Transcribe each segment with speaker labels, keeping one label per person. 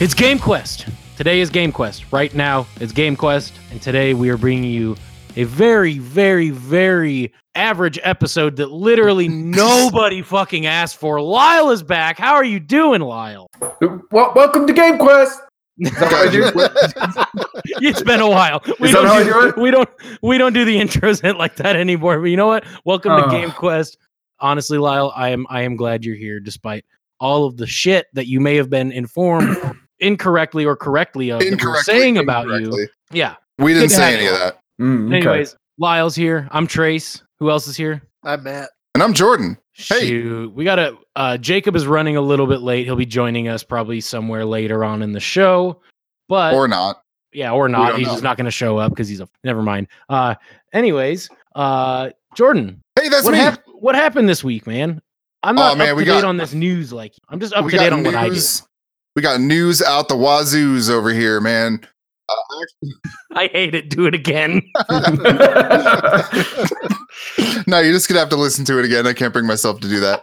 Speaker 1: It's Game Quest. Today is Game Quest. Right now, it's Game Quest. And today we are bringing you a very, very, very average episode that literally nobody fucking asked for. Lyle is back. How are you doing, Lyle?
Speaker 2: Well, welcome to Game Quest. Is that how I do it?
Speaker 1: It's been a while. We
Speaker 2: Is that
Speaker 1: don't
Speaker 2: how I do it?
Speaker 1: we don't we don't do the intros like that anymore. But you know what? Welcome to
Speaker 2: Ugh.
Speaker 1: Game Quest. Honestly, Lyle, I am I am glad you're here despite all of the shit that you may have been informed incorrectly or correctly of that we were
Speaker 3: incorrectly
Speaker 1: saying about you.
Speaker 3: incorrectly.
Speaker 1: Yeah.
Speaker 3: We didn't
Speaker 1: Good
Speaker 3: say
Speaker 1: night.
Speaker 3: any of that.
Speaker 2: Mm, okay.
Speaker 1: Anyways, Lyle's here. I'm Trace. Who else is here?
Speaker 4: I'm Matt.
Speaker 3: And I'm Jordan. Hey.
Speaker 1: Shoot. We got to uh Jacob is running a little bit late. He'll be joining us probably somewhere later on in the show. But
Speaker 3: or not.
Speaker 1: Yeah, or not.
Speaker 3: don't
Speaker 1: He's
Speaker 3: know.
Speaker 1: just not going to show up because he's a. Never mind. Uh, anyways, uh, Jordan,
Speaker 3: Hey, that's
Speaker 1: what
Speaker 3: me.
Speaker 1: hap- what happened this week, man? I'm
Speaker 3: Aw,
Speaker 1: not
Speaker 3: man,
Speaker 1: up
Speaker 3: we
Speaker 1: to date
Speaker 3: got-
Speaker 1: on this news. Like, I'm just up to date on what I do.
Speaker 3: We got news out the wazoos over here, man. Uh,
Speaker 1: I hate it. Do it again.
Speaker 3: no, you're just gonna have to listen to it again. I can't bring myself to do that.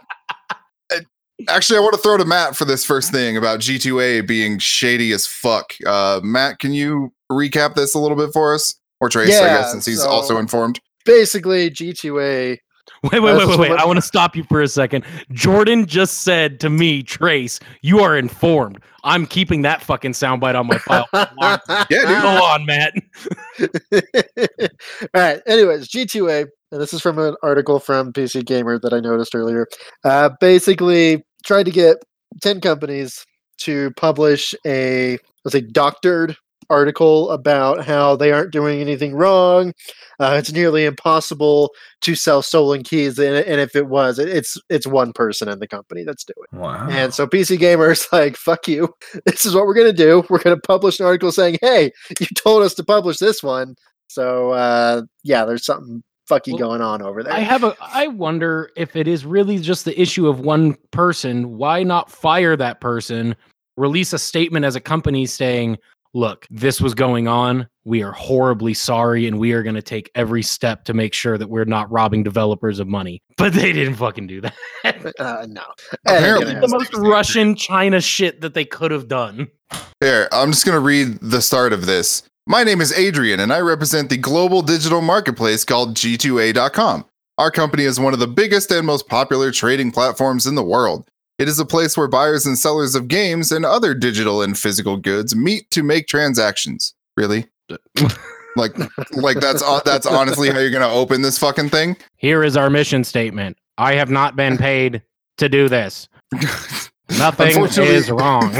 Speaker 3: Uh, Actually, I want to throw to Matt for this first thing about G2A being shady as fuck. Uh, Matt, can you recap this a little bit for us? Or Trace, I
Speaker 4: Yeah,
Speaker 3: guess, since he's
Speaker 4: so-
Speaker 3: also informed.
Speaker 4: Basically, G2A.
Speaker 1: Wait, wait, wait,
Speaker 4: That's
Speaker 1: wait, wait.
Speaker 4: what-
Speaker 1: I want to stop you for a second. Jordan just said to me, Trace, you are informed. I'm keeping that fucking soundbite on my file. Go
Speaker 3: Yeah, dude.
Speaker 1: on, Matt.
Speaker 4: All right. Anyways, G2A, and this is from an article from PC Gamer that I noticed earlier. Uh, basically, tried to get 10 companies to publish a, let's say, doctored article about how they aren't doing anything wrong. Uh, it's nearly impossible to sell stolen keys, and, and if it was, it, it's it's one person in the company that's doing. it.
Speaker 2: wow.
Speaker 4: And so PC Gamer's like, fuck you. This is what we're going to do. We're going to publish an article saying, hey, you told us to publish this one. So, uh, yeah, there's something fucky
Speaker 1: Well,
Speaker 4: going on over there.
Speaker 1: I have a. I wonder if it is really just the issue of one person. Why not fire that person? Release a statement as a company saying, "Look, this was going on. We are horribly sorry, and we are going to take every step to make sure that we're not robbing developers of money." But they didn't fucking do that. It's
Speaker 4: uh, no.
Speaker 3: Apparently
Speaker 1: the
Speaker 4: Anyways,
Speaker 1: most Russian China shit that they could have done.
Speaker 3: Here, I'm just going to read the start of this. My name is Adrian, and I represent the global digital marketplace called G2A.com. Our company is one of the biggest and most popular trading platforms in the world. It is a place where buyers and sellers of games and other digital and physical goods meet to make transactions. Really? like, like that's hon- that's honestly how you're going to open this fucking thing?
Speaker 1: Here is our mission statement. I have not been paid to do this. Nothing
Speaker 3: Unfortunately-
Speaker 1: is wrong.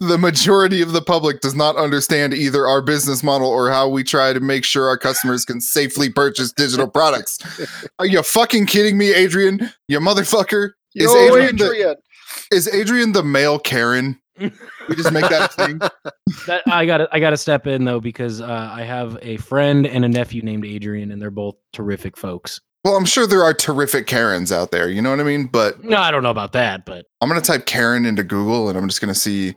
Speaker 3: the majority of the public does not understand either our business model or how we try to make sure our customers can safely purchase digital products. Are you fucking kidding me, Adrian? You motherfucker. Is
Speaker 4: Yo,
Speaker 3: Adrian the-
Speaker 4: Adrian.
Speaker 3: Is Adrian the male Karen? We just make that a thing.
Speaker 1: that I got to I got to step in though because uh, I have a friend and a nephew named Adrian, and they're both terrific folks.
Speaker 3: Well, I'm sure there are terrific Karens out there. You know what I mean? But
Speaker 1: No, I don't know about that, but
Speaker 3: I'm gonna type Karen into Google and I'm just gonna see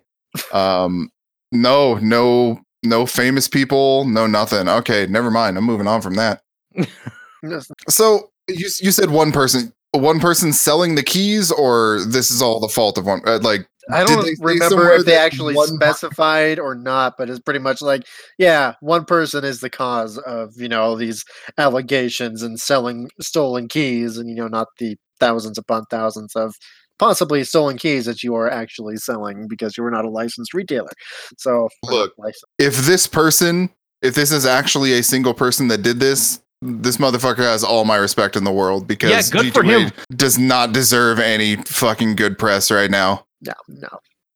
Speaker 3: um no, no, no famous people, no nothing. Okay, never mind. I'm moving on from that.
Speaker 4: Yes.
Speaker 3: So you you said one person one person selling the keys or this is all the fault of one uh, like
Speaker 4: I
Speaker 3: Did
Speaker 4: don't
Speaker 3: they say
Speaker 4: remember
Speaker 3: somewhere
Speaker 4: if they
Speaker 3: that
Speaker 4: actually
Speaker 3: one-
Speaker 4: specified or not, but it's pretty much like, yeah, one person is the cause of, you know, these allegations and selling stolen keys and, you know, not the thousands upon thousands of possibly stolen keys that you are actually selling because you were not a licensed retailer. So, or not
Speaker 3: Look,
Speaker 4: licensed.
Speaker 3: if this person if this is actually a single person that did this this motherfucker has all my respect in the world because
Speaker 1: good for
Speaker 3: G2A
Speaker 1: him.
Speaker 3: does not deserve any fucking good press right now.
Speaker 4: no, no.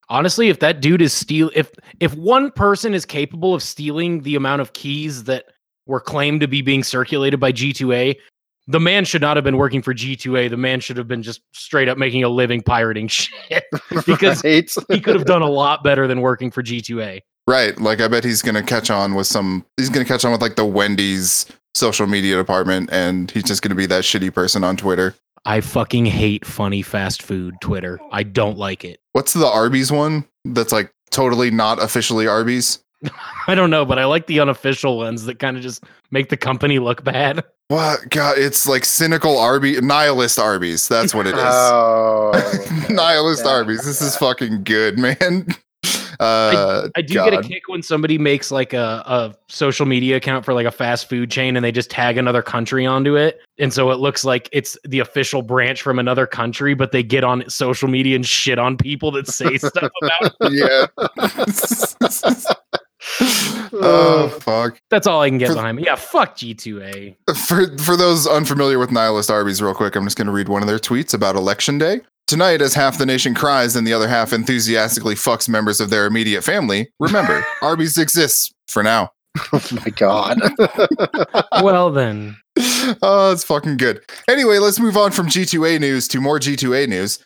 Speaker 1: honestly, if that dude is steal if if one person is capable of stealing the amount of keys that were claimed to be being circulated by G2A, the man should not have been working for G2A. The man should have been just straight up making a living pirating shit. Because
Speaker 4: Right?
Speaker 1: he could have done a lot better than working for G2A.
Speaker 3: Right. Like I bet he's gonna catch on with some he's gonna catch on with like the Wendy's social media department and he's just gonna be that shitty person on Twitter.
Speaker 1: I fucking hate funny fast food Twitter. I don't like it.
Speaker 3: What's the Arby's one that's like totally not officially Arby's?
Speaker 1: I don't know, but I like the unofficial ones that kind of just make the company look bad.
Speaker 3: What god, it's like cynical Arby nihilist Arby's. That's what it is.
Speaker 4: Oh,
Speaker 3: nihilist
Speaker 4: yeah.
Speaker 3: Arby's. This is fucking good, man. Uh,
Speaker 1: I do get a kick when somebody makes like a, a social media account for like a fast food chain and they just tag another country onto it. And so it looks like it's the official branch from another country, but they get on social media and shit on people that say stuff about it.
Speaker 3: yeah. oh fuck.
Speaker 1: That's all I can get
Speaker 3: For-
Speaker 1: behind. Yeah, fuck G2A.
Speaker 3: For for those unfamiliar with nihilist Arby's, real quick, I'm just going to read one of their tweets about election day. Tonight, as half the nation cries and the other half enthusiastically fucks members of their immediate family, remember, Arby's exists for now.
Speaker 4: Oh my god.
Speaker 1: well, then.
Speaker 3: Oh, it's fucking good. Anyway, let's move on from G2A news to more G2A news.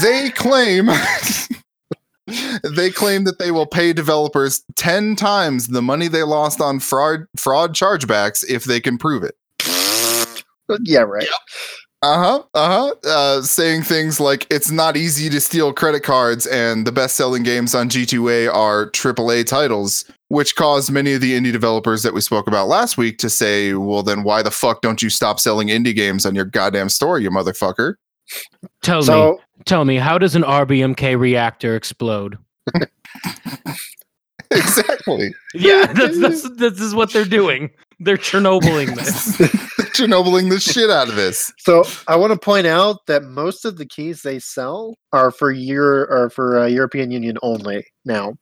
Speaker 3: They claim they claim that they will pay developers 10 times the money they lost on fraud fraud chargebacks if they can prove it.
Speaker 4: yeah, right.
Speaker 3: Uh-huh. Uh-huh. Uh saying things like it's not easy to steal credit cards and the best-selling games on G2A are AAA titles, which caused many of the indie developers that we spoke about last week to say, "Well, then why the fuck don't you stop selling indie games on your goddamn store, you motherfucker?"
Speaker 1: Tell me,
Speaker 4: So
Speaker 1: tell me, how does an RBMK reactor explode?
Speaker 3: exactly.
Speaker 1: Yeah, that's, that's, this is what they're doing. They're Chernobyling this.
Speaker 3: Chernobyling the shit out of this.
Speaker 4: so I want to point out that most of the keys they sell are for year are for uh, European Union only now.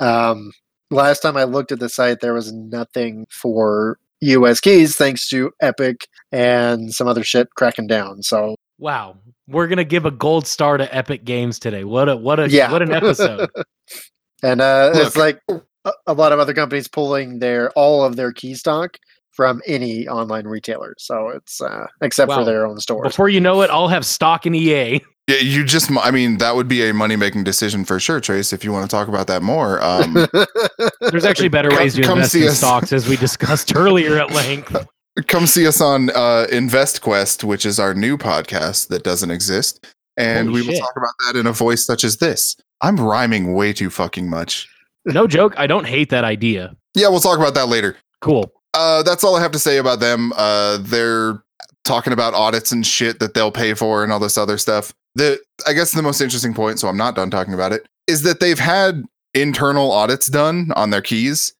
Speaker 4: Um, last time I looked at the site there was nothing for US keys thanks to Epic and some other shit cracking down. So
Speaker 1: Wow, we're gonna give a gold star to Epic Games today. What a what a
Speaker 4: Yeah.
Speaker 1: what an episode!
Speaker 4: and uh, it's
Speaker 3: Look.
Speaker 4: like a, a lot of other companies pulling their all of their key stock from any online retailer. So it's uh, except
Speaker 1: Wow.
Speaker 4: for their own stores.
Speaker 1: Before you know it, I'll have stock in E EA.
Speaker 3: Yeah, you just I mean, that would be a money-making decision for sure, Trace, if you want to talk about that more. Um
Speaker 1: There's actually better
Speaker 3: Come-
Speaker 1: ways to
Speaker 3: come
Speaker 1: invest
Speaker 3: see
Speaker 1: in
Speaker 3: us.
Speaker 1: stocks, as we discussed earlier at length.
Speaker 3: come see us on uh, InvestQuest, which is our new podcast that doesn't exist, and
Speaker 1: Holy
Speaker 3: we will
Speaker 1: shit.
Speaker 3: talk about that in a voice such as this. I'm rhyming way too fucking much.
Speaker 1: No joke, I don't hate that idea.
Speaker 3: Yeah, we'll talk about that later.
Speaker 1: Cool.
Speaker 3: Uh, that's all I have to say about them. Uh, they're talking about audits and shit that they'll pay for and all this other stuff. The I guess the most interesting point, so I'm not done talking about it, is that they've had internal audits done on their keys.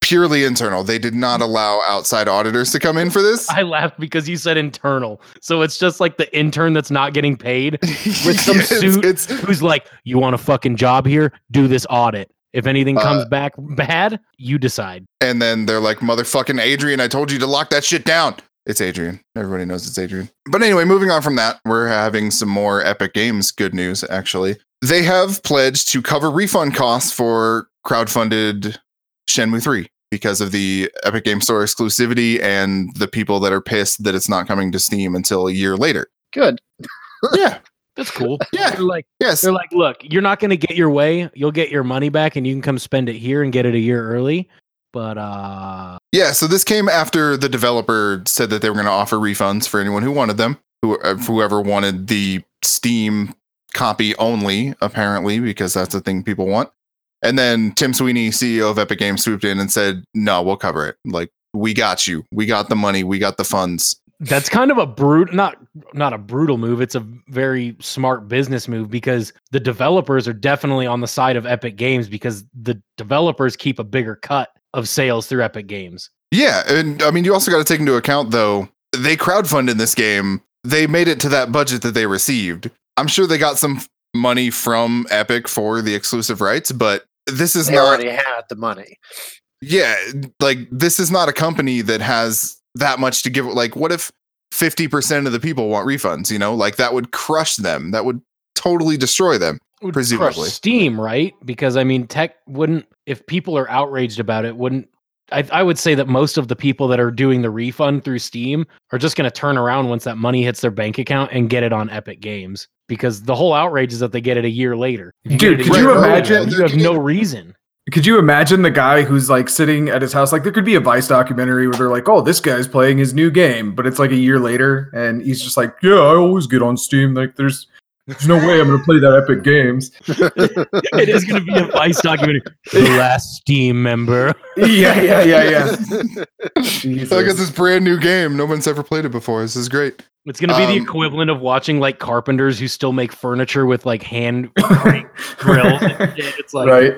Speaker 3: Purely internal. They did not
Speaker 1: Hmm.
Speaker 3: allow outside auditors to come in for this.
Speaker 1: I laughed because you said internal, so it's just like the intern that's not getting paid, With some
Speaker 3: Yes,
Speaker 1: suit.
Speaker 3: It's,
Speaker 1: who's like, "You want a fucking job here? Do this audit. If anything
Speaker 3: Uh,
Speaker 1: comes back bad, you decide."
Speaker 3: and then they're like, motherfucking Adrian, I told you to lock that shit down. It's Adrian. Everybody knows it's Adrian. But anyway, moving on from that, we're having some more Epic Games good news, actually. They have pledged to cover refund costs for crowdfunded Shenmue 3 because of the Epic Game Store exclusivity and the people that are pissed that it's not coming to Steam until a year later.
Speaker 4: Good.
Speaker 3: yeah.
Speaker 1: That's cool.
Speaker 3: Yeah.
Speaker 1: They're like,
Speaker 3: Yes.
Speaker 1: they're like, look, you're not going to get your way. You'll get your money back, and you can come spend it here and get it a year early. But uh,
Speaker 3: Yeah, so this came after the developer said that they were going to offer refunds for anyone who wanted them, who uh, whoever wanted the Steam copy only, apparently, because that's the thing people want. And then Tim Sweeney, CEO of Epic Games, swooped in and said, "No, we'll cover it. Like we got you. We got the money. We got the funds."
Speaker 1: that's kind of a brute not not a brutal move. It's a very smart business move because the developers are definitely on the side of Epic Games because the developers keep a bigger cut of sales through Epic Games.
Speaker 3: Yeah, and I mean, you also got to take into account though they crowdfunded this game. They made it to that budget that they received. I'm sure they got some f- money from Epic for the exclusive rights, but this is
Speaker 4: They
Speaker 3: not
Speaker 4: already had the money.
Speaker 3: yeah like this is not a company that has that much to give like what if 50% of the people want refunds you know like that would crush them that would totally destroy them
Speaker 1: Would crush
Speaker 3: Presumably.
Speaker 1: Steam, right? Because I mean, tech wouldn't if people are outraged about it, wouldn't. I, I would say that most of the people that are doing the refund through Steam are just going to turn around once that money hits their bank account and get it on Epic Games because the whole outrage is that they get it a year later. If you
Speaker 2: Dude,
Speaker 1: get it a
Speaker 2: could
Speaker 1: year
Speaker 2: you
Speaker 1: earlier,
Speaker 2: imagine-
Speaker 1: You have no reason.
Speaker 2: Could you imagine the guy who's like sitting at his house? Like, there could be a Vice documentary where they're like, oh, this guy's playing his new game, but it's like a year later, and he's just like, yeah, I always get on Steam. Like, there's There's no way I'm going to play that Epic Games.
Speaker 1: it is going to be a Vice documentary. The last Steam member.
Speaker 2: Yeah, yeah, yeah, yeah.
Speaker 3: So I guess
Speaker 2: Jesus.
Speaker 3: it's brand new game. No one's ever played it before. This is great.
Speaker 1: It's going to be the
Speaker 3: Um,
Speaker 1: equivalent of watching like carpenters who still make furniture with like hand crank drills. And shit. It's like,
Speaker 2: right.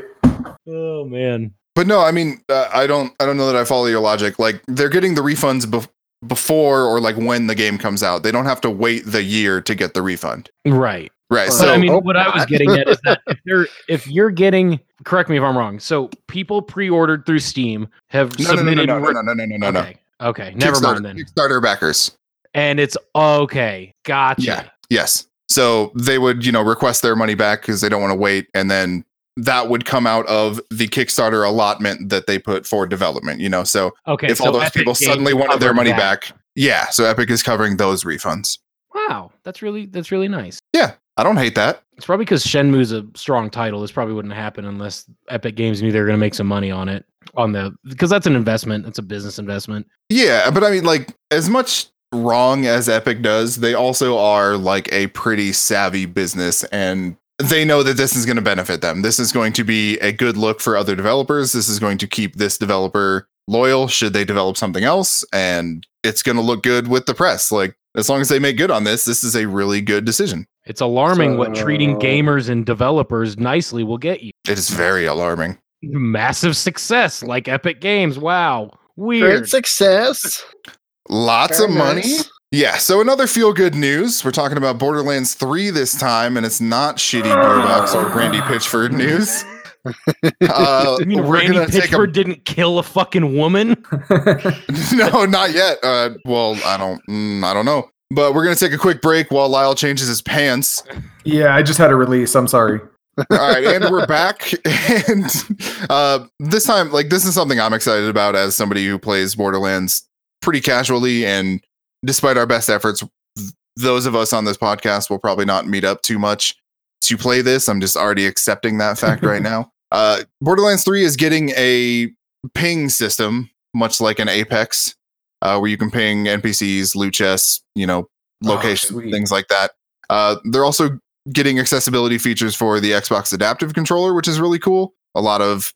Speaker 1: oh man.
Speaker 3: But no, I mean, uh, I don't, I don't know that I follow your logic. Like they're getting the refunds bef- before or like when the game comes out. They don't have to wait the year to get the refund.
Speaker 1: Right.
Speaker 3: Right.
Speaker 1: But
Speaker 3: So Oh.
Speaker 1: I mean,
Speaker 4: hope
Speaker 1: what I was
Speaker 4: not.
Speaker 1: getting at is that if they're if you're getting correct me if I'm wrong. So people pre-ordered through Steam have
Speaker 3: no, no, no, no,
Speaker 1: submitted.
Speaker 3: no,
Speaker 1: re-
Speaker 3: no, no, no, no, no, no.
Speaker 1: okay. Okay. Never mind
Speaker 3: Kickstarter-
Speaker 1: then.
Speaker 3: Kickstarter backers.
Speaker 1: And it's okay. Gotcha.
Speaker 3: Yeah. Yes. So they would, you know, request their money back because they don't want to wait, and then that would come out of the Kickstarter allotment that they put for development. You know, so
Speaker 1: Okay.
Speaker 3: if all
Speaker 1: so
Speaker 3: those
Speaker 1: Epic
Speaker 3: people
Speaker 1: Games
Speaker 3: suddenly wanted their
Speaker 1: covered
Speaker 3: money
Speaker 1: that.
Speaker 3: back, yeah, so Epic is covering those refunds.
Speaker 1: Wow. That's really that's really nice.
Speaker 3: I don't hate that.
Speaker 1: It's probably because Shenmue's a strong title. This probably wouldn't happen unless Epic Games knew they were going to make some money on it. On the because that's an investment. That's a business investment.
Speaker 3: Yeah, but I mean, like, as much wrong as Epic does, they also are like a pretty savvy business and they know that this is going to benefit them. This is going to be a good look for other developers. This is going to keep this developer loyal should they develop something else. And it's going to look good with the press. Like, as long as they make good on this, this is a really good decision.
Speaker 1: It's alarming what treating
Speaker 4: So-
Speaker 1: gamers and developers nicely will get you.
Speaker 3: It is very alarming.
Speaker 1: Massive success like Epic Games. Wow.
Speaker 4: Great
Speaker 1: Weird.
Speaker 4: success.
Speaker 3: Lots
Speaker 4: Very
Speaker 3: of money.
Speaker 4: nice.
Speaker 3: Yeah, so another feel good news. We're talking about Borderlands 3 this time, and it's not shitty Blue Box or Randy Pitchford news. Uh,
Speaker 1: I mean,
Speaker 3: we're
Speaker 1: Randy
Speaker 3: gonna take a-
Speaker 1: Pitchford didn't kill a fucking woman.
Speaker 3: no, not yet. Uh, well, I don't, mm, I don't know. But we're gonna take a quick break while Lyle changes his pants.
Speaker 2: yeah, I just had a release. I'm sorry.
Speaker 3: All right, and we're back. And uh, this time, like, this is something I'm excited about as somebody who plays Borderlands pretty casually. And despite our best efforts, th- those of us on this podcast will probably not meet up too much to play this. I'm just already accepting that fact right now. Uh, Borderlands 3 is getting a ping system, much like an Apex, uh, where you can ping NPCs, loot chests, you know,
Speaker 2: Oh,
Speaker 3: locations,
Speaker 2: sweet.
Speaker 3: things like that. Uh, they're also getting accessibility features for the Xbox Adaptive Controller, which is really cool. A lot of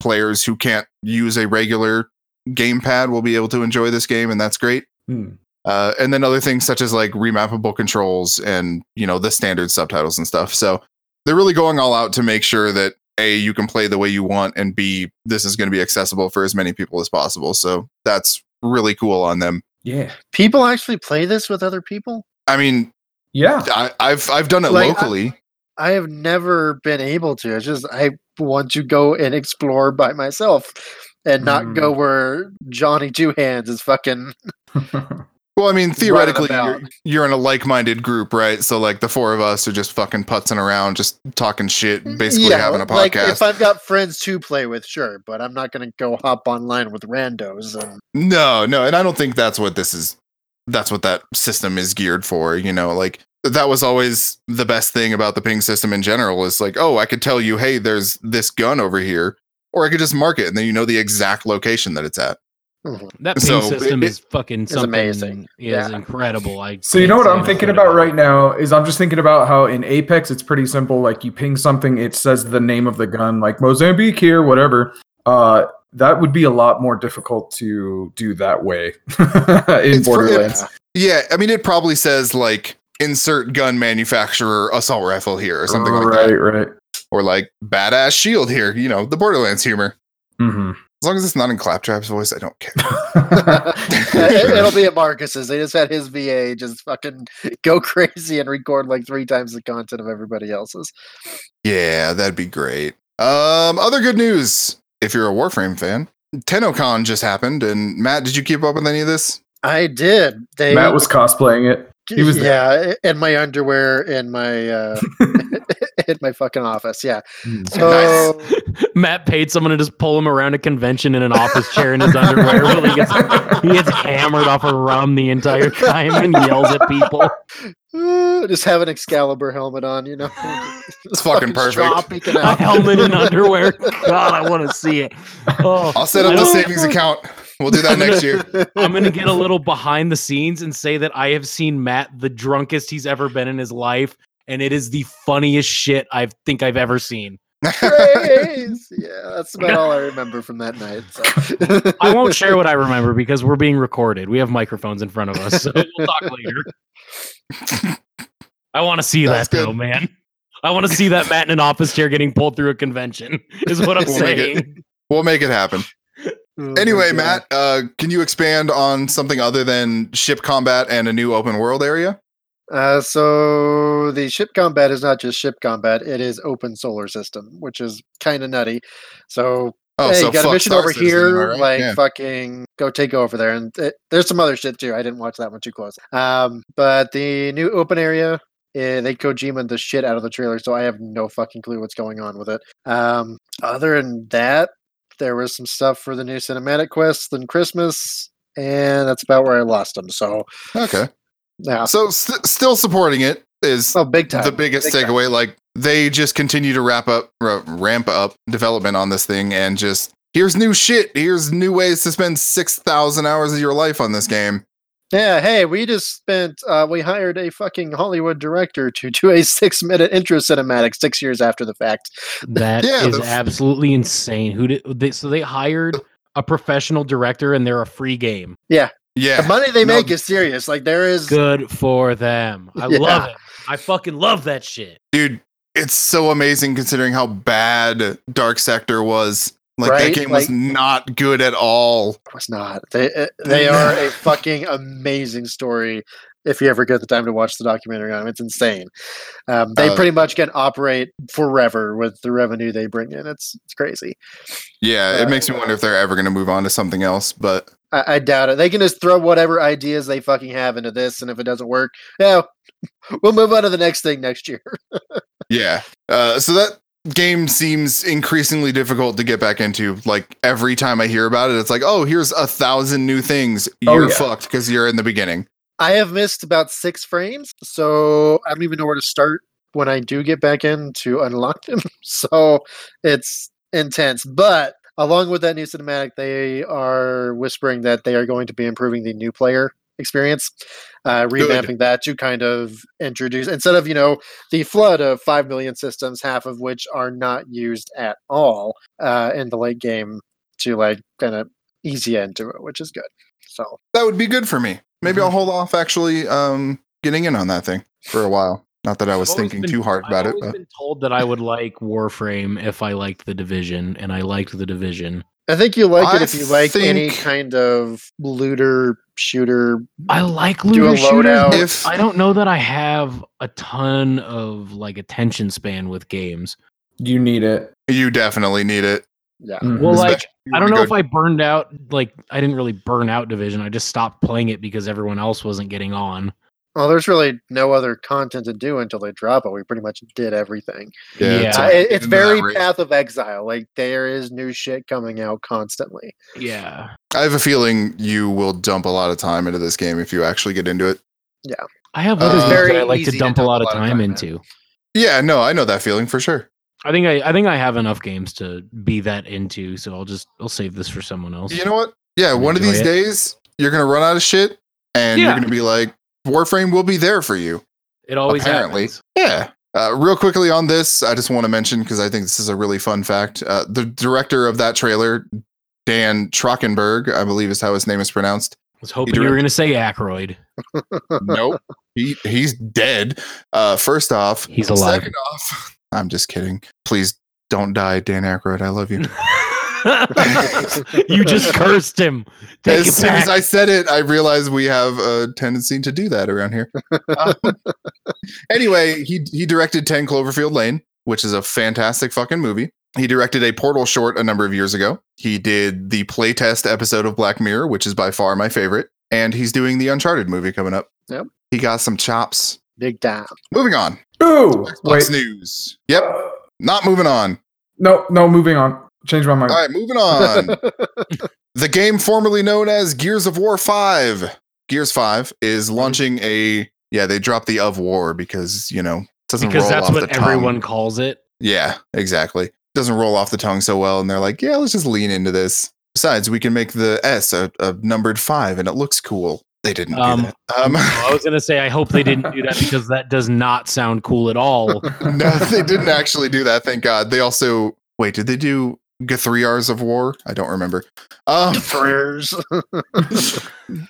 Speaker 3: players who can't use a regular gamepad will be able to enjoy this game, and that's great.
Speaker 2: Hmm.
Speaker 3: Uh, and then other things such as like remappable controls and you know the standard subtitles and stuff. So they're really going all out to make sure that a you can play the way you want, and b this is going to be accessible for as many people as possible. So that's really cool on them.
Speaker 2: Yeah.
Speaker 4: People actually play this with other people?
Speaker 3: I mean,
Speaker 2: Yeah.
Speaker 3: I, I've I've done it
Speaker 4: Like, I-
Speaker 3: locally.
Speaker 4: I have never been able to. It's just I want to go and explore by myself and not
Speaker 2: Mm.
Speaker 4: go where Johnny Two Hands is fucking
Speaker 3: Well, I mean, theoretically, you're,
Speaker 4: about.
Speaker 3: you're in a like-minded group, right? So, like, the four of us are just fucking putzing around, just talking shit, basically
Speaker 4: Yeah,
Speaker 3: having a
Speaker 4: Like
Speaker 3: podcast.
Speaker 4: if I've got friends to play with, sure, but I'm not gonna go hop online with randos and
Speaker 3: no, no, and I don't think that's what this is. That's what that system is geared for. You know, like that was always the best thing about the ping system in general. Is like, oh, I could tell you, hey, there's this gun over here, or I could just mark it, and then you know the exact location that it's at.
Speaker 1: That ping
Speaker 3: So,
Speaker 1: system
Speaker 3: it-
Speaker 1: is fucking something.
Speaker 4: amazing.
Speaker 1: Is
Speaker 4: Yeah.
Speaker 1: incredible. I
Speaker 2: So you know
Speaker 1: can't
Speaker 2: what
Speaker 1: say
Speaker 2: I'm
Speaker 1: enough
Speaker 2: thinking
Speaker 1: good
Speaker 2: about
Speaker 1: it.
Speaker 2: right now is I'm just thinking about how in Apex it's pretty simple. Like you ping something, it says the name of the gun, like Mozambique here, whatever. Uh, that would be a lot more difficult to do that way in
Speaker 3: It's for-
Speaker 2: Borderlands.
Speaker 3: Yeah, I mean, it probably says like insert gun manufacturer assault rifle here or something like that.
Speaker 2: right, right.
Speaker 3: or like badass shield here. You know, the Borderlands humor.
Speaker 2: Mm-hmm.
Speaker 3: As long as it's not in Claptrap's voice, I don't care.
Speaker 4: Uh, it,
Speaker 2: Mm-hmm.
Speaker 4: will be at Marcus's. They just had his VA just fucking go crazy and record like three times the content of everybody else's.
Speaker 3: yeah, that'd be great. Um, other good news if you're a Warframe fan, TennoCon just happened. And Matt, did you keep up with any of this?
Speaker 4: I did. They
Speaker 2: Matt was cosplaying it. he was
Speaker 4: yeah, in my underwear in my uh in my fucking office. Yeah.
Speaker 3: Nice.
Speaker 4: So
Speaker 1: Matt paid someone to just pull him around a convention in an office chair in his underwear. while he, gets, he gets hammered off a rum the entire time and yells at people.
Speaker 4: uh, just have an Excalibur helmet on, you know.
Speaker 3: It's fucking perfect.
Speaker 4: straw peeking
Speaker 1: A
Speaker 4: out.
Speaker 1: helmet and underwear. God, I want to see it. Oh,
Speaker 3: I'll set up
Speaker 1: I
Speaker 3: the
Speaker 1: don't-
Speaker 3: savings account. We'll do that next year.
Speaker 1: I'm gonna get a little behind the scenes and say that I have seen Matt the drunkest he's ever been in his life, and it is the funniest shit I think I've ever seen.
Speaker 4: Praise! yeah, that's about all I remember from that night. so.
Speaker 1: I won't share what I remember because we're being recorded. We have microphones in front of us, so we'll talk later. I want to see
Speaker 3: That's
Speaker 1: that though,
Speaker 3: good.
Speaker 1: man. I want to see that Matt in an office chair getting pulled through a convention. Is what I'm
Speaker 4: We'll
Speaker 3: make it.
Speaker 1: saying.
Speaker 3: We'll make it happen.
Speaker 4: Oh my
Speaker 3: Anyway,
Speaker 4: God.
Speaker 3: Matt, uh, can you expand on something other than ship combat and a new open world area?
Speaker 4: Uh, so the ship combat is not just ship combat; it is open solar system, which is kind of nutty. So
Speaker 3: Oh,
Speaker 4: hey, you got a
Speaker 3: fuck
Speaker 4: mission
Speaker 3: Star
Speaker 4: over
Speaker 3: Citizen, am I
Speaker 4: here,
Speaker 3: right?
Speaker 4: like
Speaker 3: Yeah.
Speaker 4: fucking go take over there. And th- there's some other shit too. I didn't watch that one too close. Um, but the new open area, eh, they Kojima the shit out of the trailer, so I have no fucking clue what's going on with it. Um, other than that, there was some stuff for the new cinematic quests than Christmas, and that's about where I lost them. So
Speaker 3: okay.
Speaker 4: yeah,
Speaker 3: So st- still supporting it is
Speaker 4: oh, big time.
Speaker 3: the biggest
Speaker 4: big time.
Speaker 3: takeaway. Like they just continue to wrap up, ra- ramp up development on this thing, and just here's new shit. Here's new ways to spend six thousand hours of your life on this game.
Speaker 4: Yeah, hey, we just spent, uh, we hired a fucking Hollywood director to do a six minute intro cinematic six years after the fact.
Speaker 1: That is
Speaker 3: Yeah, that's-
Speaker 1: absolutely insane. Who did they, so they hired a professional director and they're a free game.
Speaker 4: The
Speaker 3: Yeah,
Speaker 4: money they
Speaker 3: No.
Speaker 4: make is serious. Like, there is.
Speaker 1: Good for them. I love
Speaker 4: Yeah.
Speaker 1: it. I fucking love that shit.
Speaker 3: dude, it's so amazing considering how bad Dark Sector was. Like
Speaker 4: Right?
Speaker 3: that game was
Speaker 4: Like-
Speaker 3: not good at all.
Speaker 4: was not. They, uh, they are a fucking amazing story if you ever get the time to watch the documentary on 'em. It's insane. Um, they
Speaker 3: Uh,
Speaker 4: pretty much can operate forever with the revenue they bring in. It's, it's crazy.
Speaker 3: Yeah, it
Speaker 4: Uh,
Speaker 3: makes me wonder if they're ever going to move on to something else. But
Speaker 4: I, I doubt it. They can just throw whatever ideas they fucking have into this, and if it doesn't work, yeah, we'll move on to the next thing next year.
Speaker 3: yeah, uh, so that game seems increasingly difficult to get back into. Like every time I hear about it, it's like, oh, here's a thousand new things.
Speaker 2: Oh,
Speaker 3: You're
Speaker 2: yeah.
Speaker 3: fucked because you're in the beginning.
Speaker 4: I have missed about six frames, so I don't even know where to start when I do get back in to unlock them. So it's intense. But along with that new cinematic, they are whispering that they are going to be improving the new player experience, uh,
Speaker 3: Good.
Speaker 4: revamping that to kind of introduce instead of you know the flood of five million systems, half of which are not used at all uh, in the late game, to like kind of ease you into it, which is good. So
Speaker 3: That would be good for me. Maybe
Speaker 1: Mm-hmm.
Speaker 4: Mhm.
Speaker 3: I'll hold off actually um, getting in on that thing for a while. Not that I was
Speaker 1: I've always
Speaker 3: thinking
Speaker 1: been-
Speaker 3: too hard about
Speaker 1: I've
Speaker 3: it.
Speaker 1: always
Speaker 3: but-
Speaker 1: been told that I would like Warframe if I liked the Division, and I liked the Division.
Speaker 4: I think you like it
Speaker 3: I
Speaker 4: if you like any
Speaker 3: think-
Speaker 4: kind of looter shooter.
Speaker 1: I like
Speaker 4: Do a
Speaker 1: looter shooters.
Speaker 4: loadout.
Speaker 1: but
Speaker 3: If-
Speaker 1: I don't know that I have a ton of like attention span with games.
Speaker 2: You need it. Mm-hmm.
Speaker 3: You definitely need it.
Speaker 4: Yeah.
Speaker 3: Mm.
Speaker 1: Well, like
Speaker 3: Especially
Speaker 1: I don't
Speaker 3: when
Speaker 1: know
Speaker 3: you
Speaker 1: if
Speaker 3: go-
Speaker 1: I burned out. Like I didn't really burn out Division. I just stopped playing it because everyone else wasn't getting on.
Speaker 4: Well, there's really no other content to do until they drop it. We pretty much did everything.
Speaker 1: Yeah,
Speaker 3: it's
Speaker 1: So
Speaker 4: Uh,
Speaker 3: all-
Speaker 4: it- it's
Speaker 3: into that
Speaker 4: very
Speaker 3: rate.
Speaker 4: Path of Exile. Like there is new shit coming out constantly.
Speaker 1: Yeah.
Speaker 3: I have a feeling you will dump a lot of time into this game if you actually get into it.
Speaker 1: I have
Speaker 3: Uh,
Speaker 1: other
Speaker 3: It's
Speaker 1: games that
Speaker 4: very
Speaker 1: I like to
Speaker 4: easy to
Speaker 1: dump a lot of time
Speaker 4: in.
Speaker 1: into.
Speaker 3: Yeah, no, I know that feeling for sure.
Speaker 1: I think I, I think I have enough games to be that into, so I'll just I'll save this for someone else.
Speaker 3: You know what? Yeah,
Speaker 1: And
Speaker 3: one of
Speaker 1: enjoy
Speaker 3: these
Speaker 1: it.
Speaker 3: days you're gonna run out of shit, and
Speaker 1: Yeah.
Speaker 3: you're gonna be like, Warframe will be there for you.
Speaker 1: it always
Speaker 3: apparently.
Speaker 1: happens.
Speaker 3: Yeah. Uh, real quickly on this, I just want to mention because I think this is a really fun fact. Uh, the director of that trailer, Dan Trockenberg, I believe is how his name is pronounced.
Speaker 1: I was hoping you
Speaker 3: direct-
Speaker 1: were going to say Ackroyd.
Speaker 3: nope, he he's dead. Uh, first off,
Speaker 1: He's alive.
Speaker 3: Second off, I'm just kidding. Please don't die, Dan Aykroyd. I love you.
Speaker 1: you just cursed him. Take
Speaker 3: as
Speaker 1: it
Speaker 3: soon as
Speaker 1: back.
Speaker 3: I said it, I realized we have a tendency to do that around here. Um, anyway, he he directed Ten Cloverfield Lane, which is a fantastic fucking movie. He directed a Portal short a number of years ago. He did the playtest episode of Black Mirror, which is by far my favorite, and he's doing the Uncharted movie coming up.
Speaker 4: Yep.
Speaker 3: He got some chops.
Speaker 4: Big time.
Speaker 3: Moving on.
Speaker 2: Ooh,
Speaker 3: What's
Speaker 2: wait.
Speaker 3: news? Yep. Not moving on.
Speaker 2: No, no. Moving on. Change my mind.
Speaker 3: All right, moving on. The game formerly known as Gears of War 5. Gears 5 is
Speaker 1: Mm-hmm.
Speaker 3: launching a yeah, they dropped the of war because, you know, it doesn't
Speaker 1: Because
Speaker 3: roll
Speaker 1: that's
Speaker 3: off
Speaker 1: what
Speaker 3: the tongue.
Speaker 1: everyone calls it.
Speaker 3: Yeah, exactly. Doesn't roll off the tongue so well and they're like, "Yeah, let's just lean into this." Besides, we can make the S a, a numbered 5 and it looks cool. They didn't
Speaker 1: Um,
Speaker 3: do that. Um,
Speaker 1: Well, I was gonna say I hope they didn't do that because that does not sound cool at all.
Speaker 3: Um, no, they didn't actually do that. Thank God. They also wait. Did they do g- three hours of war? I don't remember. Um,
Speaker 4: Prayers.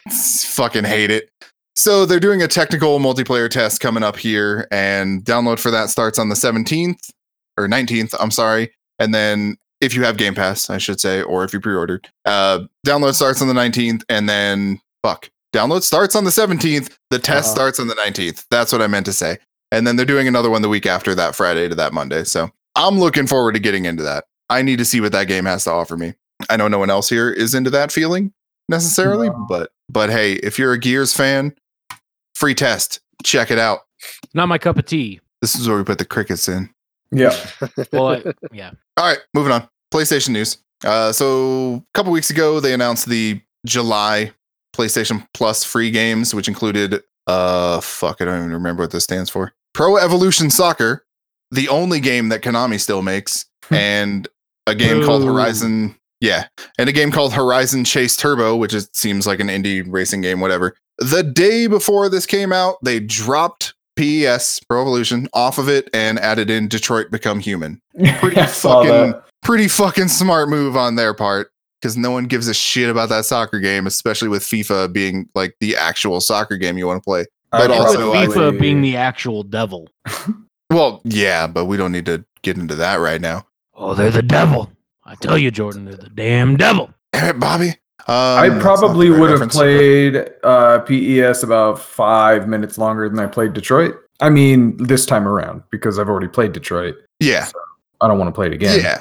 Speaker 3: s- fucking hate it. So they're doing a technical multiplayer test coming up here, and download for that starts on the 17th or 19th. I'm sorry, and then if you have Game Pass, I should say, or if you pre-ordered, uh, download starts on the 19th, and then fuck, download starts on the 17th. The test
Speaker 2: Uh-huh.
Speaker 3: starts on the 19th. That's what I meant to say. And then they're doing another one the week after that Friday to that Monday. So I'm looking forward to getting into that. I need to see what that game has to offer me. I know no one else here is into that feeling necessarily,
Speaker 2: No.
Speaker 3: but but hey, if you're a Gears fan, free test, check it out.
Speaker 1: Not my cup of tea.
Speaker 3: This is where we put the crickets in.
Speaker 2: Yeah.
Speaker 1: Well, I, yeah.
Speaker 3: All right, moving on. PlayStation news. Uh, so a couple weeks ago, they announced the July PlayStation Plus free games, which included uh, fuck, I don't even remember what this stands for. Pro Evolution Soccer, the only game that Konami still makes, and a game called
Speaker 1: Boo.
Speaker 3: Horizon. Yeah, and a game called Horizon Chase Turbo, which is, seems like an indie racing game, whatever. The day before this came out, they dropped PES Pro Evolution off of it and added in Detroit Become Human Pretty
Speaker 2: I saw
Speaker 3: fucking-
Speaker 2: that.
Speaker 3: pretty fucking smart move on their part because no one gives a shit about that soccer game, especially with FIFA being like the actual soccer game you want to play.
Speaker 2: I
Speaker 3: But
Speaker 1: And
Speaker 3: also,
Speaker 1: with
Speaker 2: probably-
Speaker 1: FIFA being the actual devil.
Speaker 3: Well, yeah, but we don't need to get into that right now.
Speaker 1: Oh, they're the devil. I tell you, Jordan, they're the damn devil.
Speaker 3: Damn it, Bobby. Um,
Speaker 2: I
Speaker 3: that's not
Speaker 2: probably
Speaker 3: the right
Speaker 2: would have
Speaker 3: reference.
Speaker 2: played uh, PES about five minutes longer than I played Detroit. I mean, this time around because I've already played Detroit.
Speaker 3: Yeah,
Speaker 2: I don't want to play it again.
Speaker 3: yeah.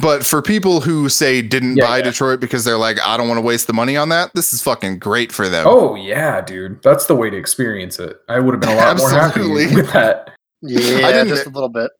Speaker 3: But for people who say didn't
Speaker 2: Yeah,
Speaker 3: buy
Speaker 2: yeah.
Speaker 3: Detroit because they're like, I don't want to waste the money on that, this is fucking great for them.
Speaker 2: Oh yeah, dude, that's the way to experience it. I would have been a lot more happy
Speaker 3: Absolutely.
Speaker 2: with that.
Speaker 4: yeah,
Speaker 3: didn't-
Speaker 4: just a little bit.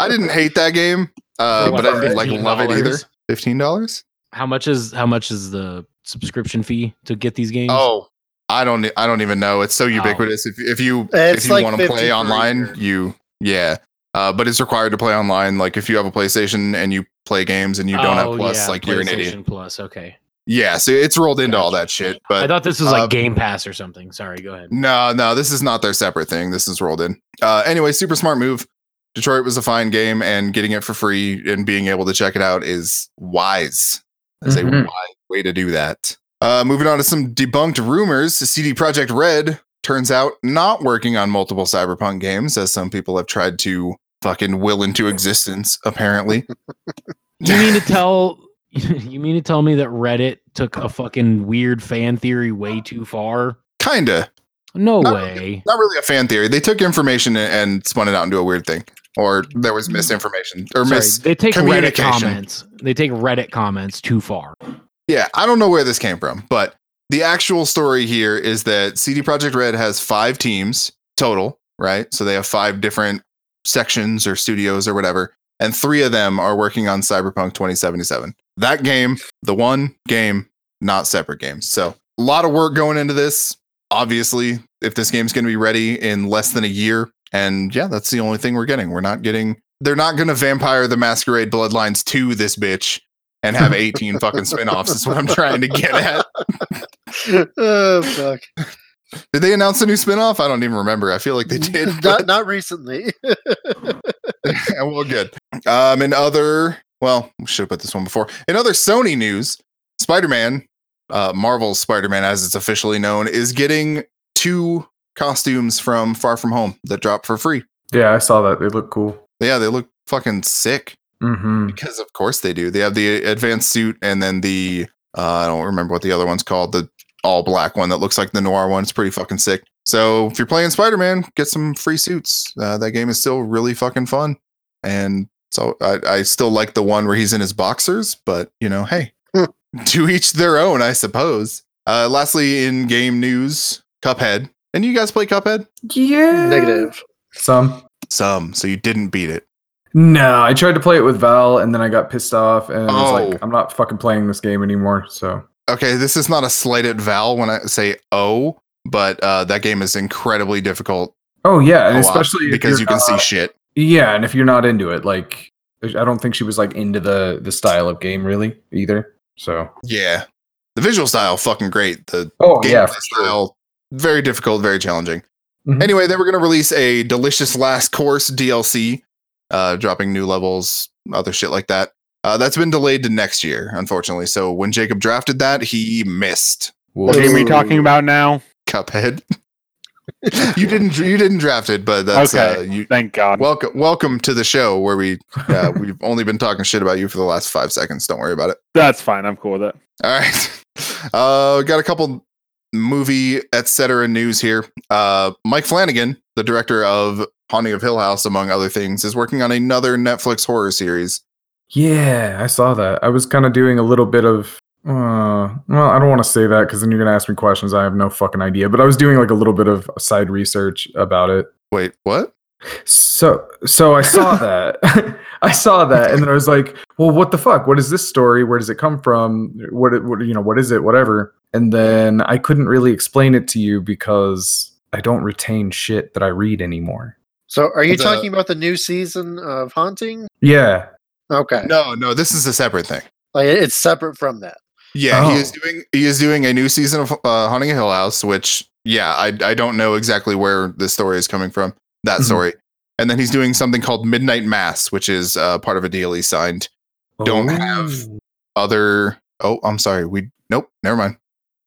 Speaker 3: I didn't hate that game, uh,
Speaker 1: For
Speaker 3: but I didn't like love it either.
Speaker 1: $15.
Speaker 3: Fifteen dollars.
Speaker 1: How much is how much is the subscription fee to get these games?
Speaker 3: Oh, I don't. I don't even know. It's so ubiquitous. If if you
Speaker 4: It's
Speaker 3: if you
Speaker 4: like
Speaker 3: want to
Speaker 4: 50
Speaker 3: play
Speaker 4: per
Speaker 3: online,
Speaker 4: year.
Speaker 3: you yeah. Uh, but it's required to play online. Like if you have a PlayStation and you play games and you don't
Speaker 1: Oh,
Speaker 3: have Plus,
Speaker 1: yeah,
Speaker 3: like you're an idiot.
Speaker 1: PlayStation Plus, okay.
Speaker 3: Yeah, so it's rolled into all
Speaker 1: Gotcha.
Speaker 3: that shit.
Speaker 1: I
Speaker 3: But
Speaker 1: thought this was like
Speaker 3: uh,
Speaker 1: Game Pass or something. Sorry, go ahead.
Speaker 3: no, no, this is not their separate thing. This is rolled in. Uh, anyway, super smart move. Detroit was a fine game, and getting it for free and being able to check it out is wise. That's a
Speaker 1: Mm-hmm.
Speaker 2: Mhm.
Speaker 3: wise way to do that. Uh, moving on to some debunked rumors. CD Projekt Red turns out not working on multiple Cyberpunk games, as some people have tried to fucking will into existence. Apparently,
Speaker 1: You mean to tell you mean to tell me that Reddit took a fucking weird fan theory way too far?
Speaker 3: kinda.
Speaker 1: No
Speaker 3: Not
Speaker 1: way.
Speaker 3: not really a fan theory. They took information and, and spun it out into a weird thing, or there was misinformation or
Speaker 1: Mm-hmm. Sorry,
Speaker 3: mis.
Speaker 1: they take Reddit
Speaker 3: communication.
Speaker 1: comments. They take Reddit comments too far.
Speaker 3: Yeah, I don't know where this came from, but the actual story here is that CD Project Red has five teams total, right? So they have five different sections or studios or whatever, and three of them are working on Cyberpunk 2077. That game, the one game, not separate games. So a lot of work going into this. Obviously, if this game's going to be ready in less than a year, and yeah, that's the only thing we're getting. We're not getting. They're not going to Vampire the Masquerade Bloodlines 2 this bitch and have 18 fucking spin-offs is what I'm trying to get at.
Speaker 4: oh fuck!
Speaker 3: Did they announce a new spin-off? I don't even remember. I feel like they did.
Speaker 4: not not recently.
Speaker 3: Yeah, well, good. Um, in other, well, we should have put this one before. In other Sony news, Spider Man, uh, Marvel's Spider Man, as it's officially known, is getting two costumes from Far From Home that drop for free.
Speaker 2: Yeah, I saw that. They look cool.
Speaker 3: Yeah, they look fucking sick
Speaker 2: hmm
Speaker 3: because, of course, they do. They have the advanced suit and then the uh, I don't remember what the other one's called, the all black one that looks like the noir one. It's pretty fucking sick. So if you're playing Spider Man, get some free suits. Uh, that game is still really fucking fun. And so I, I still like the one where he's in his boxers, but you know, hey, to each their own, I suppose. Uh, lastly, in game news, Cuphead. And you guys play Cuphead?
Speaker 2: Yeah.
Speaker 4: Negative.
Speaker 2: Some.
Speaker 3: Some. So you didn't beat it.
Speaker 2: No, I tried to play it with Val, and then I got pissed off, and I was
Speaker 3: Oh.
Speaker 2: like, I'm not fucking playing this game anymore. So
Speaker 3: okay, this is not a slight at Val when I say oh, but uh, that game is incredibly difficult,
Speaker 2: Oh yeah, and
Speaker 3: a lot,
Speaker 2: especially if
Speaker 3: because
Speaker 2: you're
Speaker 3: you can see
Speaker 2: not-
Speaker 3: shit.
Speaker 2: Yeah, and if you're not into it, like I don't think she was like into the the style of game really either. So
Speaker 3: Yeah, The visual style, fucking great. The
Speaker 2: Oh
Speaker 3: gameplay
Speaker 2: yeah,
Speaker 3: style, very difficult, very challenging.
Speaker 2: Mhm.
Speaker 3: Anyway, they were going to release a delicious last course DLC, uh, dropping new levels, other shit like that. Uh, that's been delayed to next year, unfortunately. So when Jacob drafted that, he missed
Speaker 2: Well,
Speaker 5: What game are we
Speaker 4: Ooh.
Speaker 5: talking about now?
Speaker 3: Cuphead. you didn't, you didn't draft it, but that's
Speaker 5: Okay.
Speaker 3: uh, you.
Speaker 5: Thank God.
Speaker 3: Welcome, welcome to the show where we uh, we've only been talking shit about you for the last five seconds. Don't worry about it.
Speaker 5: That's fine. I'm cool with it.
Speaker 3: All right. Uh, got a couple movie etc. news here. Uh, Mike Flanagan, the director of Haunting of Hill House, among other things, is working on another Netflix horror series.
Speaker 2: yeah, I saw that. I was kind of doing a little bit of. Uh, well, I don't want to say that because then you're gonna ask me questions. I have no fucking idea. But I was doing like a little bit of side research about it.
Speaker 3: Wait, what?
Speaker 2: So, so I saw that. I saw that, and then I was like, "Well, what the fuck? What is this story? Where does it come from? What, it- what you know? What is it? Whatever." And then I couldn't really explain it to you because I don't retain shit that I read anymore.
Speaker 4: So, are you
Speaker 3: The-
Speaker 4: talking about the new season of Haunting?
Speaker 2: Yeah,
Speaker 4: Okay,
Speaker 3: No, no, this is a separate thing.
Speaker 4: like it- it's separate from that.
Speaker 3: Yeah, he is
Speaker 2: Oh.
Speaker 3: doing he is doing a new season of uh, Haunting of Hill House, which yeah, I I don't know exactly where this story is coming from. That
Speaker 2: Mhm.
Speaker 3: story, and then he's doing something called Midnight Mass, which is uh, part of a deal he signed. Don't have- Other oh, I'm sorry, we nope, never mind.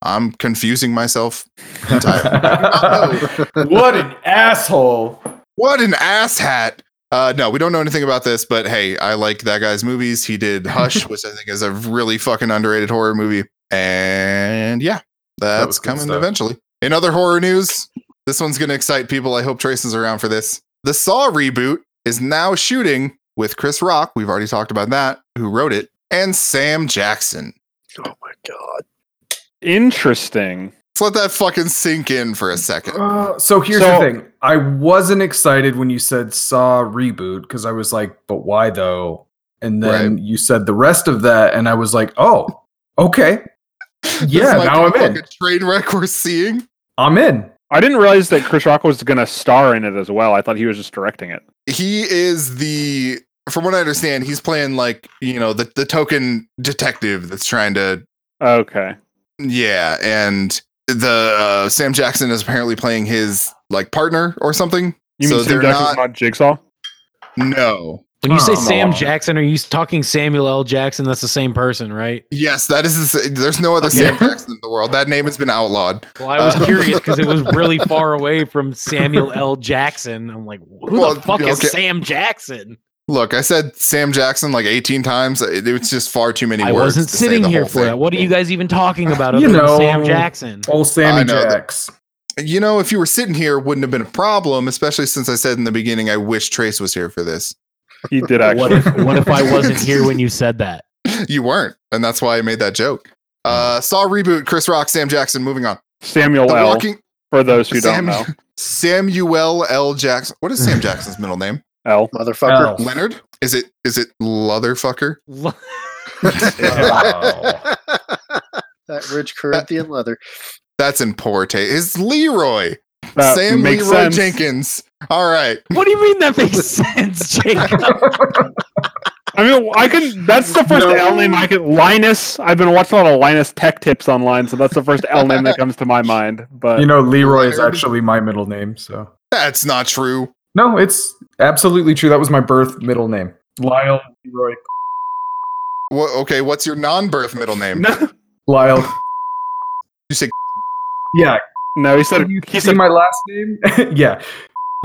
Speaker 3: I'm confusing myself
Speaker 2: Oh.
Speaker 3: entirely. Oh.
Speaker 2: what an asshole!
Speaker 3: What an ass hat. Uh, no, we don't know anything about this, but hey, I like that guy's movies. He did Hush, which I think is a really fucking underrated horror movie. And yeah,
Speaker 2: That
Speaker 3: that's
Speaker 2: was good
Speaker 3: coming
Speaker 2: stuff.
Speaker 3: eventually. In other horror news, this one's going to excite people. I hope Trayson's around for this. The Saw reboot is now shooting with Chris Rock. We've already talked about that, who wrote it, and Sam Jackson.
Speaker 4: Oh my god!
Speaker 5: Interesting.
Speaker 3: Let's let that fucking sink in for a second.
Speaker 2: Uh, so here's
Speaker 5: So-
Speaker 2: the thing: I wasn't excited when you said Saw reboot because I was like, "But why though?" And then you said the rest of that, and I was like, "Oh, okay,
Speaker 3: This
Speaker 2: yeah,
Speaker 3: might
Speaker 2: now I'm
Speaker 3: be a
Speaker 2: in.
Speaker 3: fucking Train wreck we're seeing.
Speaker 2: I'm in."
Speaker 5: I didn't realize that Chris Rock was going to star in it as well. I thought he was just directing it.
Speaker 3: he is the from what I understand, he's playing like, you know, the, the token detective that's trying to
Speaker 5: Okay.
Speaker 3: yeah, and the uh, Sam Jackson is apparently playing his like partner or something.
Speaker 5: You
Speaker 3: So
Speaker 5: mean Sam
Speaker 3: they're
Speaker 5: Jackson's not, Jigsaw?
Speaker 3: No.
Speaker 1: When you say
Speaker 2: Oh.
Speaker 1: Sam Jackson, are you talking Samuel L. Jackson? That's the same person, right?
Speaker 3: Yes, that is the, s- there's no other
Speaker 1: Okay.
Speaker 3: Sam Jackson in the world. That name has been outlawed.
Speaker 1: Well, I was
Speaker 3: Uh,
Speaker 1: curious because it was really far away from Samuel L. Jackson. I'm like, who
Speaker 3: Well,
Speaker 1: the fuck is
Speaker 3: okay.
Speaker 1: Sam Jackson?
Speaker 3: Look, I said Sam Jackson like 18 times. It, it's just far too many
Speaker 1: I
Speaker 3: words.
Speaker 1: wasn't
Speaker 3: to say
Speaker 1: sitting
Speaker 3: the
Speaker 1: here
Speaker 3: whole
Speaker 1: for
Speaker 3: thing.
Speaker 1: that. What are you guys even talking about? Other
Speaker 2: You
Speaker 1: than
Speaker 2: know.
Speaker 1: Sam Jackson.
Speaker 2: Old
Speaker 3: I
Speaker 2: Sammy
Speaker 3: know that-
Speaker 2: Jacks.
Speaker 3: You know, if you were sitting here, it wouldn't have been a problem, especially since I said in the beginning I wish Trace was here for this.
Speaker 5: He did
Speaker 1: What
Speaker 5: actually.
Speaker 1: if, what if I wasn't here when you said that?
Speaker 3: you weren't, and that's why I made that joke.
Speaker 5: Hmm.
Speaker 3: Uh, Saw reboot, Chris Rock, Sam Jackson. Moving on.
Speaker 5: Samuel
Speaker 3: The
Speaker 5: L.
Speaker 3: Walking
Speaker 5: for those who
Speaker 3: Sam-
Speaker 5: don't know.
Speaker 3: Samuel L. Jackson. What is Sam Jackson's middle name?
Speaker 5: L.
Speaker 4: Motherfucker!
Speaker 2: Oh.
Speaker 3: Leonard? Is it is it Leatherfucker?
Speaker 1: L-
Speaker 3: Oh.
Speaker 4: that rich Corinthian leather.
Speaker 3: That's in poor taste. It's Leroy.
Speaker 5: That
Speaker 3: Sam
Speaker 5: makes
Speaker 3: Leroy
Speaker 5: sense.
Speaker 3: Jenkins. All right.
Speaker 1: what do you mean that makes sense, Jacob?
Speaker 5: I mean, I can. That's the first
Speaker 2: No.
Speaker 5: L name I can. Linus. I've been watching a lot of Linus Tech Tips online, so that's the first L name that comes to my mind. But
Speaker 2: You know, Leroy is
Speaker 3: Leonard.
Speaker 2: actually my middle name. So
Speaker 3: That's not true.
Speaker 2: no, it's absolutely true. That was my birth middle name, Lyle Leroy.
Speaker 3: Wha okay, what's your non-birth middle name?
Speaker 5: no,
Speaker 2: Lyle.
Speaker 3: You say
Speaker 2: Yeah,
Speaker 5: no, he said
Speaker 2: used to
Speaker 5: he
Speaker 2: be
Speaker 5: said
Speaker 2: my last name. yeah,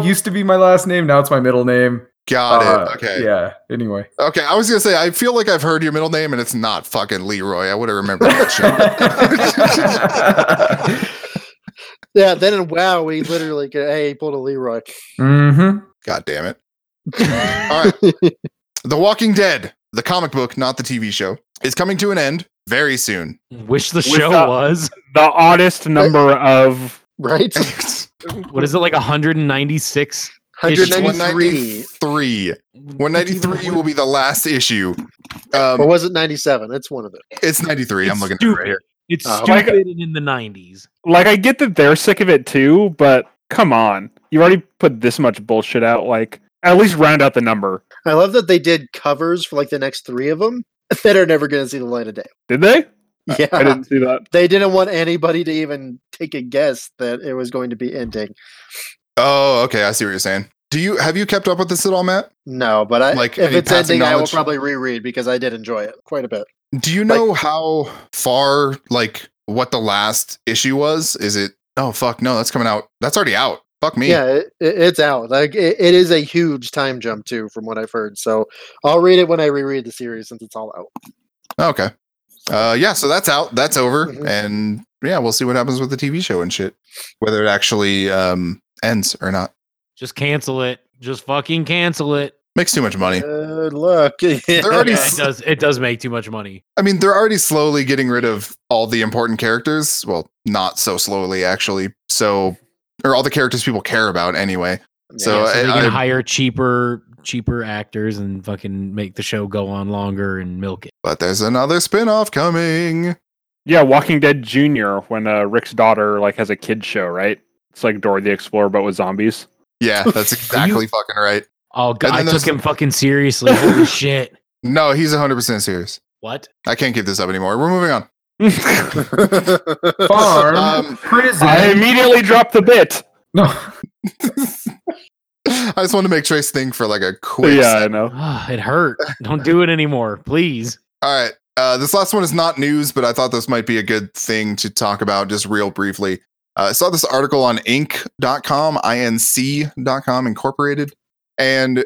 Speaker 2: used to be my last name. Now it's my middle name.
Speaker 3: got
Speaker 2: Uh,
Speaker 3: it. Okay.
Speaker 2: Yeah. Anyway.
Speaker 3: Okay. I was gonna say I feel like I've heard your middle name and it's not fucking Leroy. I would have remembered that shit.
Speaker 4: Yeah. Then in WoW, we literally could, hey, he pulled a Leroy.
Speaker 2: mm-hmm.
Speaker 3: God damn it. All right. The Walking Dead, the comic book, not the TV show, is coming to an end very soon.
Speaker 1: Wish the show
Speaker 5: Without-
Speaker 1: was.
Speaker 5: the oddest number of.
Speaker 4: right?
Speaker 1: What is it like 196? It's
Speaker 4: 193.
Speaker 3: 193. 193 will be the last issue. Um,
Speaker 4: Or was it 97? It's one of them.
Speaker 3: it's 93. I'm
Speaker 1: It's
Speaker 3: looking at it
Speaker 1: stupid.
Speaker 3: right here. Uh,
Speaker 1: It's
Speaker 4: Oh.
Speaker 1: stupid and in the 90s.
Speaker 5: Like, I get that they're sick of it too, but come on, you already put this much bullshit out. Like, at least round out the number.
Speaker 4: I love that they did covers for like the next three of them that are never going to see the light of day.
Speaker 5: Did they?
Speaker 4: yeah.
Speaker 5: I didn't see that.
Speaker 4: they didn't want anybody to even take a guess that it was going to be ending.
Speaker 3: Oh, okay. I see what you're saying. Do you have you kept up with this at all, Matt?
Speaker 4: No, but I,
Speaker 3: Like,
Speaker 4: if
Speaker 3: any
Speaker 4: it's
Speaker 3: passing
Speaker 4: ending, I will
Speaker 3: knowledge?
Speaker 4: probably reread because I did enjoy it quite a bit.
Speaker 3: Do you know how far like what the last issue was? Is it oh fuck no, that's coming out. That's already out. Fuck me.
Speaker 4: Yeah, it, it- it's out. Like it, it is a huge time jump too, from what I've heard. So I'll read it when I reread the series since it's all out.
Speaker 3: Okay. Uh yeah, so that's out. That's over.
Speaker 4: Mhm.
Speaker 3: And yeah, we'll see what happens with the TV show and shit. Whether it actually um ends or not.
Speaker 1: Just cancel it. Just fucking cancel it.
Speaker 3: Makes too much money.
Speaker 4: Good luck.
Speaker 3: They're already
Speaker 1: Yeah,
Speaker 3: s-
Speaker 1: it does. It does make too much money.
Speaker 3: I mean, they're already slowly getting rid of all the important characters. Well, not so slowly actually. So or all the characters people care about anyway.
Speaker 1: Yeah, so
Speaker 3: So, I-
Speaker 1: they can
Speaker 3: I-
Speaker 1: hire cheaper, cheaper actors and fucking make the show go on longer and milk it.
Speaker 3: But there's another spin-off coming.
Speaker 5: Yeah, Walking Dead Junior when uh, Rick's daughter like has a kid show, right? It's like Dora the Explorer but with zombies.
Speaker 3: Yeah, that's exactly fucking right.
Speaker 1: Oh god,
Speaker 3: And
Speaker 1: I
Speaker 3: then
Speaker 1: took
Speaker 3: there's-
Speaker 1: him fucking seriously. Holy shit!
Speaker 3: No, he's 100% serious.
Speaker 1: What?
Speaker 3: I can't keep this up anymore. We're moving on.
Speaker 5: I
Speaker 2: Farm
Speaker 3: Um,
Speaker 2: prison.
Speaker 5: immediately dropped the bit.
Speaker 2: no,
Speaker 3: I just want to make Trace think for like a quick.
Speaker 5: yeah, I know.
Speaker 1: Ah, it hurt. Don't do it anymore, please.
Speaker 3: All right. Uh, this last one is not news, but I thought this might be a good thing to talk about just real briefly. Uh, I saw this article on inc.com, inc.com, incorporated, and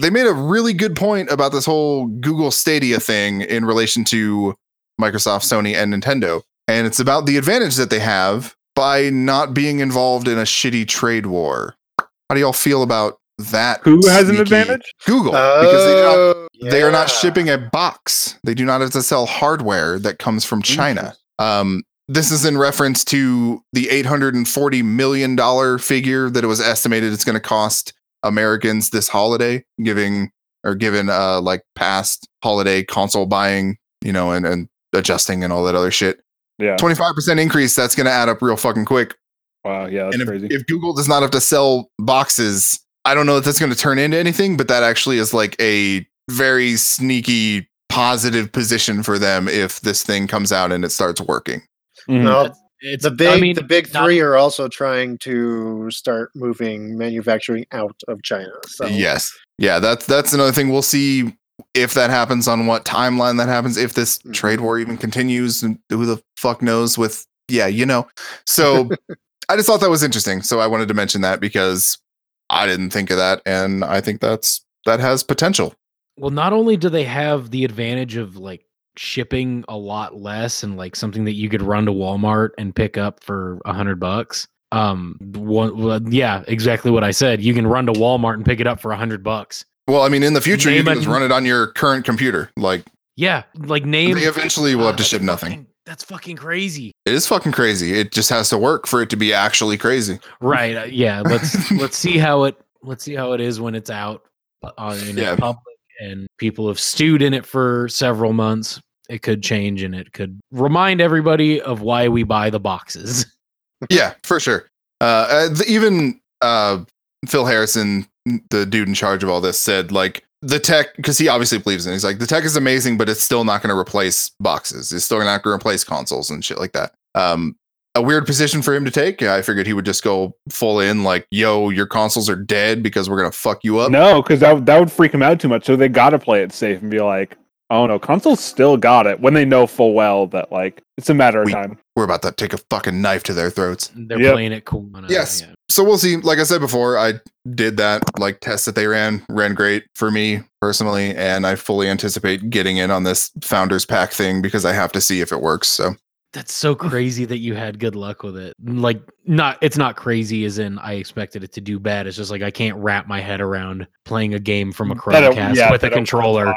Speaker 3: they made a really good point about this whole Google Stadia thing in relation to Microsoft, Sony, and Nintendo. And it's about the advantage that they have by not being involved in a shitty trade war. How do y'all feel about that?
Speaker 5: Who has an
Speaker 3: sneaky-
Speaker 5: advantage?
Speaker 3: Google. because they do not
Speaker 4: Oh,
Speaker 3: they are not
Speaker 4: yeah.
Speaker 3: shipping a box. They do not have to sell hardware that comes from China. Um, this is in reference to the $840 million figure that it was estimated it's going to cost Americans this holiday, giving or given uh, like past holiday console buying, you know, and, and adjusting and all that other shit.
Speaker 5: Yeah.
Speaker 3: 25% increase, that's going to add up real fucking quick.
Speaker 5: Wow. Yeah, that's
Speaker 3: And if,
Speaker 5: crazy.
Speaker 3: if Google does not have to sell boxes, I don't know that that's going to turn into anything, but that actually is like a very sneaky positive position for them if this thing comes out and it starts working.
Speaker 5: Mhm.
Speaker 4: No,
Speaker 1: It's
Speaker 4: the big
Speaker 1: I mean,
Speaker 4: the big
Speaker 1: not-
Speaker 4: three are also trying to start moving manufacturing out of China. So
Speaker 3: Yes. Yeah, that's that's another thing we'll see if that happens on what timeline that happens if this
Speaker 5: Hmm.
Speaker 4: Mhm.
Speaker 3: trade war even continues and who the fuck knows with yeah, you know. So I just thought that was interesting, so I wanted to mention that because I didn't think of that and I think that's that has potential.
Speaker 1: Well, not only do they have the advantage of like shipping a lot less and like something that you could run to Walmart and pick up for a hundred bucks. Um, one, well, yeah, exactly what I said. You can run to Walmart and pick it up for a hundred bucks.
Speaker 3: Well, I mean, in the future, you
Speaker 1: Name
Speaker 3: can
Speaker 1: a-
Speaker 3: just run it on your current computer. Like,
Speaker 1: Yeah, like name.
Speaker 3: they eventually will
Speaker 1: Ah,
Speaker 3: have to
Speaker 1: that's
Speaker 3: ship nothing.
Speaker 1: fucking- that's fucking crazy.
Speaker 3: It is fucking crazy. It just has to work for it to be actually crazy.
Speaker 1: Right. uh, Yeah. Let's let's see how it let's see how it is when it's out uh, on in
Speaker 3: Yeah.
Speaker 1: the public and people have stewed in it for several months. It could change and it could remind everybody of why we buy the boxes.
Speaker 3: yeah, for sure. Uh, uh, th- even uh, Phil Harrison, the dude in charge of all this, said like the tech because he obviously believes in. It. He's like the tech is amazing, but it's still not going to replace boxes. It's still not going to replace consoles and shit like that. Um, a weird position for him to take. I figured he would just go full in like, "Yo, your consoles are dead because we're gonna fuck you up."
Speaker 5: No, because that that would freak them out too much. So they gotta play it safe and be like, "Oh no, consoles still got it." When they know full well that like it's a matter of
Speaker 3: We-
Speaker 5: time.
Speaker 3: We're about to take a fucking knife to their throats.
Speaker 1: They're
Speaker 5: Yep.
Speaker 1: playing it cool. on a-
Speaker 3: Yes.
Speaker 1: yeah.
Speaker 3: so we'll see. Like I said before, I did that like test that they ran ran great for me personally, and I fully anticipate getting in on this founders pack thing because I have to see if it works. So
Speaker 1: That's so crazy that you had good luck with it. Like not it's not crazy as in I expected it to do bad. It's just like I can't wrap my head around playing a game from a
Speaker 5: That it-
Speaker 1: Chromecast
Speaker 5: yeah,
Speaker 1: with a
Speaker 5: that it works
Speaker 1: controller.
Speaker 5: fine.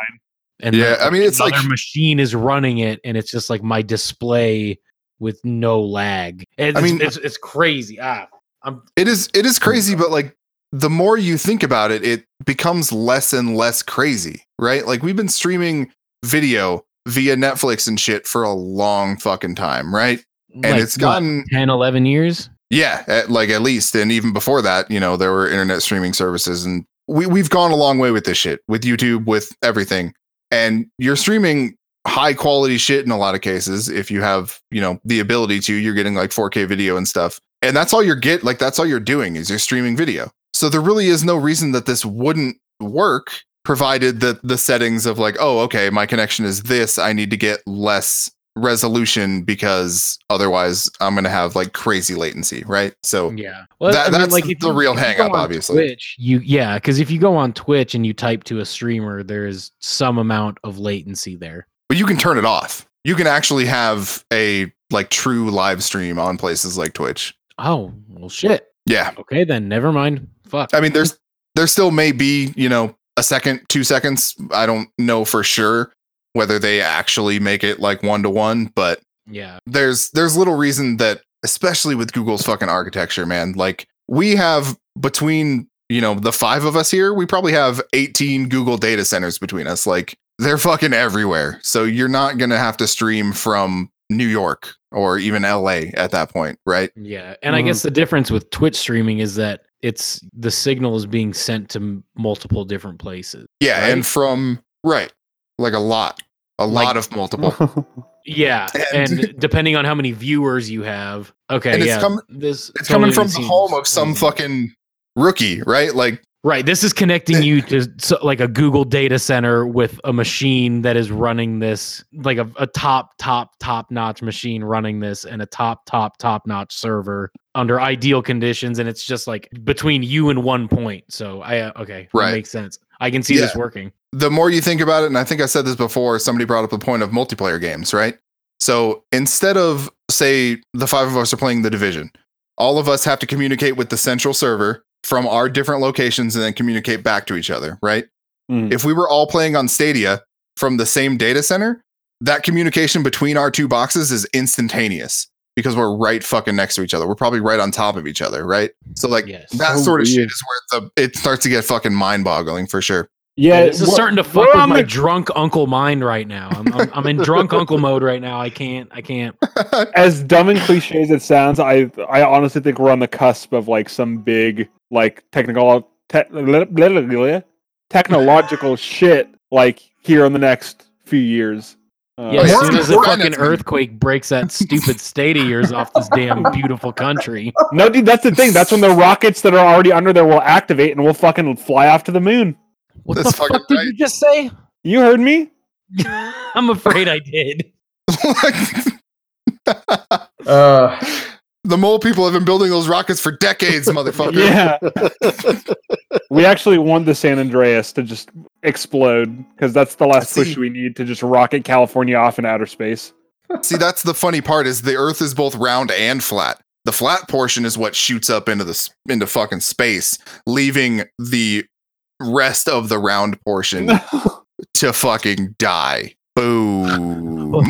Speaker 1: and
Speaker 3: Yeah,
Speaker 1: the-
Speaker 3: I mean, it's
Speaker 1: another
Speaker 3: like-
Speaker 1: machine is running it and it's just like my display with no lag it's,
Speaker 3: mean-
Speaker 1: it's, it's crazy ah i'm
Speaker 3: it is it is crazy, but like the more you think about it, it becomes less and less crazy, right? Like we've been streaming video via Netflix and shit for a long fucking time, right? And
Speaker 1: like,
Speaker 3: it's
Speaker 1: what,
Speaker 3: gotten
Speaker 1: 10 11 years
Speaker 3: Yeah, at, like at least, and even before that, you know, there were internet streaming services, and we we've gone a long way with this shit, with YouTube, with everything. And you're streaming high quality shit in a lot of cases. If you have, you know, the ability to, you're getting like 4K video and stuff. And that's all you're get like that's all you're doing is you're streaming video. So there really is no reason that this wouldn't work provided that the settings of like, oh, okay, my connection is this, I need to get less resolution because otherwise I'm going to have like crazy latency, right? So
Speaker 1: Yeah. Well,
Speaker 3: That-
Speaker 1: I mean,
Speaker 3: that's
Speaker 1: like, if
Speaker 3: the
Speaker 1: you-
Speaker 3: real
Speaker 1: if you
Speaker 3: hang
Speaker 1: go
Speaker 3: up,
Speaker 1: on
Speaker 3: obviously.
Speaker 1: Twitch, you yeah, because if you go on Twitch and you type to a streamer, there's some amount of latency there.
Speaker 3: but you can turn it off. You can actually have a like true live stream on places like Twitch.
Speaker 1: Oh well, shit.
Speaker 3: Yeah.
Speaker 1: Okay, then never mind. Fuck.
Speaker 3: I mean, there's there still may be, you know, a second, two seconds. I don't know for sure whether they actually make it like one to one, but
Speaker 1: yeah.
Speaker 3: there's there's little reason that especially with Google's fucking architecture, man, like we have between, you know, the five of us here, we probably have 18 Google data centers between us. Like they're fucking everywhere. So you're not going to have to stream from New York or even LA at that point, right?
Speaker 1: Yeah, and I
Speaker 3: Mm-hmm.
Speaker 1: guess the difference with Twitch streaming is that it's the signal is being sent to m- multiple different places.
Speaker 3: Yeah,
Speaker 1: Right.
Speaker 3: and from right, like a lot, a
Speaker 1: Like-
Speaker 3: lot of multiple.
Speaker 1: Yeah, and,
Speaker 3: And-
Speaker 1: depending on how many viewers you have, okay,
Speaker 3: And it's
Speaker 1: yeah,
Speaker 3: com-
Speaker 1: this
Speaker 3: It's coming
Speaker 1: totally
Speaker 3: from the
Speaker 1: seems-
Speaker 3: home of some fucking rookie, right? Like
Speaker 1: right. This is connecting you to so, like a Google data center with a machine that is running this, like a, a top, top, top notch machine running this, and a top, top, top notch server under ideal conditions, and it's just like between you and one point. So I uh, okay, that
Speaker 3: Right.
Speaker 1: makes sense. I can see this working.
Speaker 3: the more you think about it, and I think I said this before, somebody brought up the point of multiplayer games, right? So instead of, say, the five of us are playing the division, all of us have to communicate with the central server from our different locations and then communicate back to each other, right?
Speaker 5: Mm.
Speaker 3: If we were all playing on Stadia from the same data center, that communication between our two boxes is instantaneous because we're right fucking next to each other. We're probably right on top of each other, right? So like
Speaker 1: Yes.
Speaker 3: that
Speaker 5: So
Speaker 3: sort of
Speaker 5: weird.
Speaker 3: shit is where the it starts to get fucking mind boggling for sure.
Speaker 5: Yeah,
Speaker 1: this is
Speaker 5: what-
Speaker 1: starting to
Speaker 5: we're
Speaker 1: fuck with
Speaker 5: on
Speaker 1: my
Speaker 5: the-
Speaker 1: drunk uncle mind right now. I'm, I'm, I'm in drunk uncle mode right now. I can't. I can't.
Speaker 5: as dumb and cliche as it sounds, I I honestly think we're on the cusp of like some big like technical te- blah, blah, blah, blah, technological shit like here in the next few years.
Speaker 1: Yeah,
Speaker 5: Uh,
Speaker 3: yeah.
Speaker 1: as soon as the
Speaker 3: We're on
Speaker 1: fucking
Speaker 3: it.
Speaker 1: earthquake breaks that stupid state of yours off this damn beautiful country.
Speaker 5: No, dude, that's the thing. That's when the rockets that are already under there will activate and we'll fucking fly off to the moon.
Speaker 1: What
Speaker 3: That's
Speaker 1: the fuck
Speaker 3: fucking
Speaker 1: did
Speaker 3: right.
Speaker 1: you just say?
Speaker 5: You heard me?
Speaker 1: I'm afraid I did.
Speaker 2: Uh,
Speaker 3: the mole people have been building those rockets for decades, motherfucker.
Speaker 5: Yeah. we actually want the San Andreas to just explode because that's the last
Speaker 3: See.
Speaker 5: push we need to just rocket California off in outer space.
Speaker 3: See, that's the funny part is the Earth is both round and flat. The flat portion is what shoots up into the s- into fucking space, leaving the rest of the round portion to fucking die. Boo. Move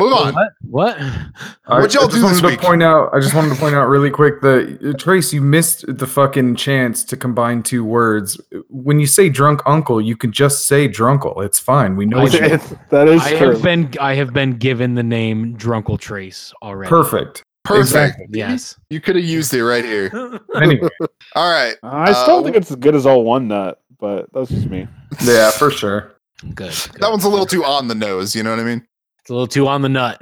Speaker 3: on.
Speaker 1: What?
Speaker 2: I,
Speaker 3: What'd y'all
Speaker 2: I just
Speaker 3: do this
Speaker 2: wanted
Speaker 3: week?
Speaker 2: to point out. I just wanted to point out really quick that uh, Trace, you missed the fucking chance to combine two words. When you say drunk uncle, you can just say drunkle. It's fine. We know
Speaker 1: I
Speaker 2: what you
Speaker 1: did.
Speaker 5: that is
Speaker 1: I
Speaker 5: true.
Speaker 1: have been. I have been given the name Drunkle Trace already.
Speaker 2: perfect.
Speaker 3: Perfect.
Speaker 2: Exactly.
Speaker 1: Yes.
Speaker 3: You could have used it right here.
Speaker 2: Anyway,
Speaker 3: All right.
Speaker 5: I still
Speaker 3: Uh,
Speaker 5: think it's as good as all one nut, but that's just me.
Speaker 2: yeah, for sure.
Speaker 1: Good. good.
Speaker 3: That one's a little too on the nose, you know what I mean?
Speaker 1: It's a little too on the nut.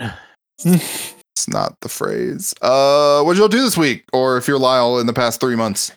Speaker 3: It's not the phrase. Uh, what'd y'all do this week? Or if you're Lyle in the past three months?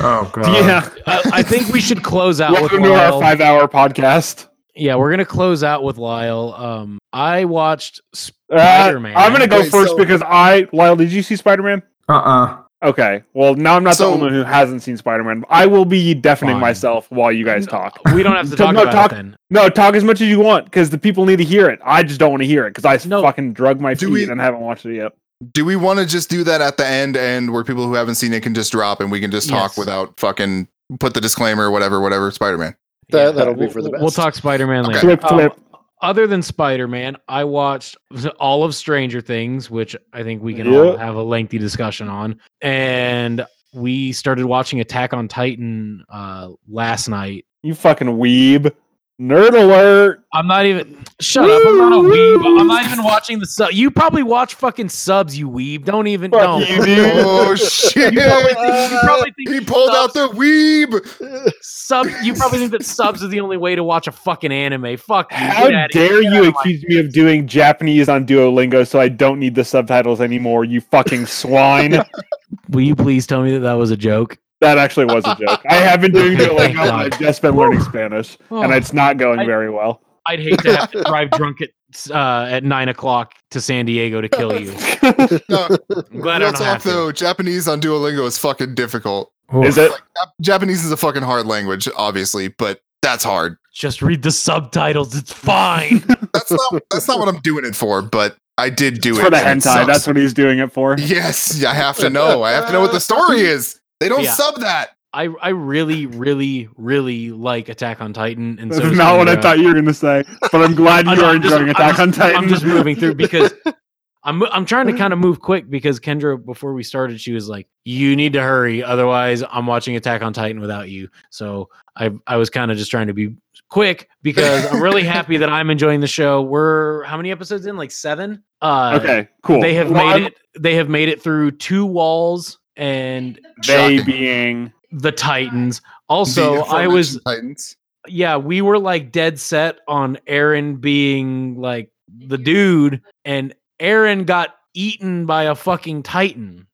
Speaker 2: Oh god.
Speaker 5: yeah.
Speaker 1: I, I think we should close out with
Speaker 5: Uh, Welcome to our
Speaker 1: Lyle.
Speaker 5: five hour podcast.
Speaker 1: Yeah, we're gonna close out with Lyle. Um, I watched. Sp-
Speaker 5: Uh,
Speaker 1: Spider-Man.
Speaker 5: I'm going to go
Speaker 3: Wait,
Speaker 5: first
Speaker 3: so-
Speaker 5: because I, Lyle, did you see Spider Man?
Speaker 2: Uh uh
Speaker 5: Okay. Well, now I'm not
Speaker 3: So-
Speaker 5: the only one who hasn't seen Spider Man. I will be deafening
Speaker 1: Fine.
Speaker 5: myself while you guys talk.
Speaker 1: we don't have to
Speaker 5: So
Speaker 1: talk
Speaker 5: no,
Speaker 1: about
Speaker 5: talk-
Speaker 1: it then.
Speaker 5: No, talk as much as you want because the people need to hear it. I just don't want to hear it because I
Speaker 1: No.
Speaker 5: fucking drug my
Speaker 3: Do
Speaker 5: feet
Speaker 3: we-
Speaker 5: and haven't watched it yet.
Speaker 3: Do we want to just do that at the end and where people who haven't seen it can just drop and we can just talk
Speaker 1: Yes.
Speaker 3: without fucking put the disclaimer, whatever, whatever, Spider Man?
Speaker 4: That-
Speaker 1: Yeah.
Speaker 4: that'll be
Speaker 1: We'll-
Speaker 4: for the best.
Speaker 1: We'll talk Spider-Man
Speaker 3: Okay.
Speaker 1: later.
Speaker 5: Flip,
Speaker 1: Um,
Speaker 5: flip.
Speaker 1: other than Spider-Man, I watched all of Stranger Things, which I think we can all
Speaker 5: Yeah.
Speaker 1: have a lengthy discussion on. And we started watching Attack on Titan uh, last night.
Speaker 5: you fucking weeb. Nerd alert!
Speaker 1: I'm not even. Shut up! I'm not a weeb. I'm not even watching the sub. You probably watch fucking subs, you weeb. Don't even.
Speaker 5: Fuck
Speaker 1: Don't.
Speaker 5: you, dude.
Speaker 3: Oh shit!
Speaker 1: You probably think, you probably think
Speaker 3: he pulled out the weeb.
Speaker 1: sub. You probably think that subs is the only way to watch a fucking anime. Fuck you.
Speaker 5: How
Speaker 1: Get outta here.
Speaker 5: dare
Speaker 1: Get
Speaker 5: you
Speaker 1: out of my-
Speaker 5: accuse me of doing Japanese on Duolingo so I don't need the subtitles anymore, you fucking swine?
Speaker 1: Will you please tell me that that was a joke?
Speaker 5: that actually was a joke. I have been doing
Speaker 1: Thank
Speaker 5: Duolingo, but
Speaker 1: God.
Speaker 5: I've just been learning Spanish, and it's not going
Speaker 1: I-
Speaker 5: very well.
Speaker 1: Oh, I'd hate to have to drive drunk at uh, at nine o'clock to San Diego to kill you.
Speaker 3: No,
Speaker 1: I'm glad I
Speaker 3: real
Speaker 1: don't
Speaker 3: talk
Speaker 1: have to.
Speaker 3: though, Japanese on Duolingo is fucking difficult.
Speaker 5: Is it?
Speaker 3: Jap- Japanese is a fucking hard language, obviously, but that's hard.
Speaker 1: Just read the subtitles. It's fine.
Speaker 3: That's not that's not what I'm doing it for, but I did do
Speaker 5: It's
Speaker 3: it.
Speaker 5: for the
Speaker 3: and it
Speaker 5: hentai.
Speaker 3: sucks.
Speaker 5: That's what he's doing it for.
Speaker 3: Yes, I have to know. I have to know what the story is. They don't
Speaker 1: Yeah.
Speaker 3: sub that.
Speaker 1: I I really really really like Attack on Titan, and so uh,
Speaker 5: That's
Speaker 1: does
Speaker 5: not what I
Speaker 1: Kimura.
Speaker 5: thought you were going to say, but I'm glad
Speaker 1: I'm-
Speaker 5: you are
Speaker 1: I'm just-
Speaker 5: enjoying
Speaker 1: I'm
Speaker 5: Attack
Speaker 1: just-
Speaker 5: on Titan.
Speaker 1: I'm just moving through because I'm I'm trying to kind of move quick because Kendra before we started she was like you need to hurry otherwise I'm watching Attack on Titan without you. So I I was kind of just trying to be quick because I'm really happy that I'm enjoying the show. We're how many episodes in? Like 7? Uh
Speaker 5: okay, cool.
Speaker 1: they have
Speaker 5: Well,
Speaker 1: made
Speaker 5: I'm-
Speaker 1: it they have made it through two walls and
Speaker 5: They
Speaker 3: Shocking.
Speaker 5: being
Speaker 1: the Titans.
Speaker 3: The
Speaker 1: Also, I was
Speaker 3: aforementioned Titans.
Speaker 1: yeah, we were like dead set on Aaron being like the dude, and Aaron got eaten by a fucking titan.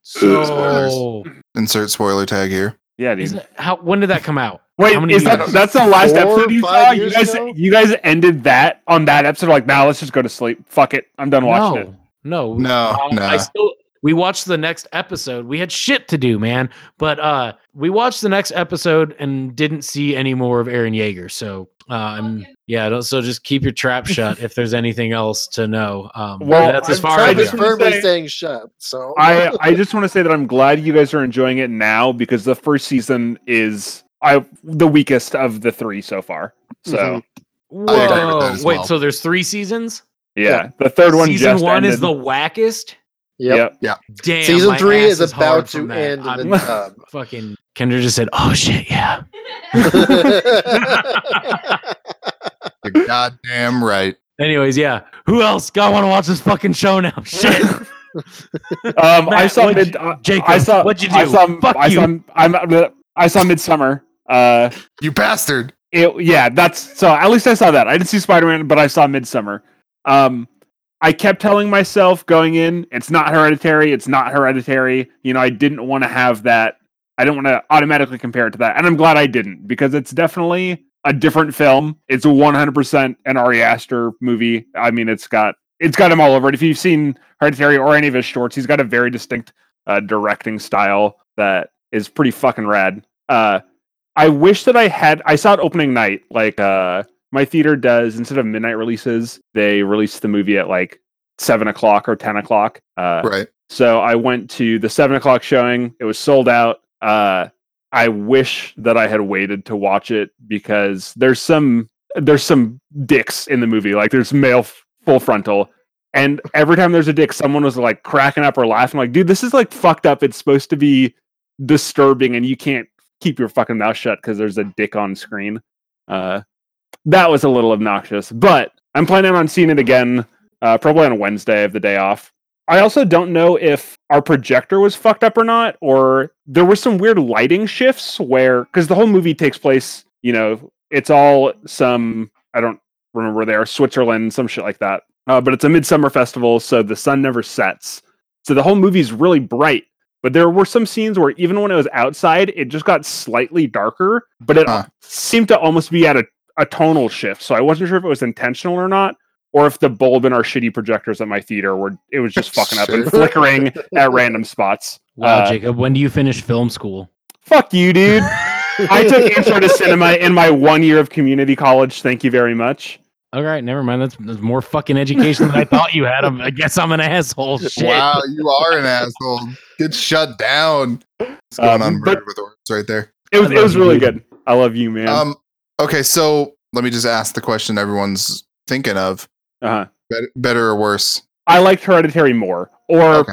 Speaker 1: So,
Speaker 3: Insert spoiler tag here.
Speaker 5: yeah,
Speaker 1: is
Speaker 5: dude.
Speaker 1: it- how when did that come out?
Speaker 5: Wait,
Speaker 1: how many
Speaker 5: is that
Speaker 1: years?
Speaker 5: that's the last
Speaker 4: Four,
Speaker 5: episode you
Speaker 4: five
Speaker 5: saw? You
Speaker 4: years
Speaker 5: guys,
Speaker 4: ago?
Speaker 5: you guys ended that on that episode. Like, now let's just go to sleep. Fuck it, I'm done watching it.
Speaker 1: No, no,
Speaker 3: No,
Speaker 1: Uh,
Speaker 3: no.
Speaker 1: I still we watched the next episode. We had shit to do, man. But uh we watched the next episode and didn't see any more of Aaron Yeager. So uh, I'm yeah. don't- So just keep your trap shut if there's anything else to know. Um,
Speaker 5: Well,
Speaker 1: that's as
Speaker 5: I'm
Speaker 1: far
Speaker 5: trying
Speaker 1: as I
Speaker 4: Trump is
Speaker 5: to
Speaker 1: go.
Speaker 5: gonna
Speaker 4: firmly
Speaker 5: say-
Speaker 4: staying shut. So
Speaker 5: I I just want to say that I'm glad you guys are enjoying it now because the first season is I the weakest of the three so far. So
Speaker 4: Mhm.
Speaker 1: Whoa!
Speaker 3: I agree with that as
Speaker 1: Wait,
Speaker 3: well.
Speaker 1: so there's three seasons.
Speaker 5: yeah, the third one
Speaker 1: Season
Speaker 5: just
Speaker 1: one
Speaker 5: ended.
Speaker 1: is the wackest.
Speaker 4: Yep.
Speaker 5: Yep.
Speaker 1: Damn,
Speaker 4: Season
Speaker 1: my
Speaker 4: three
Speaker 1: ass
Speaker 4: is about
Speaker 1: hard from
Speaker 4: to
Speaker 1: that.
Speaker 4: end uh, in
Speaker 1: I'm
Speaker 4: the tub.
Speaker 1: fucking Kendra just said, "Oh shit, yeah."
Speaker 3: You're goddamn right.
Speaker 1: Anyways, yeah. Who else? God, want to watch this fucking show now? Shit,
Speaker 5: um, I
Speaker 1: Matt,
Speaker 5: saw
Speaker 1: what'd
Speaker 5: mid.
Speaker 1: you-
Speaker 5: uh,
Speaker 1: Jacob.
Speaker 5: I saw.
Speaker 1: what'd you do?
Speaker 5: I saw.
Speaker 1: Fuck
Speaker 5: I
Speaker 1: you.
Speaker 5: saw. I'm, I'm- I saw Midsummer. Uh,
Speaker 3: You bastard.
Speaker 5: it, yeah, that's so. At least I saw that. I didn't see Spider Man, but I saw Midsummer. Um, I kept telling myself going in, it's not hereditary. It's not hereditary. You know, I didn't want to have that. I didn't want to automatically compare it to that, and I'm glad I didn't because it's definitely a different film. It's 100% an Ari Aster movie. I mean, it's got it's got him all over it. If you've seen Hereditary or any of his shorts, he's got a very distinct uh, directing style that is pretty fucking rad. Uh, I wish that I had. I saw it opening night. Like uh, my theater does. Instead of midnight releases, they release the movie at like seven o'clock or ten o'clock. Uh,
Speaker 3: Right.
Speaker 5: so I went to the seven o'clock showing. It was sold out. Uh, I wish that I had waited to watch it because there's some there's some dicks in the movie. Like there's male f- full frontal, and every time there's a dick, someone was like cracking up or laughing. Like, dude, this is like fucked up. It's supposed to be disturbing, and you can't keep your fucking mouth shut because there's a dick on screen. Uh, that was a little obnoxious, but I'm planning on seeing it again uh, probably on Wednesday. I have the day off. I also don't know if our projector was fucked up or not, or there were some weird lighting shifts where, because the whole movie takes place, you know, it's all some, I don't remember where they are, Switzerland, some shit like that. Uh, but it's a midsummer festival, so the sun never sets. So the whole movie's really bright. But there were some scenes where even when it was outside, it just got slightly darker, but it
Speaker 3: Huh.
Speaker 5: seemed to almost be at a, a tonal shift. So I wasn't sure if it was intentional or not or if the bulb in our shitty projectors at my theater were it was just fucking up and
Speaker 3: Sure.
Speaker 5: flickering at random spots.
Speaker 1: Wow,
Speaker 5: Uh,
Speaker 1: Jacob. When do you finish film school?
Speaker 5: Fuck you, dude. I took intro to cinema in my one year of community college. Thank you very much.
Speaker 1: All right, never mind. That's, that's more fucking education than I thought you had. I'm, I guess I'm an asshole. Shit.
Speaker 3: Wow, you are an asshole. Get shut down. What's
Speaker 5: Um,
Speaker 3: going on
Speaker 5: but-
Speaker 3: Murder with Orbs right there?
Speaker 5: It was
Speaker 1: I
Speaker 5: it
Speaker 1: love
Speaker 5: was
Speaker 1: you,
Speaker 5: really
Speaker 1: dude.
Speaker 5: good. I love you, man.
Speaker 3: Um, okay, so let me just ask the question everyone's thinking of:
Speaker 5: uh-huh.
Speaker 3: Bet- better or worse?
Speaker 5: I liked Hereditary more, or
Speaker 3: Okay.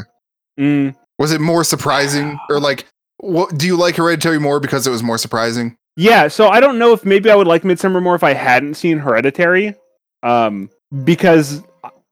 Speaker 5: Mm,
Speaker 3: Was it more surprising, or like, what do you like Hereditary more because it was more surprising?
Speaker 5: Yeah, so I don't know if maybe I would like Midsummer more if I hadn't seen Hereditary, um, because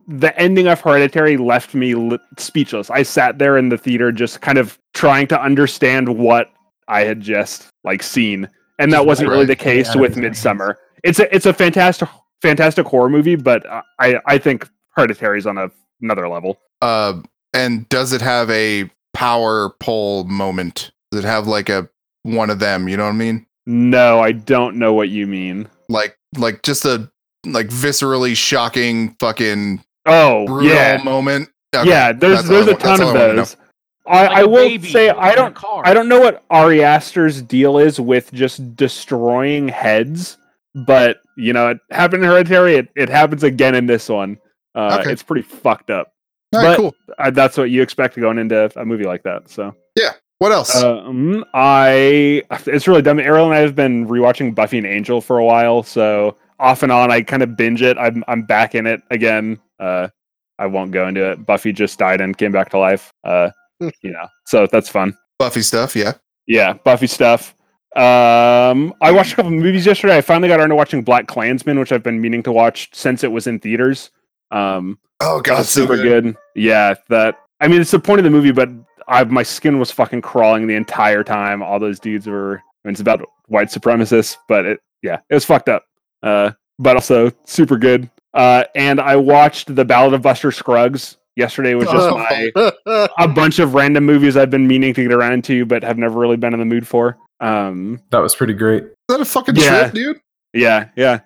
Speaker 5: the ending of Hereditary left me li- speechless. I sat there in the theater just kind of trying to understand what I had just like seen, and that wasn't really
Speaker 3: Right.
Speaker 5: the case
Speaker 1: Yeah,
Speaker 5: with
Speaker 1: that makes sense.
Speaker 5: Midsummer. It's a it's a fantastic fantastic horror movie, but I I think Hereditary is on a, another level.
Speaker 3: Uh, and does it have a power pole moment? Does it have like a one of them? You know what I mean?
Speaker 5: No, I don't know what you mean.
Speaker 3: Like like just a like viscerally shocking fucking
Speaker 5: Oh,
Speaker 3: brutal
Speaker 5: yeah,
Speaker 3: moment. Okay.
Speaker 5: yeah. There's
Speaker 3: That's all I
Speaker 5: there's a
Speaker 3: wa- that's
Speaker 5: ton
Speaker 3: all
Speaker 5: of
Speaker 3: I wanna know.
Speaker 5: those. I,
Speaker 1: Like
Speaker 5: I
Speaker 1: a
Speaker 5: will
Speaker 1: baby
Speaker 5: say
Speaker 1: in
Speaker 5: I
Speaker 1: a
Speaker 5: don't
Speaker 1: car.
Speaker 5: I don't know what Ari Aster's deal is with just destroying heads, but you know it happened in Hereditary. It, it happens again in this one. Uh,
Speaker 3: Okay.
Speaker 5: It's pretty fucked up.
Speaker 3: All right,
Speaker 5: but-
Speaker 3: cool.
Speaker 5: I, that's what you expect going into a movie like that. So
Speaker 3: What else?
Speaker 5: um, I it's really dumb. Errol and I have been rewatching Buffy and Angel for a while, so off and on I kind of binge it. I'm I'm back in it again. Uh, I won't go into it. Buffy just died and came back to life. Uh, you know, so that's fun.
Speaker 3: Buffy stuff, yeah.
Speaker 5: Yeah, Buffy stuff. Um, I watched a couple movies yesterday. I finally got around to watching Black Klansman, which I've been meaning to watch since it was in theaters. Um,
Speaker 3: Oh
Speaker 5: that
Speaker 3: god,
Speaker 5: was
Speaker 3: so
Speaker 5: super
Speaker 3: good.
Speaker 5: good. Yeah, that. I mean, it's the point of the movie, but I my skin was fucking crawling the entire time. All those dudes were. I mean, it's about white supremacists, but it yeah, it was fucked up. Uh, but also super good. Uh, and I watched the Ballad of Buster Scruggs yesterday, which was
Speaker 4: Oh.
Speaker 5: my a bunch of random movies I've been meaning to get around to, but have never really been in the mood for. Um,
Speaker 2: That was pretty great.
Speaker 3: Is that a fucking
Speaker 5: Yeah.
Speaker 3: trip, dude?
Speaker 5: yeah, yeah.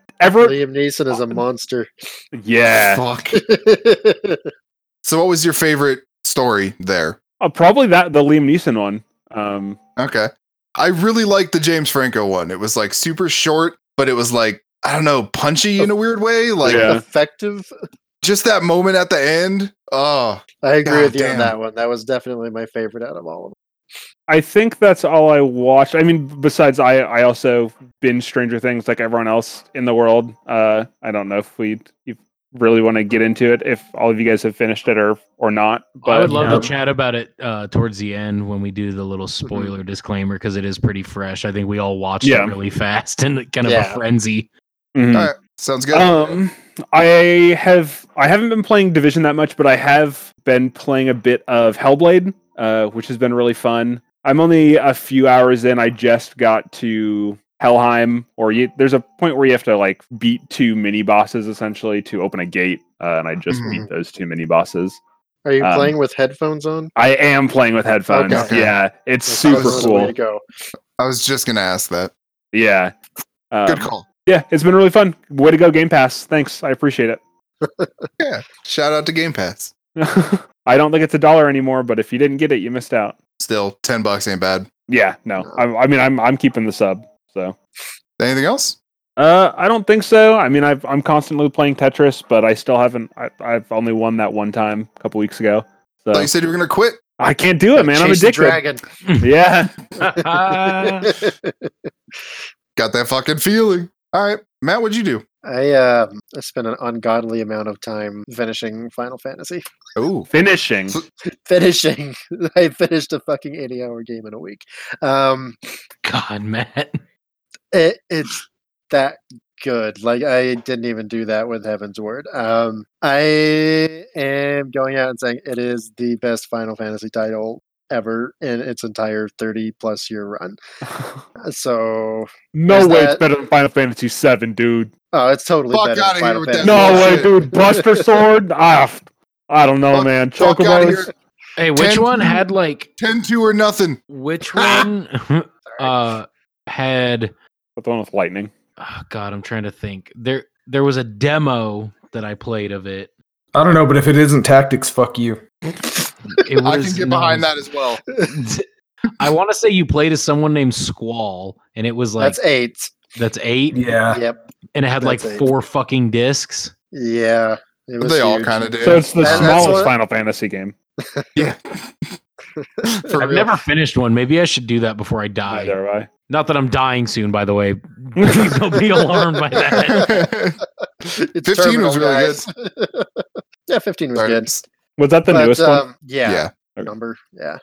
Speaker 5: Ever,
Speaker 4: Liam Neeson is a monster.
Speaker 5: yeah.
Speaker 3: Fuck. So what was your favorite story there?
Speaker 5: Uh, probably that the Liam Neeson one. Um,
Speaker 3: Okay. I really liked the James Franco one. It was like super short, but it was like, I don't know, punchy in a weird way. Like
Speaker 5: Yeah.
Speaker 4: Effective.
Speaker 3: just that moment at the end. Oh,
Speaker 4: I agree
Speaker 3: God
Speaker 4: with you
Speaker 3: damn.
Speaker 4: on that one. That was definitely my favorite out of all of them.
Speaker 5: I think that's all I watched. I mean, besides, I I also binge Stranger Things like everyone else in the world. Uh, I don't know if we if really want to get into it if all of you guys have finished it or or not. But
Speaker 1: I would love
Speaker 2: yeah.
Speaker 1: to chat about it uh, towards the end when we do the little
Speaker 3: Mm-hmm.
Speaker 1: spoiler disclaimer because it is pretty fresh. I think we all watched
Speaker 5: Yeah.
Speaker 1: it really fast and kind of
Speaker 4: Yeah.
Speaker 1: a frenzy.
Speaker 5: Mhm.
Speaker 3: All right. sounds good.
Speaker 5: Um, I have I haven't been playing Division that much, but I have been playing a bit of Hellblade, uh, which has been really fun. I'm only a few hours in. I just got to Helheim, or you, there's a point where you have to like beat two mini bosses essentially to open a gate, uh, and I just beat those two mini bosses.
Speaker 4: Are you
Speaker 5: Um,
Speaker 4: playing with headphones on?
Speaker 5: I am playing with headphones.
Speaker 3: Okay.
Speaker 5: Yeah,
Speaker 4: That's
Speaker 5: it's super
Speaker 4: always the way
Speaker 5: cool.
Speaker 4: to go.
Speaker 3: I was just gonna ask that.
Speaker 5: Yeah. Um,
Speaker 3: Good call.
Speaker 5: yeah, it's been really fun. Way to go, Game Pass. Thanks, I appreciate it.
Speaker 3: Shout out to Game Pass.
Speaker 5: I don't think it's a dollar anymore, but if you didn't get it, you missed out.
Speaker 3: Still, ten bucks ain't bad.
Speaker 5: Yeah, no.
Speaker 4: No.
Speaker 5: I, I mean, I'm I'm keeping the sub. So
Speaker 3: Anything else?
Speaker 5: uh, I don't think so. I mean, I've, I'm constantly playing Tetris, but I still haven't. I, I've only won that one time a couple weeks ago. So
Speaker 3: Thought you said you were gonna quit.
Speaker 5: I can't do it, man. I'm
Speaker 4: Chase the
Speaker 5: addicted.
Speaker 4: dragon.
Speaker 5: Yeah.
Speaker 1: Uh,
Speaker 3: Got that fucking feeling. All right, Matt, what'd you do?
Speaker 4: I uh, I spent an ungodly amount of time finishing Final Fantasy.
Speaker 3: Oh,
Speaker 5: Finishing.
Speaker 3: So-
Speaker 4: Finishing, I finished a fucking eighty-hour game in a week. Um,
Speaker 1: God, Matt.
Speaker 4: it, it's that good. Like I didn't even do that with Heaven's Word. Um, I am going out and saying it is the best Final Fantasy title ever in its entire thirty-plus year run. Uh, So,
Speaker 5: no
Speaker 4: Is
Speaker 5: way. It's
Speaker 4: that-
Speaker 5: better than Final Fantasy VII, dude.
Speaker 4: oh, it's totally
Speaker 3: Fuck
Speaker 4: better than
Speaker 3: outta here
Speaker 4: Final
Speaker 3: with that
Speaker 4: Fantasy.
Speaker 5: No
Speaker 3: bullshit.
Speaker 5: way, dude. Buster Sword. Ah, f- I don't know,
Speaker 3: Fuck-
Speaker 5: man.
Speaker 3: fuck outta
Speaker 5: Chocobos.
Speaker 3: here.
Speaker 1: Hey, which
Speaker 3: Ten-
Speaker 1: one had like
Speaker 3: 10-2 or nothing.
Speaker 1: which one uh had
Speaker 5: That's the one with lightning.
Speaker 1: oh God, I'm trying to think. There there was a demo that I played of it.
Speaker 2: I don't know, but if it isn't tactics, fuck you.
Speaker 1: It
Speaker 3: I
Speaker 1: was
Speaker 3: can get behind
Speaker 1: not-
Speaker 3: that as well.
Speaker 1: I want to say you played as someone named Squall, and it was like
Speaker 4: That's eight.
Speaker 1: that's eight,
Speaker 2: Yeah.
Speaker 4: Yep.
Speaker 1: and it had like
Speaker 4: that's eight.
Speaker 1: four fucking discs.
Speaker 4: Yeah. It was
Speaker 3: They all
Speaker 4: huge.
Speaker 3: kind of did.
Speaker 5: So it's the
Speaker 4: That- that's
Speaker 5: smallest
Speaker 4: what-
Speaker 5: Final Fantasy game.
Speaker 3: yeah. For
Speaker 1: I've
Speaker 3: real.
Speaker 1: never finished one. Maybe I should do that before I die.
Speaker 5: Neither have I.
Speaker 1: Not that I'm dying soon, by the way. Please don't be alarmed by that.
Speaker 3: 15 was really
Speaker 4: good. yeah, 15 was
Speaker 3: Sorry.
Speaker 4: good.
Speaker 5: Was that the
Speaker 4: but,
Speaker 5: newest one?
Speaker 4: um,
Speaker 3: Yeah.
Speaker 4: Yeah,
Speaker 5: Okay.
Speaker 4: number. Yeah.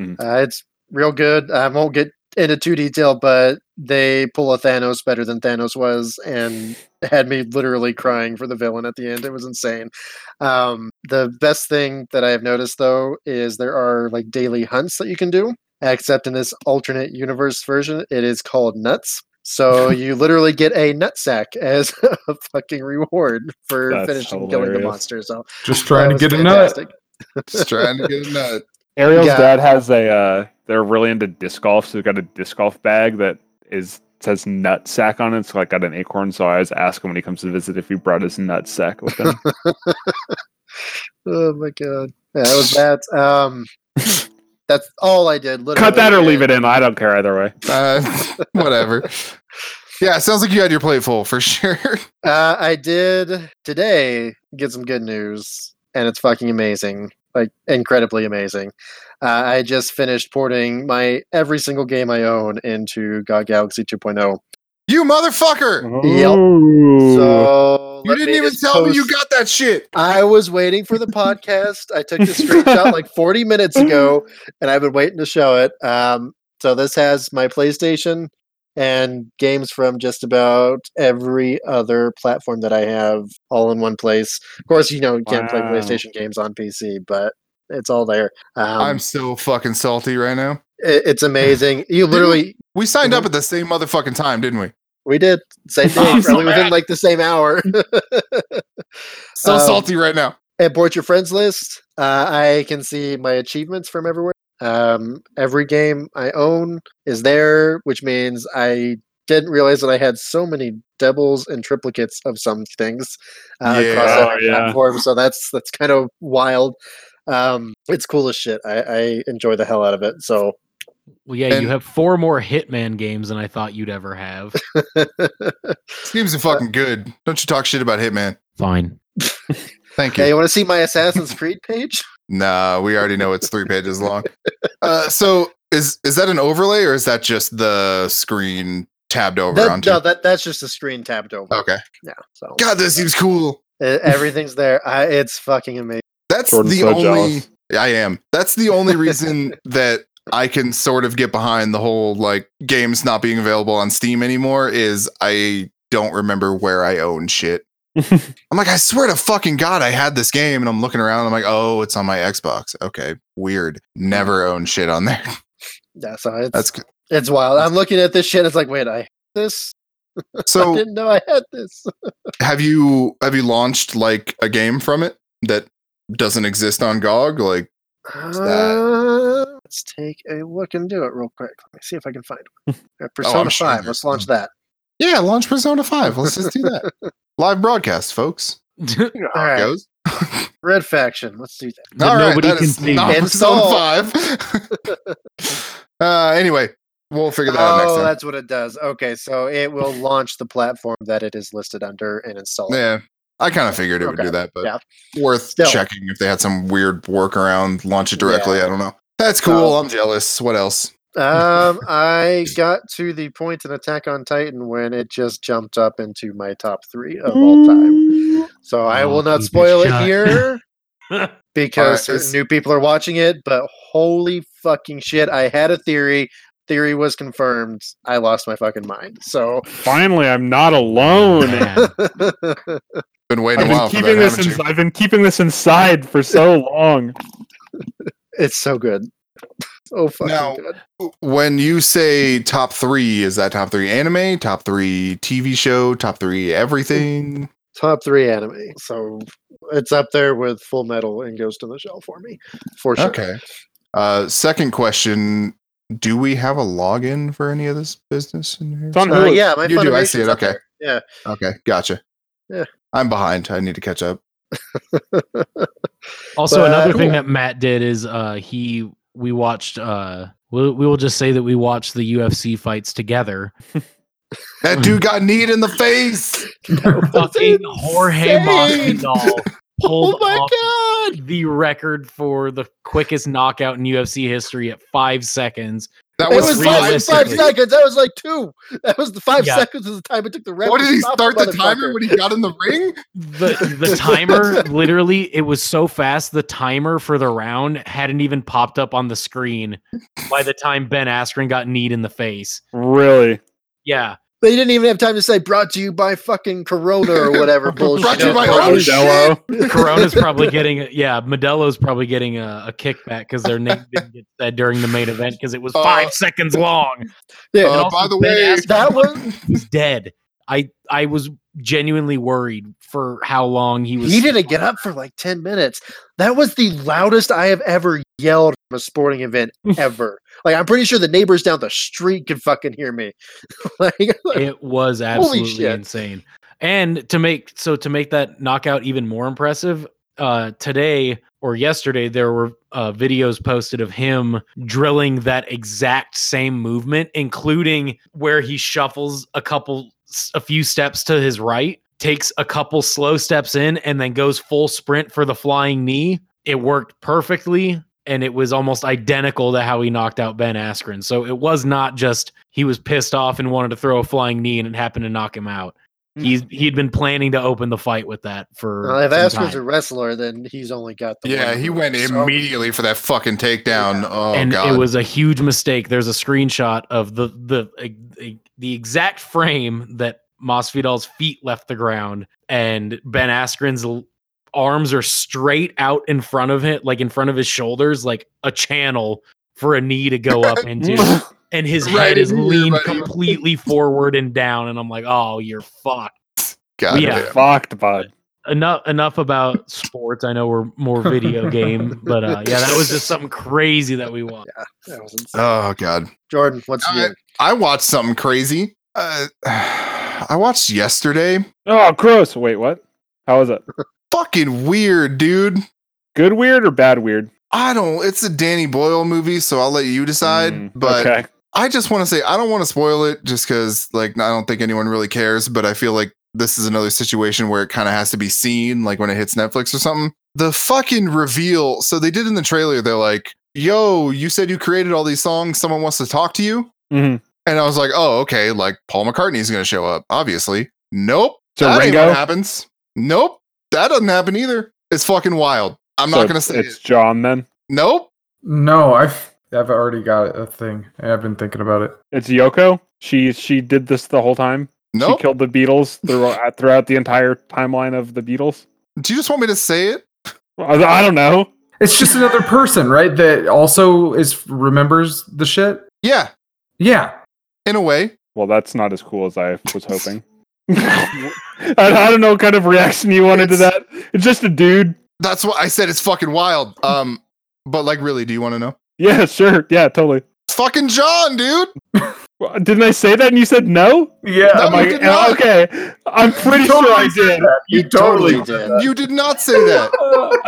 Speaker 5: Mhm.
Speaker 4: Uh, it's real good. I won't get into too detail, but they pull a Thanos better than Thanos was, and had me literally crying for the villain at the end. It was insane. Um, the best thing that I have noticed though is there are like daily hunts that you can do. Except in this alternate universe version, it is called Nuts. So you literally get a nutsack as a fucking reward for
Speaker 5: That's
Speaker 4: finishing killing
Speaker 5: hilarious.
Speaker 4: the monster. So
Speaker 2: Just trying to
Speaker 4: that
Speaker 2: get
Speaker 4: was
Speaker 2: a nut.
Speaker 4: fantastic.
Speaker 3: Just trying to get a nut.
Speaker 5: Ariel's
Speaker 4: Yeah.
Speaker 5: dad has a. Uh, they're really into disc golf, so he's got a disc golf bag that is says nut sack on it. It's like got an acorn. So I always ask him when he comes to visit if he brought his nut sack with him.
Speaker 4: Oh my god, yeah, that was that. Um, that's all I did. Literally,
Speaker 5: Cut that or leave it in. I don't care either way.
Speaker 3: Uh, whatever. Yeah, it sounds like you had your plate full for sure.
Speaker 4: Uh, I did today get some good news, and it's fucking amazing. Like, incredibly amazing. Uh, I just finished porting my every single game I own into God Galaxy oh. 2.0.
Speaker 3: You motherfucker!
Speaker 4: Mm-hmm. So
Speaker 3: You
Speaker 4: let
Speaker 3: didn't
Speaker 4: me
Speaker 3: even
Speaker 4: just
Speaker 3: tell me you
Speaker 4: post-
Speaker 3: got that shit.
Speaker 4: I was waiting for the podcast. I took the screenshot like 40 minutes ago, and I've been waiting to show it. Um, so this has my PlayStation and games from just about every other platform that I have, all in one place. Of course, you know you can't play
Speaker 5: Wow.
Speaker 4: PlayStation games on PC, but it's all there. Um,
Speaker 3: I'm so fucking salty right now.
Speaker 4: i- it's amazing. You literally,
Speaker 3: We signed
Speaker 4: Mhm.
Speaker 3: up at the same motherfucking time, didn't we?
Speaker 4: we did same
Speaker 1: Oh,
Speaker 4: thing,
Speaker 1: so
Speaker 4: probably within
Speaker 1: bad.
Speaker 4: like the same hour.
Speaker 3: So
Speaker 4: Um,
Speaker 3: salty right now.
Speaker 4: import your friends list. Uh, I can see my achievements from everywhere. Um, every game I own is there, which means I didn't realize that I had so many doubles and triplicates of some things uh, across
Speaker 3: Yeah.
Speaker 5: Oh,
Speaker 4: every
Speaker 5: yeah.
Speaker 4: platform. So that's that's kind of wild. Um, it's cool as shit. I, I enjoy the hell out of it. So
Speaker 1: Well, yeah,
Speaker 3: And-
Speaker 1: you have four more Hitman games than I thought you'd ever have.
Speaker 3: This game's fucking good. Don't you talk shit about Hitman.
Speaker 1: Fine.
Speaker 3: Thank
Speaker 4: yeah,
Speaker 3: you.
Speaker 4: you want to see my Assassin's Creed page?
Speaker 3: Nah, we already know it's three pages long. Uh, so is is that an overlay or is that just the screen tabbed over
Speaker 4: That,
Speaker 3: onto?
Speaker 4: no, that that's just a screen tabbed over.
Speaker 3: okay.
Speaker 4: Yeah. So
Speaker 3: God, that seems cool.
Speaker 4: e- everything's there. I, it's fucking amazing.
Speaker 3: That's
Speaker 5: Jordan's
Speaker 3: the
Speaker 5: so
Speaker 3: only.
Speaker 5: jealous.
Speaker 3: I am. That's the only reason that I can sort of get behind the whole like games not being available on Steam anymore is I don't remember where I own shit. I'm like, I swear to fucking God, I had this game, and I'm looking around. And I'm like, oh, it's on my Xbox. Okay, weird. Never own shit on there.
Speaker 4: Yeah, so it's
Speaker 3: That's good.
Speaker 4: It's wild. I'm looking at this shit. It's like, wait, I had this. I
Speaker 3: so.
Speaker 4: didn't know I had this.
Speaker 3: Have you have you launched like a game from it that doesn't exist on GOG? Like,
Speaker 4: Uh, let's take a look and do it real quick. Let me see if I can find one. Uh, Persona
Speaker 3: Oh, sure
Speaker 4: Five.
Speaker 3: there's
Speaker 4: Let's launch that.
Speaker 3: yeah, launch Persona Five. Let's just do that. Live broadcast, folks.
Speaker 4: All right.
Speaker 3: Goes.
Speaker 4: Red Faction. Let's do that.
Speaker 1: that nobody
Speaker 3: that
Speaker 1: can
Speaker 3: is
Speaker 1: see.
Speaker 3: not
Speaker 4: And
Speaker 3: Persona
Speaker 4: Saul.
Speaker 3: five. uh, anyway, we'll figure that out next
Speaker 4: Oh,
Speaker 3: time.
Speaker 4: that's what it does. Okay, so it will launch the platform that it is listed under and install. it.
Speaker 3: Yeah, I kind of figured it would
Speaker 4: Okay,
Speaker 3: do that, but
Speaker 4: yeah.
Speaker 3: worth
Speaker 4: Still.
Speaker 3: checking if they had some weird workaround, launch it directly. I don't know. That's cool.
Speaker 4: So-
Speaker 3: I'm jealous. What else?
Speaker 4: Um, I got to the point in Attack on Titan when it just jumped up into my top three of all time.
Speaker 3: Mm.
Speaker 4: So I
Speaker 1: Oh,
Speaker 4: will not
Speaker 1: keep it
Speaker 4: spoil it
Speaker 1: shut.
Speaker 4: here.
Speaker 1: That's
Speaker 4: because certain
Speaker 3: it's-
Speaker 4: new people are watching it, but holy fucking shit, I had a theory. Theory was confirmed. I lost my fucking mind. So
Speaker 5: Finally, I'm not alone.
Speaker 1: Oh, Man.
Speaker 3: Been
Speaker 5: I've
Speaker 3: waiting a
Speaker 5: been
Speaker 3: while for
Speaker 5: keeping
Speaker 3: that.
Speaker 5: this.
Speaker 3: haven't
Speaker 5: ins- I've been keeping this inside for so long.
Speaker 4: it's so good. Oh fucking
Speaker 3: Now-
Speaker 4: good.
Speaker 3: you? When you say top three, is that top three anime, top three TV show, top three everything?
Speaker 4: Top three anime. So it's up there with Full Metal and Ghost in the Shell for me. For sure.
Speaker 3: Okay. Uh, second question: Do we have a login for any of this business in here?
Speaker 5: It's on
Speaker 4: Uh,
Speaker 5: Hulu.
Speaker 4: yeah, my
Speaker 3: You do, I
Speaker 4: Funimation's
Speaker 3: see it,
Speaker 4: up
Speaker 3: okay.
Speaker 4: there. Yeah.
Speaker 3: Okay, gotcha.
Speaker 4: Yeah.
Speaker 3: I'm behind. I need to catch up.
Speaker 1: Also,
Speaker 4: But-
Speaker 1: another
Speaker 4: Cool.
Speaker 1: thing that Matt did is uh, he we watched. Uh, we'll, we will just say that we watched the UFC fights together.
Speaker 3: That dude got kneed in the face.
Speaker 1: Fucking Jorge
Speaker 4: insane.
Speaker 1: Masvidal pulled
Speaker 4: Oh my
Speaker 1: off
Speaker 4: god.
Speaker 1: the record for the quickest knockout in UFC history at five seconds.
Speaker 3: That
Speaker 4: It
Speaker 3: was,
Speaker 4: was five,
Speaker 1: realistic.
Speaker 4: five
Speaker 3: realistically-
Speaker 4: seconds. That was like two. That was the five
Speaker 1: Yeah.
Speaker 4: seconds of the time it took the ref.
Speaker 3: What
Speaker 4: to
Speaker 3: did he
Speaker 4: stop
Speaker 3: start the
Speaker 4: motherfucker.
Speaker 3: timer when he got in the ring?
Speaker 1: The the timer literally it was so fast the timer for the round hadn't even popped up on the screen by the time Ben Askren got kneed in the face.
Speaker 5: Really?
Speaker 1: Yeah.
Speaker 4: They didn't even have time to say "brought to you by fucking Corona" or whatever bullshit.
Speaker 3: Brought to you by
Speaker 4: Like,
Speaker 3: own
Speaker 5: Modelo.
Speaker 1: Corona's probably getting, a, yeah, Modelo's probably getting a, a kickback because their name didn't get said during the main event because it was
Speaker 3: Uh,
Speaker 1: five seconds long.
Speaker 4: Yeah,
Speaker 3: Uh,
Speaker 1: And
Speaker 3: by the
Speaker 1: Ben
Speaker 3: way,
Speaker 1: Askren
Speaker 4: that one.
Speaker 1: was dead. I I was genuinely worried for how long he was.
Speaker 4: He didn't get up for like ten minutes. That was the loudest I have ever yelled from a sporting event ever. like I'm pretty sure the neighbors down the street could fucking hear me. like
Speaker 1: It was absolutely
Speaker 4: shit.
Speaker 1: insane. And to make so to make that knockout even more impressive, uh, today or yesterday there were uh, videos posted of him drilling that exact same movement, including where he shuffles a couple, a few steps to his right, takes a couple slow steps in, and then goes full sprint for the flying knee. It worked perfectly. And it was almost identical to how he knocked out Ben Askren. So it was not just he was pissed off and wanted to throw a flying knee and it happened to knock him out. He's he'd been planning to open the fight with that for
Speaker 4: Well, Hmm. if
Speaker 1: some
Speaker 4: Askren's
Speaker 1: time.
Speaker 4: a wrestler, then he's only got the
Speaker 3: yeah,
Speaker 4: one
Speaker 3: he
Speaker 4: move,
Speaker 3: went
Speaker 4: so-
Speaker 3: immediately for that fucking takedown.
Speaker 4: Yeah.
Speaker 3: Oh
Speaker 1: and
Speaker 3: god,
Speaker 1: it was a huge mistake. There's a screenshot of the the e- e- the exact frame that Masvidal's feet left the ground, and Ben Askren's l- arms are straight out in front of him, like in front of his shoulders, like a channel for a knee to go up into, and his
Speaker 3: Right
Speaker 1: head
Speaker 3: in
Speaker 1: is
Speaker 3: here,
Speaker 1: leaned
Speaker 3: buddy.
Speaker 1: completely forward and down. And I'm like, oh, you're fucked.
Speaker 3: god
Speaker 1: yeah.
Speaker 3: damn.
Speaker 5: Fucked, bud.
Speaker 1: enough enough about sports. I know we're more video game, but uh, yeah, that was just something crazy that we watched.
Speaker 4: That was insane.
Speaker 3: Oh god,
Speaker 4: Jordan, what's
Speaker 3: All
Speaker 4: your
Speaker 3: right. I watched something crazy. Uh, I watched yesterday.
Speaker 5: Oh, gross. Wait, what? How was it?
Speaker 3: Fucking weird, dude.
Speaker 5: Good weird or bad weird?
Speaker 3: I don't. It's a Danny Boyle movie, so I'll let you decide.
Speaker 5: Mm,
Speaker 3: but
Speaker 5: okay.
Speaker 3: I just want to say I don't want to spoil it, just because like I don't think anyone really cares. But I feel like this is another situation where it kind of has to be seen, like when it hits Netflix or something. The fucking reveal. So they did in the trailer. They're like, "Yo, you said you created all these songs. Someone wants to talk to you."
Speaker 5: Mhm.
Speaker 3: And I was like, "Oh, okay. Like Paul McCartney's going to show up, obviously." Nope.
Speaker 5: So
Speaker 3: that ain't
Speaker 5: Ringo?
Speaker 3: what happens. Nope. That doesn't happen either. It's fucking wild. I'm
Speaker 5: So
Speaker 3: not going to say
Speaker 5: it's
Speaker 3: it.
Speaker 5: John then.
Speaker 3: Nope.
Speaker 2: No, I've I've already got a thing. I've been thinking about it.
Speaker 5: It's Yoko. She she did this the whole time.
Speaker 3: Nope.
Speaker 5: She killed the Beatles throughout throughout the entire timeline of the Beatles.
Speaker 3: Do you just want me to say it?
Speaker 5: I, I don't know.
Speaker 2: It's just another person, right? That also is remembers the shit.
Speaker 3: Yeah,
Speaker 2: Yeah.
Speaker 3: in a way.
Speaker 5: Well, that's not as cool as I was hoping. I, I don't know what kind of reaction you wanted to that. It's just a dude.
Speaker 3: That's why I said it's fucking wild. Um, but like, really, do you want to know?
Speaker 5: Yeah, sure. Yeah, totally.
Speaker 3: It's fucking John, dude.
Speaker 5: Well, Didn't I say that and you said no?
Speaker 2: Yeah.
Speaker 3: No,
Speaker 5: I'm like,
Speaker 3: you did
Speaker 5: "Uh,
Speaker 3: not."
Speaker 5: okay. I'm pretty sure I did.
Speaker 2: You totally
Speaker 4: did.
Speaker 3: You did not say that.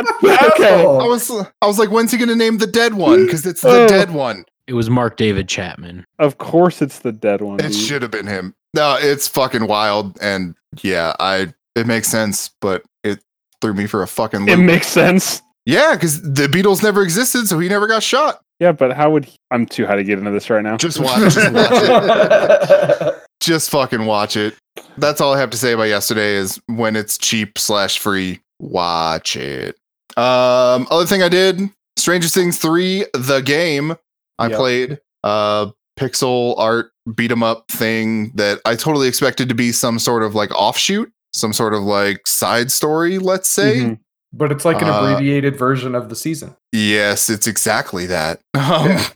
Speaker 5: okay.
Speaker 3: I was, I was like, when's he gonna name the dead one? Because it's the
Speaker 5: Oh.
Speaker 3: dead one.
Speaker 1: It was Mark David Chapman.
Speaker 5: Of course it's the dead one.
Speaker 3: It
Speaker 5: dude.
Speaker 3: should have been him. No, it's fucking wild, and yeah, I it makes sense, but it threw me for a fucking
Speaker 5: It
Speaker 3: loop.
Speaker 5: makes sense.
Speaker 3: yeah, because the Beatles never existed, so he never got shot.
Speaker 5: Yeah, but how would he- I'm too high to get into this right now.
Speaker 3: Just watch, just watch it. just fucking watch it. That's all I have to say about yesterday is when it's cheap slash free, watch it. Um, other thing I did, Stranger Things 3, the game I
Speaker 2: Yep.
Speaker 3: played, uh, pixel art beat 'em up thing that I totally expected to be some sort of like offshoot, some sort of like side story, let's say.
Speaker 5: Mhm.
Speaker 2: But it's like an
Speaker 3: Uh,
Speaker 2: abbreviated version of the season.
Speaker 3: Yes, it's exactly that. Um,
Speaker 5: Oh.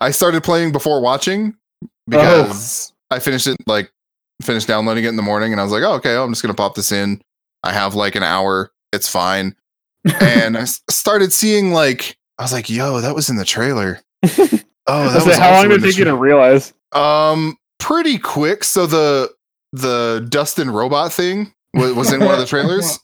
Speaker 3: I started playing before watching because
Speaker 5: Oh.
Speaker 3: I finished it like finished downloading it in the morning, and I was like, oh, okay, I'm just gonna pop this in. I have like an hour. It's fine. And I s- started seeing like I was like, yo, that was in the trailer. Oh,
Speaker 5: I
Speaker 3: that
Speaker 5: said,
Speaker 3: was
Speaker 5: how
Speaker 3: also
Speaker 5: long
Speaker 3: in
Speaker 5: did it
Speaker 3: the
Speaker 5: take you
Speaker 3: tra-
Speaker 5: to realize?
Speaker 3: um, pretty quick. So the the Dustin robot thing was, was in one of the trailers,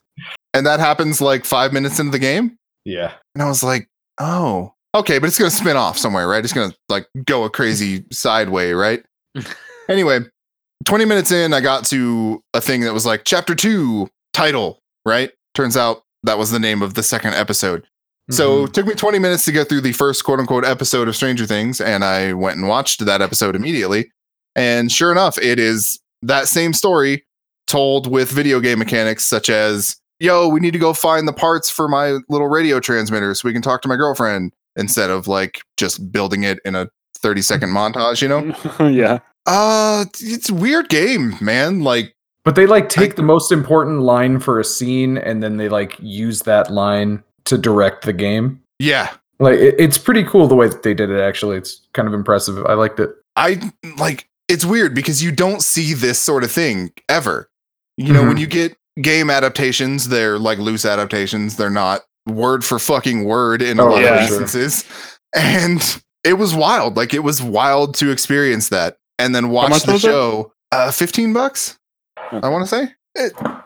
Speaker 3: and that happens like five minutes into the game.
Speaker 2: Yeah.
Speaker 3: And I was like, oh, okay, but it's going to spin off somewhere, right? It's going to like go a crazy sideway, right? anyway, 20 minutes in, I got to a thing that was like chapter two title, right? Turns out that was the name of the second episode.
Speaker 2: Mm-hmm.
Speaker 3: So it took me 20 minutes to get through the first quote unquote episode of Stranger Things. And I went and watched that episode immediately. And sure enough, it is that same story told with video game mechanics such as, yo, we need to go find the parts for my little radio transmitter so we can talk to my
Speaker 5: Mm.
Speaker 3: girlfriend instead of like just building it in a 30 second montage, you know?
Speaker 5: yeah.
Speaker 3: Uh, it's a weird game, man. Like,
Speaker 2: But they like take the most important line for a scene and then they like use that line to direct the game.
Speaker 3: yeah,
Speaker 2: Like it, it's pretty cool the way that they did it actually. It's kind of impressive. I liked it.
Speaker 3: I like it's weird because you don't see this sort of thing ever. You know, when
Speaker 5: Mm-hmm.
Speaker 3: you get game adaptations, they're like loose adaptations, they're not word for fucking word in a
Speaker 2: Oh,
Speaker 3: lot
Speaker 5: yeah.
Speaker 3: of instances. And it was wild. Like it was wild to experience that and then watch
Speaker 5: much
Speaker 3: the
Speaker 5: was it?
Speaker 3: show. Uh 15 bucks, I want to say. It, a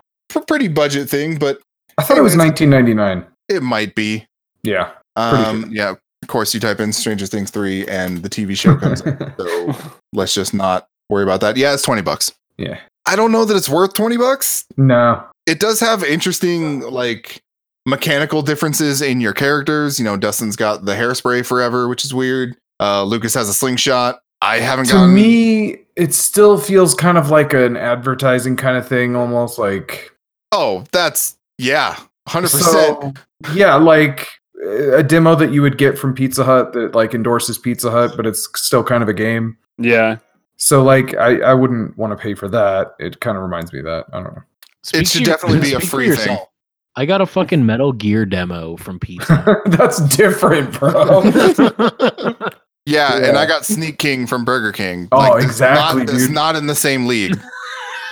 Speaker 3: pretty budget thing, but
Speaker 2: I thought it was
Speaker 3: Anyways.
Speaker 2: 1999.
Speaker 3: it might be.
Speaker 2: Yeah. Pretty
Speaker 3: Um,
Speaker 2: good.
Speaker 3: yeah, of course you type in Stranger Things 3 and the TV show comes up. So let's just not worry about that. Yeah, it's 20 bucks.
Speaker 2: yeah.
Speaker 3: I don't know that it's worth 20 bucks.
Speaker 2: No.
Speaker 3: It does have interesting like mechanical differences in your characters. You know, Dustin's got the hairspray forever, which is weird. Uh Lucas has a slingshot. I haven't
Speaker 2: To
Speaker 3: gotten
Speaker 2: me, it still feels kind of like an advertising kind of thing almost like
Speaker 3: Oh, that's yeah. 100%.
Speaker 2: So, yeah, like uh, a demo that you would get from Pizza Hut that like endorses Pizza Hut, but it's still kind of a game.
Speaker 5: Yeah.
Speaker 2: So like I, I wouldn't want to pay for that. It kind of reminds me of that. I don't know.
Speaker 3: it
Speaker 1: Speak
Speaker 3: should
Speaker 1: for your-
Speaker 3: definitely be a
Speaker 1: speak for
Speaker 3: free thing.
Speaker 1: yourself. I got a fucking Metal Gear demo from Pizza.
Speaker 2: That's different, bro.
Speaker 1: Hut.
Speaker 3: Yeah, and
Speaker 2: Yeah.
Speaker 3: I got Sneak King from Burger King.
Speaker 2: Oh,
Speaker 3: this is
Speaker 2: exactly,
Speaker 3: Not, this is
Speaker 2: dude.
Speaker 3: not in the same league.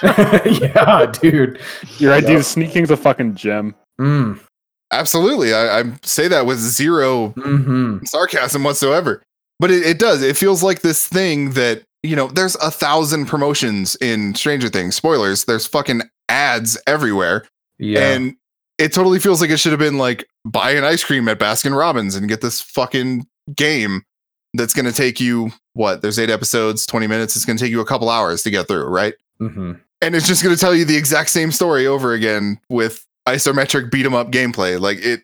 Speaker 2: yeah, dude.
Speaker 5: Your idea
Speaker 2: Yeah.
Speaker 5: of sneaking's a fucking gem.
Speaker 2: Mm.
Speaker 3: Absolutely. I, I say that with zero
Speaker 2: hmm
Speaker 3: sarcasm whatsoever. But it, it does. It feels like this thing that, you know, there's a thousand promotions in Stranger Things. Spoilers, there's fucking ads everywhere.
Speaker 2: Yeah.
Speaker 3: And it totally feels like it should have been like buy an ice cream at Baskin Robbins and get this fucking game that's going to take you what? There's eight episodes, 20 minutes. It's going to take you a couple hours to get through, right?
Speaker 2: hmm
Speaker 3: And it's just going to tell you the exact same story over again with isometric beat 'em up gameplay. Like it,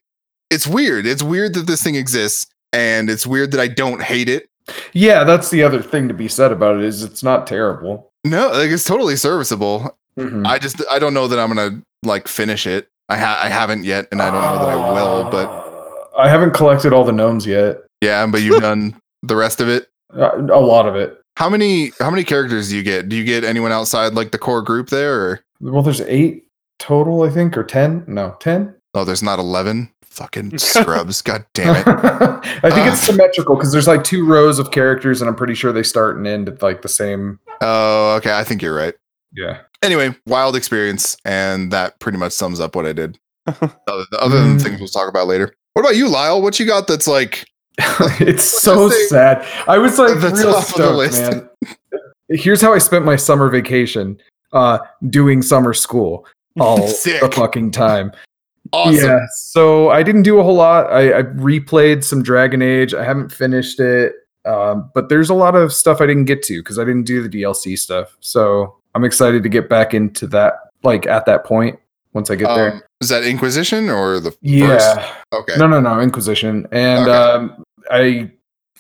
Speaker 3: it's weird. It's weird that this thing exists, and it's weird that I don't hate it.
Speaker 2: Yeah, that's the other thing to be said about it is it's not terrible.
Speaker 3: No, like it's totally serviceable.
Speaker 2: Mhm.
Speaker 3: I just I don't know that I'm gonna like finish it. I ha- I haven't yet, and I don't know that I will. But
Speaker 2: I haven't collected all the gnomes yet.
Speaker 3: yeah, but you've done the rest of it.
Speaker 2: Uh, a lot of it.
Speaker 3: How many how many characters do you get? Do you get anyone outside like the core group there? Or
Speaker 2: Well, there's eight total, I think, or ten. No, ten.
Speaker 3: oh, there's not eleven. Fucking scrubs. God damn it.
Speaker 2: I think it's
Speaker 3: Ah.
Speaker 2: symmetrical because there's like two rows of characters, and I'm pretty sure they start and end at like the same.
Speaker 3: Oh, okay. I think you're right.
Speaker 2: Yeah.
Speaker 3: anyway, wild experience, and that pretty much sums up what I did. other, other than
Speaker 2: Mm.
Speaker 3: things we'll talk about later. What about you, Lyle? What you got that's like?
Speaker 2: it's so
Speaker 3: the thing-
Speaker 2: sad. I was like
Speaker 3: the
Speaker 2: real
Speaker 3: top of the
Speaker 2: stoked,
Speaker 3: list.
Speaker 2: man. Here's how I spent my summer vacation uh, doing summer school all the
Speaker 3: Sick.
Speaker 2: fucking time.
Speaker 3: Awesome.
Speaker 2: Yeah. So I didn't do a whole lot. I, I replayed some Dragon Age. I haven't finished it, um, but there's a lot of stuff I didn't get to because I didn't do the DLC stuff. So I'm excited to get back into that. Like at that point, once I get
Speaker 3: Um,
Speaker 2: there.
Speaker 3: is that Inquisition or the first?
Speaker 2: Yeah.
Speaker 3: Okay.
Speaker 2: No, no, no. Inquisition, and
Speaker 3: Okay.
Speaker 2: um, I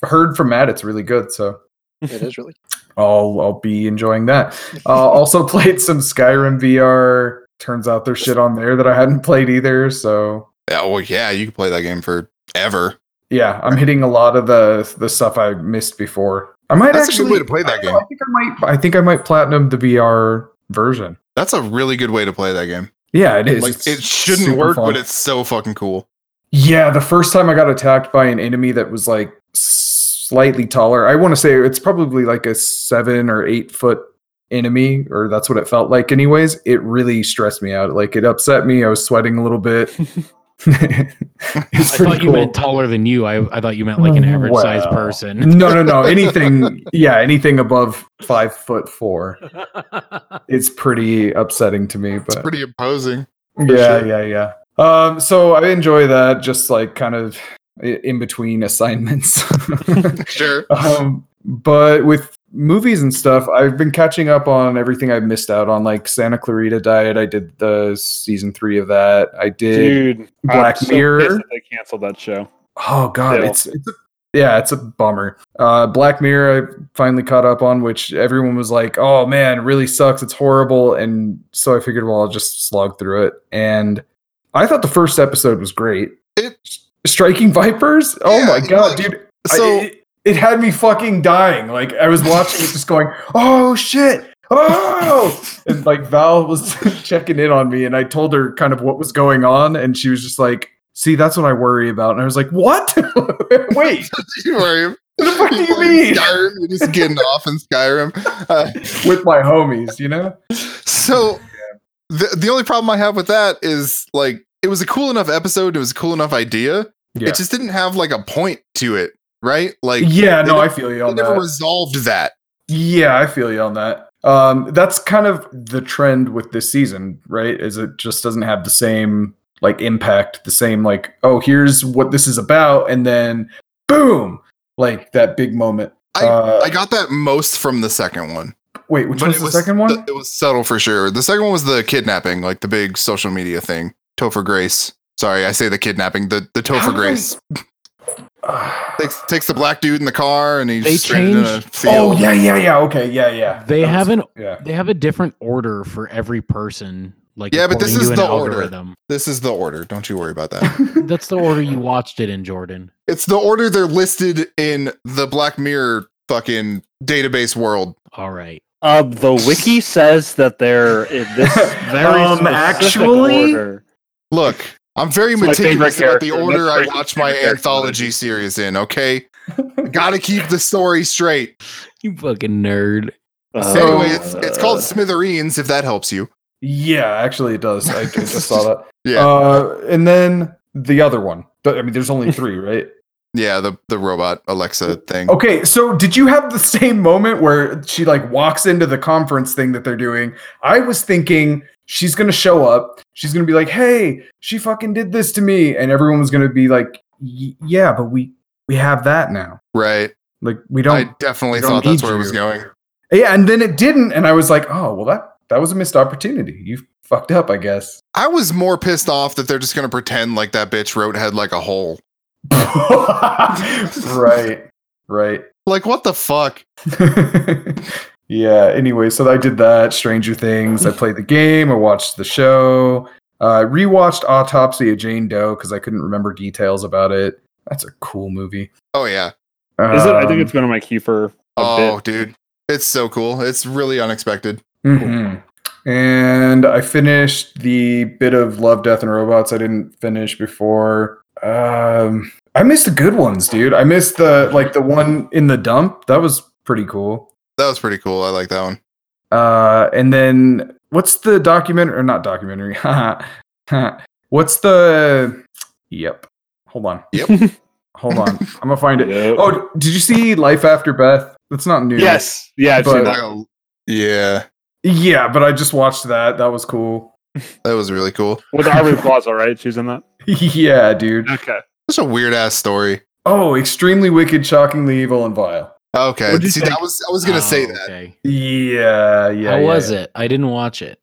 Speaker 2: heard from Matt it's really good. So
Speaker 4: It is really.
Speaker 2: I'll I'll be enjoying that. Uh, also played some Skyrim VR. Turns out there's shit on there that I hadn't played either. So
Speaker 3: Yeah, well, yeah, you can play that game forever.
Speaker 2: Yeah, I'm hitting a lot of the the stuff I missed before. I might
Speaker 3: That's a good
Speaker 2: actually
Speaker 3: way to play that
Speaker 2: I don't know, I think I might. I think I might platinum the VR version.
Speaker 3: That's a really good way to play that game.
Speaker 2: Yeah, it is.
Speaker 3: Like
Speaker 2: It's
Speaker 3: it shouldn't
Speaker 2: super
Speaker 3: work,
Speaker 2: fun.
Speaker 3: but it's so fucking cool.
Speaker 2: yeah. The first time I got attacked by an enemy that was like slightly taller. I want to say it's probably like a seven or eight foot enemy, or that's what it felt like. Anyways, it really stressed me out. Like it upset me. I was sweating a little bit.
Speaker 1: I thought you meant taller than you. I, I thought you meant like an average sized
Speaker 2: Well,
Speaker 1: person.
Speaker 2: no, no, no. Anything, yeah, anything above five foot four is pretty upsetting to me.
Speaker 3: It's
Speaker 2: But
Speaker 3: pretty imposing.
Speaker 2: yeah, yeah, yeah. Um, so I enjoy that, just like kind of i- in between assignments.
Speaker 3: Sure.
Speaker 2: um, but with movies and stuff, I've been catching up on everything I missed out on, like Santa Clarita Diet. I did the season three of that. I did.
Speaker 5: Dude,
Speaker 2: Black
Speaker 5: pissed
Speaker 2: Mirror.
Speaker 5: that they canceled that show.
Speaker 2: Oh god,
Speaker 5: Still.
Speaker 2: it's it's a, yeah, it's a bummer. Uh, Black Mirror, I finally caught up on, which everyone was like, "Oh man, it really sucks. It's horrible." And so I figured, well, I'll just slog through it. And I thought the first episode was great.
Speaker 3: It-
Speaker 2: Striking Vipers. Oh
Speaker 3: Yeah,
Speaker 2: my god,
Speaker 3: like,
Speaker 2: dude! I-
Speaker 3: So
Speaker 2: it, it had me fucking dying. Like I was watching it, just going, "Oh shit." Oh, and like Val was checking in on me, and I told her kind of what was going on, and she was just like, "See, that's what I worry about." And I was like, "What? Wait,
Speaker 3: you worry.
Speaker 2: the fuck do you mean?
Speaker 3: Skyrim, you're just getting off in Skyrim. Uh,
Speaker 2: with my homies, you know?
Speaker 3: so the the only problem I have with that is like it was a cool enough episode, it was a cool enough idea.
Speaker 2: Yeah.
Speaker 3: It just didn't have like a point to it, right? Like
Speaker 2: yeah,
Speaker 3: they
Speaker 2: no, I
Speaker 3: never-
Speaker 2: feel you
Speaker 3: they
Speaker 2: on
Speaker 3: never
Speaker 2: that.
Speaker 3: resolved that.
Speaker 2: yeah, I feel you on that. Um, that's kind of the trend with this season, right? Is it just doesn't have the same like impact, the same like, oh, here's what this is about, and then boom, like that big moment.
Speaker 3: I-
Speaker 2: uh,
Speaker 3: I got that most from the second one.
Speaker 2: wait, which
Speaker 3: But
Speaker 2: was
Speaker 3: it
Speaker 2: the second one?
Speaker 3: it was subtle for sure. The second one was the kidnapping, like the big social media thing. Topher Grace. Sorry, I say the kidnapping. The the
Speaker 2: How
Speaker 3: Topher
Speaker 2: did I-
Speaker 3: Grace
Speaker 2: Ah.
Speaker 3: takes takes the black dude in the car and he's
Speaker 1: They
Speaker 3: stranded in a
Speaker 1: changed-
Speaker 2: oh
Speaker 3: field.
Speaker 2: yeah, yeah, yeah. Okay, yeah, yeah.
Speaker 1: They
Speaker 2: That was-
Speaker 1: have an
Speaker 2: yeah.
Speaker 1: they have a different order for every person. Like
Speaker 3: Yeah, but this
Speaker 1: according to
Speaker 3: is
Speaker 1: an
Speaker 3: the order.
Speaker 1: algorithm.
Speaker 3: This is the order. Don't you worry about that.
Speaker 1: That's the order you watched it in, Jordan.
Speaker 3: It's the order they're listed in the Black Mirror fucking database world.
Speaker 1: All right.
Speaker 6: Uh, the wiki says that they're in this very
Speaker 2: Um,
Speaker 6: specific
Speaker 2: actually-
Speaker 6: order.
Speaker 3: Look, I'm very
Speaker 5: It's my
Speaker 3: meticulous
Speaker 5: favorite
Speaker 3: about the
Speaker 5: character.
Speaker 3: order
Speaker 5: That's
Speaker 3: I
Speaker 5: right,
Speaker 3: watch
Speaker 5: my
Speaker 3: my
Speaker 5: favorite character.
Speaker 3: anthology series in, okay? Gotta keep the story straight.
Speaker 1: You fucking nerd.
Speaker 5: Uh,
Speaker 2: Oh.
Speaker 3: anyway, it's, it's called Smithereens, if that helps you.
Speaker 2: Yeah, actually, it does. I, I just saw that.
Speaker 3: Yeah.
Speaker 2: Uh, and then the other one. But, I mean, there's only three, right?
Speaker 3: Yeah, the, the robot
Speaker 2: Oh.
Speaker 3: Alexa thing.
Speaker 2: Okay, so did you have the same moment where she like walks into the conference thing that they're doing? I was thinking she's gonna show up. She's gonna be like, "Hey, she fucking did this to me," and everyone was gonna be like, "Y- "Yeah, but we we have that now.
Speaker 3: Right.
Speaker 2: Like we
Speaker 3: I
Speaker 2: don't."
Speaker 3: definitely
Speaker 2: don't
Speaker 3: thought that's
Speaker 2: need
Speaker 3: where it was
Speaker 2: you.
Speaker 3: going.
Speaker 2: yeah, and then it didn't, and I was like, "Oh, well that that was a missed opportunity. You fucked up, I guess."
Speaker 3: I was more pissed off that they're just gonna pretend like that bitch wrote head like a hole.
Speaker 2: right, right.
Speaker 3: Like what the fuck?
Speaker 2: yeah. Anyway, so I did that. Stranger Things. I played the game. I watched the show. Uh, I rewatched Autopsy of Jane Doe because I couldn't remember details about it. That's a cool movie.
Speaker 3: Oh yeah.
Speaker 5: Is it? I think
Speaker 2: Um,
Speaker 5: it's been on my queue for a
Speaker 3: Oh
Speaker 5: bit.
Speaker 3: dude. It's so cool. It's really unexpected.
Speaker 2: mhm. And I finished the bit of Love, Death, and Robots I didn't finish before. Um, I missed the good ones, dude. I missed the like the one in the dump. That was pretty cool.
Speaker 3: That was pretty cool. I like that one.
Speaker 2: Uh, and then what's the document or not documentary? what's the? Yep. Hold on.
Speaker 3: Yep.
Speaker 2: Hold on. I'm gonna find it.
Speaker 5: Yeah.
Speaker 2: Oh, d- did you see Life After Beth? That's not new.
Speaker 5: yes, yeah, I've
Speaker 2: But-
Speaker 5: seen that.
Speaker 3: Wow. Yeah,
Speaker 2: Yeah, but I just watched that. That was cool.
Speaker 3: that was really cool.
Speaker 5: With Aubrey Plaza, right? She's in that.
Speaker 2: yeah, dude.
Speaker 5: Okay.
Speaker 3: Such a weird ass story.
Speaker 2: Oh, extremely wicked, shockingly evil, and vile.
Speaker 3: Okay,
Speaker 5: What'd you
Speaker 3: see,
Speaker 5: think?
Speaker 3: that was I was gonna say
Speaker 1: Oh,
Speaker 3: that.
Speaker 1: Okay.
Speaker 2: Yeah, yeah.
Speaker 1: How
Speaker 2: yeah,
Speaker 1: was
Speaker 2: yeah.
Speaker 1: it? I didn't watch it.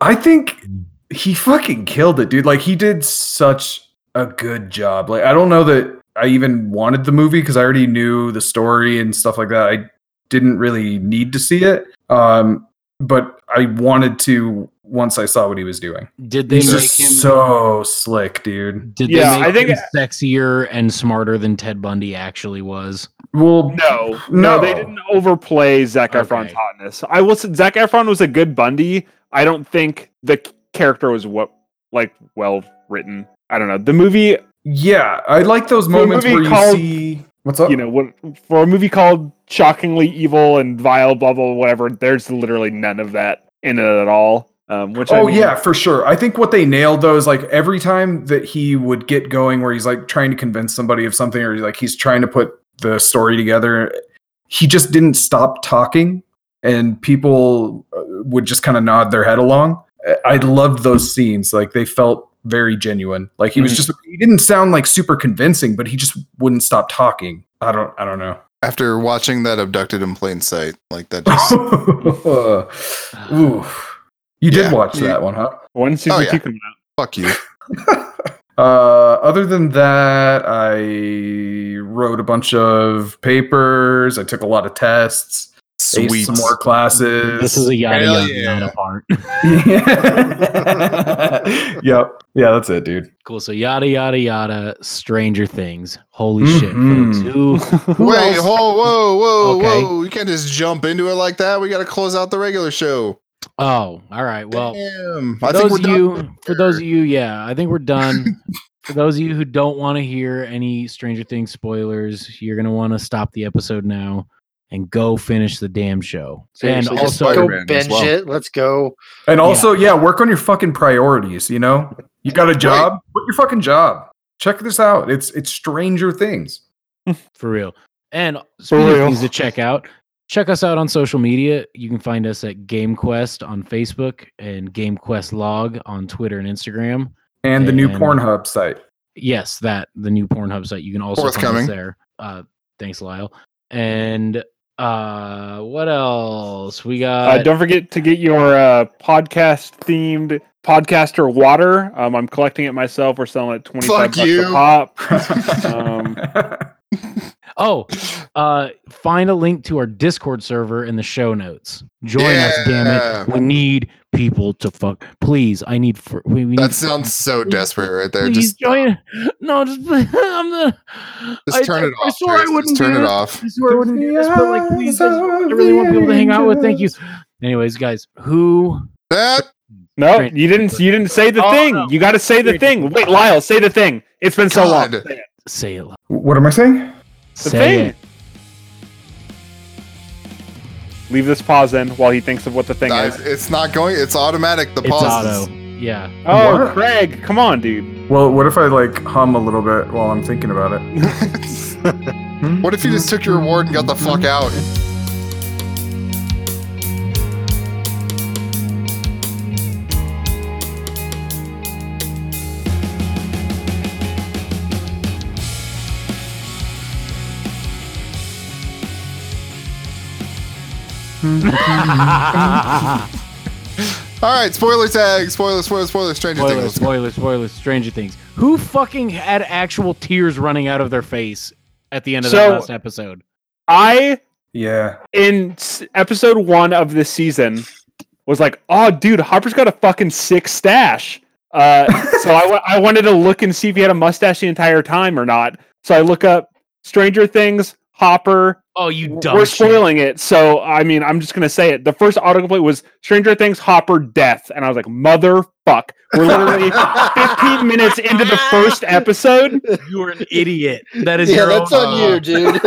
Speaker 2: I think
Speaker 1: Mm.
Speaker 2: he fucking killed it, dude. Like he did such a good job. Like I don't know that I even wanted the movie because I already knew the story and stuff like that. I didn't really need to see it. Um, but I wanted to once I saw what he was doing.
Speaker 1: Did they
Speaker 2: He's
Speaker 1: make him
Speaker 2: just so slick, dude.
Speaker 1: did
Speaker 5: Yeah,
Speaker 1: they make
Speaker 5: I think-
Speaker 1: him sexier and smarter than Ted Bundy actually was?
Speaker 2: Well,
Speaker 5: No,
Speaker 2: No.
Speaker 5: no, they didn't overplay Zach
Speaker 1: Okay.
Speaker 5: Efron's hotness. I will. say Zach Efron was a good Bundy. I don't think the c- character was what like well written. I don't know. The movie,
Speaker 2: yeah, I like those
Speaker 5: For a
Speaker 2: moments
Speaker 5: movie
Speaker 2: where you
Speaker 5: called-
Speaker 2: see what's up.
Speaker 5: you know, what for a movie called shockingly evil and vile, blah blah whatever. There's literally none of that in it at all. Um, which I
Speaker 2: Oh
Speaker 5: mean-
Speaker 2: yeah, for sure. I think what they nailed though is like every time that he would get going, where he's like trying to convince somebody of something, or like he's trying to put the story together, he just didn't stop talking, and people uh, would just kind of nod their head along. I- I loved those scenes; like they felt very genuine. Like he was
Speaker 5: Mhm.
Speaker 2: just he didn't sound like super convincing, but he just wouldn't stop talking. I don't, I don't know.
Speaker 3: After watching that abducted in plain sight, like that just
Speaker 2: Ooh, you did
Speaker 3: Yeah.
Speaker 2: watch that one, huh?
Speaker 5: When season
Speaker 3: Oh, yeah.
Speaker 5: two coming out?
Speaker 3: fuck you.
Speaker 2: Uh, other than that, I wrote a bunch of papers. I took a lot of tests. ace
Speaker 3: Sweet.
Speaker 2: some more classes.
Speaker 1: This is a yada
Speaker 3: Hell
Speaker 1: yada
Speaker 3: yeah.
Speaker 1: yada part.
Speaker 2: yep. Yeah, that's it, dude.
Speaker 1: cool. So yada yada yada. Stranger Things. Holy shit,
Speaker 2: Mhm.
Speaker 1: folks.
Speaker 3: Mm-hmm.
Speaker 1: Who
Speaker 3: Wait, whoa, whoa, whoa,
Speaker 1: Okay.
Speaker 3: whoa. You can't just jump into it like that. We got to close out the regular show.
Speaker 1: Oh, all right. Well,
Speaker 3: Damn.
Speaker 1: for
Speaker 3: I think
Speaker 1: those
Speaker 3: we're
Speaker 1: of
Speaker 3: done.
Speaker 1: you, for those of you, yeah, I think we're done. for those of you who don't want to hear any Stranger Things spoilers, you're gonna want to stop the episode now and go finish the damn show.
Speaker 4: Seriously,
Speaker 1: and
Speaker 4: just
Speaker 1: also,
Speaker 3: Spider-Man.
Speaker 4: go
Speaker 3: as
Speaker 4: binge
Speaker 3: well.
Speaker 4: it. Let's go.
Speaker 2: And also, yeah. work on your fucking priorities, you know? You got a job? Quit your fucking job. Check this out. It's it's Stranger Things.
Speaker 1: for real. And speaking of
Speaker 5: real.
Speaker 1: things to check out, check us out on social media. You can find us at Game Quest on Facebook and Game Quest Log on Twitter and Instagram.
Speaker 2: And the new
Speaker 1: And-
Speaker 2: Pornhub site.
Speaker 1: yes, that the new Pornhub site. You can also find
Speaker 3: Forthcoming.
Speaker 1: us there. Uh, thanks, Lyle. And uh, what else we got?
Speaker 5: Uh, don't forget to get your uh, podcast themed podcaster water. Um, I'm collecting it myself. We're selling it twenty
Speaker 3: Fuck
Speaker 5: five bucks
Speaker 3: you.
Speaker 5: a pop. Um,
Speaker 1: oh, uh, find a link to our Discord server in the show notes. Join us, damn
Speaker 3: Yeah.
Speaker 1: it. We need people to fuck. Please, I need. For, we, we
Speaker 3: That
Speaker 1: need-
Speaker 3: sounds so
Speaker 1: Please-
Speaker 3: desperate right there.
Speaker 1: Please
Speaker 3: Just,
Speaker 1: join. No, just I'm the.
Speaker 3: just turn it
Speaker 1: I
Speaker 3: off.
Speaker 1: swore I
Speaker 3: Trace. Just
Speaker 1: wouldn't
Speaker 3: turn
Speaker 1: do
Speaker 3: it
Speaker 1: this.
Speaker 3: off.
Speaker 1: I swear I wouldn't do this, but like, please, I
Speaker 2: I
Speaker 1: really want people to hang out with. Thank you. Anyways, guys, who
Speaker 3: That
Speaker 5: no,
Speaker 1: Great.
Speaker 5: you didn't. You didn't say the
Speaker 1: Oh,
Speaker 5: thing.
Speaker 1: no.
Speaker 5: You got to say the
Speaker 1: Great.
Speaker 5: thing. Wait, Lyle, say the thing. It's been so long.
Speaker 3: God.
Speaker 5: Say it.
Speaker 1: say it? loud.
Speaker 2: What am I saying?
Speaker 5: The
Speaker 1: Say
Speaker 5: thing.
Speaker 1: it.
Speaker 5: Leave this pause in while he thinks of what the thing
Speaker 3: I-
Speaker 5: is.
Speaker 3: it's not going. It's automatic. The
Speaker 1: It's
Speaker 3: pause.
Speaker 1: auto. Yeah.
Speaker 5: Oh,
Speaker 2: What?
Speaker 5: Craig, come on, dude.
Speaker 2: Well, what if I like hum a little bit while I'm thinking about it?
Speaker 3: what if you just took your reward and got the fuck out? All right, spoiler tag, spoiler, spoiler, spoiler, Stranger
Speaker 1: spoiler,
Speaker 3: Things.
Speaker 1: spoiler, spoiler. Stranger Things. Who fucking had actual tears running out of their face at the end of that
Speaker 5: So-
Speaker 1: last episode?
Speaker 5: I
Speaker 2: Yeah.
Speaker 5: in s- episode one of this season was like, oh, dude, Hopper's got a fucking sick stash. Uh, so I wa- I wanted to look and see if he had a mustache the entire time or not. So I look up Stranger Things, Hopper.
Speaker 1: Oh, you dumb.
Speaker 5: We're
Speaker 1: shit.
Speaker 5: spoiling it. So, I mean, I'm just going to say it. The first autocomplete was Stranger Things, Hopper, Death. And I was like, motherfuck. We're literally 15 minutes into the first episode.
Speaker 1: You're an idiot. That is
Speaker 4: yeah,
Speaker 1: your
Speaker 4: that's
Speaker 1: own
Speaker 4: on
Speaker 1: fault.
Speaker 4: you, dude.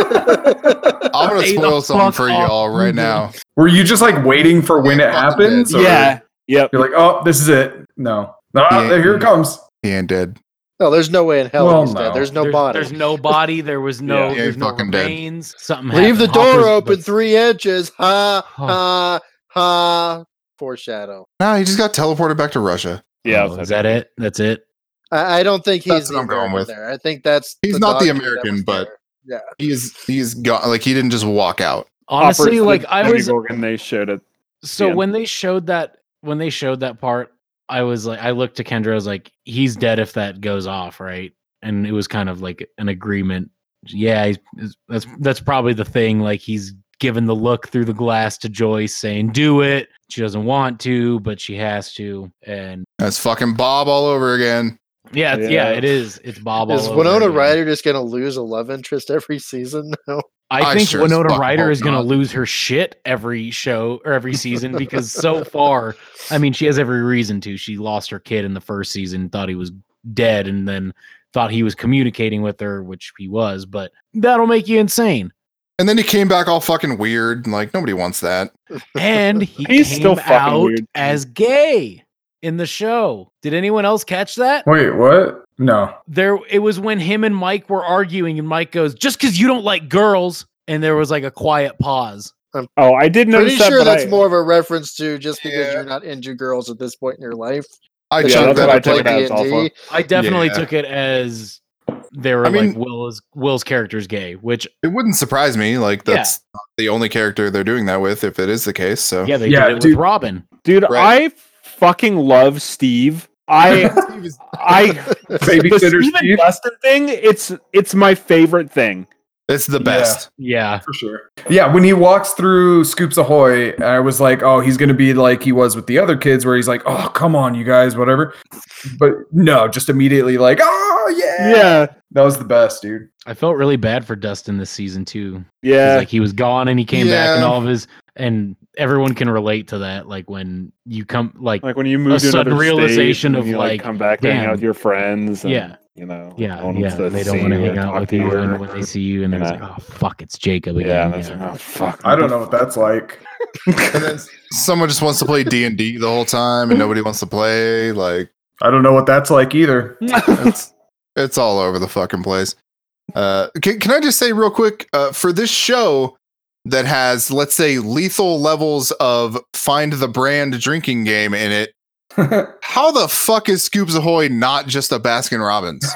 Speaker 3: I'm gonna
Speaker 1: Stay the
Speaker 3: spoil something
Speaker 1: fuck
Speaker 3: for
Speaker 1: off,
Speaker 3: y'all right now.
Speaker 2: Were you just like waiting for when it happens? or-
Speaker 5: yeah. Yep.
Speaker 2: You're like, oh, this is it. No. Ah,
Speaker 3: Yeah.
Speaker 2: Here it comes.
Speaker 3: He ain't dead.
Speaker 4: no, there's no way in hell
Speaker 2: Well,
Speaker 4: he's
Speaker 2: no.
Speaker 4: dead. There's no
Speaker 1: there's,
Speaker 4: body.
Speaker 1: There's no body. There was no.
Speaker 5: Yeah,
Speaker 3: he
Speaker 1: there's no
Speaker 3: fucking dead.
Speaker 1: remains. Something.
Speaker 4: Leave the
Speaker 1: happened.
Speaker 4: door
Speaker 1: Hopper's-
Speaker 4: open three inches. Ha
Speaker 1: Huh.
Speaker 4: ha ha. Foreshadow.
Speaker 3: Nah, he just got teleported back to Russia.
Speaker 5: Yeah.
Speaker 1: Oh, is that it? That's it.
Speaker 4: I, I don't think he's.
Speaker 3: That's what I'm
Speaker 4: either
Speaker 3: going
Speaker 4: in
Speaker 3: with.
Speaker 4: There. I think that's.
Speaker 3: He's not the
Speaker 4: doctor that
Speaker 3: American,
Speaker 4: was
Speaker 3: but-
Speaker 4: there.
Speaker 3: He's he's gone. Like he didn't just walk out.
Speaker 1: Honestly, like I was
Speaker 5: Gorgon, they showed it.
Speaker 1: So
Speaker 5: Yeah.
Speaker 1: when they showed that when they showed that part, I was like I looked to Kendra, I was like, he's dead if that goes off, right? And it was kind of like an agreement. Yeah, he's, he's- that's that's probably the thing. Like he's given the look through the glass to Joyce saying, Do it. She doesn't want to, but she has to. And
Speaker 3: That's fucking Bob all over again.
Speaker 1: yeah, it's, yeah,
Speaker 5: Yeah.
Speaker 1: it is. It's Bob.
Speaker 4: Is
Speaker 1: all over
Speaker 4: Winona
Speaker 1: again.
Speaker 4: Ryder just gonna lose a love interest every season now?
Speaker 1: I
Speaker 3: I
Speaker 1: think
Speaker 3: sure as
Speaker 1: Winona
Speaker 3: fuck
Speaker 1: Ryder
Speaker 3: hope
Speaker 1: is going to
Speaker 3: not.
Speaker 1: lose her shit every show or every season because so far, I mean, she has every reason to. She lost her kid in the first season, thought he was dead, and then thought he was communicating with her, which he was, but that'll make you insane.
Speaker 3: And then he came back all fucking weird. And like nobody wants that.
Speaker 1: And he
Speaker 5: He's
Speaker 1: came
Speaker 5: still fucking
Speaker 1: out
Speaker 5: weird.
Speaker 1: as gay in the show. Did anyone else catch that?
Speaker 2: Wait, what? No.
Speaker 1: there it was when him and Mike were arguing and Mike goes, "Just cuz you don't like girls." And there was like a quiet pause.
Speaker 5: Oh, I did notice
Speaker 4: Pretty
Speaker 5: that.
Speaker 4: sure
Speaker 5: but
Speaker 4: that's
Speaker 5: I-
Speaker 4: more of a reference to just because
Speaker 3: Yeah.
Speaker 4: you're not into girls at this point in your life.
Speaker 3: I
Speaker 4: That
Speaker 5: Yeah,
Speaker 3: chugged
Speaker 5: that's
Speaker 3: that.
Speaker 5: what I
Speaker 3: up
Speaker 5: took
Speaker 3: like-
Speaker 5: it as
Speaker 4: D&D.
Speaker 5: also.
Speaker 1: I definitely
Speaker 3: Yeah.
Speaker 1: took it as they were
Speaker 3: I mean-
Speaker 1: like Will's Will's character's gay, which
Speaker 3: it wouldn't surprise me. Like
Speaker 1: Yeah.
Speaker 3: that's not the only character they're doing that with, if it is the case. So
Speaker 1: yeah, they
Speaker 2: Yeah,
Speaker 1: did it
Speaker 2: dude.
Speaker 1: with Robin.
Speaker 5: Dude,
Speaker 3: Right.
Speaker 5: I fucking love Steve. I I the
Speaker 2: Babysitter's
Speaker 5: Steven
Speaker 2: Steve?
Speaker 5: Dustin thing, it's it's my favorite thing.
Speaker 3: It's the
Speaker 2: Yeah.
Speaker 3: best.
Speaker 1: Yeah.
Speaker 2: for sure. Yeah, when he walks through Scoops Ahoy, I was like, oh, he's gonna be like he was with the other kids, where he's like, oh, come on, you guys, whatever. But no, just immediately like, oh yeah,
Speaker 5: Yeah,
Speaker 2: that was the best, dude.
Speaker 1: I felt really bad for Dustin this season too. 'Cause,
Speaker 5: yeah.
Speaker 1: Like he was gone and he came back and
Speaker 3: Yeah.
Speaker 1: all of his and everyone can relate to that. Like when you come like
Speaker 5: Like when you move to
Speaker 1: sudden
Speaker 5: another
Speaker 1: realization
Speaker 5: state,
Speaker 1: of,
Speaker 5: and you,
Speaker 1: like,
Speaker 5: come back to hang
Speaker 1: damn.
Speaker 5: out with your friends. And,
Speaker 1: Yeah.
Speaker 5: you know, no
Speaker 1: yeah,
Speaker 5: one
Speaker 1: yeah,
Speaker 5: wants to
Speaker 1: they don't
Speaker 5: see
Speaker 1: want to
Speaker 5: you
Speaker 1: hang
Speaker 5: or
Speaker 1: out
Speaker 5: talk
Speaker 1: with
Speaker 5: to
Speaker 1: you, and
Speaker 5: or-
Speaker 1: when they see you, and they're
Speaker 5: Yeah.
Speaker 1: like, "Oh fuck, it's Jacob again."
Speaker 5: yeah, and that's
Speaker 1: yeah.
Speaker 5: like, oh fuck.
Speaker 2: I don't know what that's like.
Speaker 3: And then someone just wants to play D and D the whole time, and nobody wants to play. Like
Speaker 2: I don't know what that's like either.
Speaker 3: it's, it's all over the fucking place. Uh, can, can I just say real quick uh, for this show that has, let's say, lethal levels of find the brand drinking game in it? How the fuck is Scoops Ahoy not just a Baskin Robbins?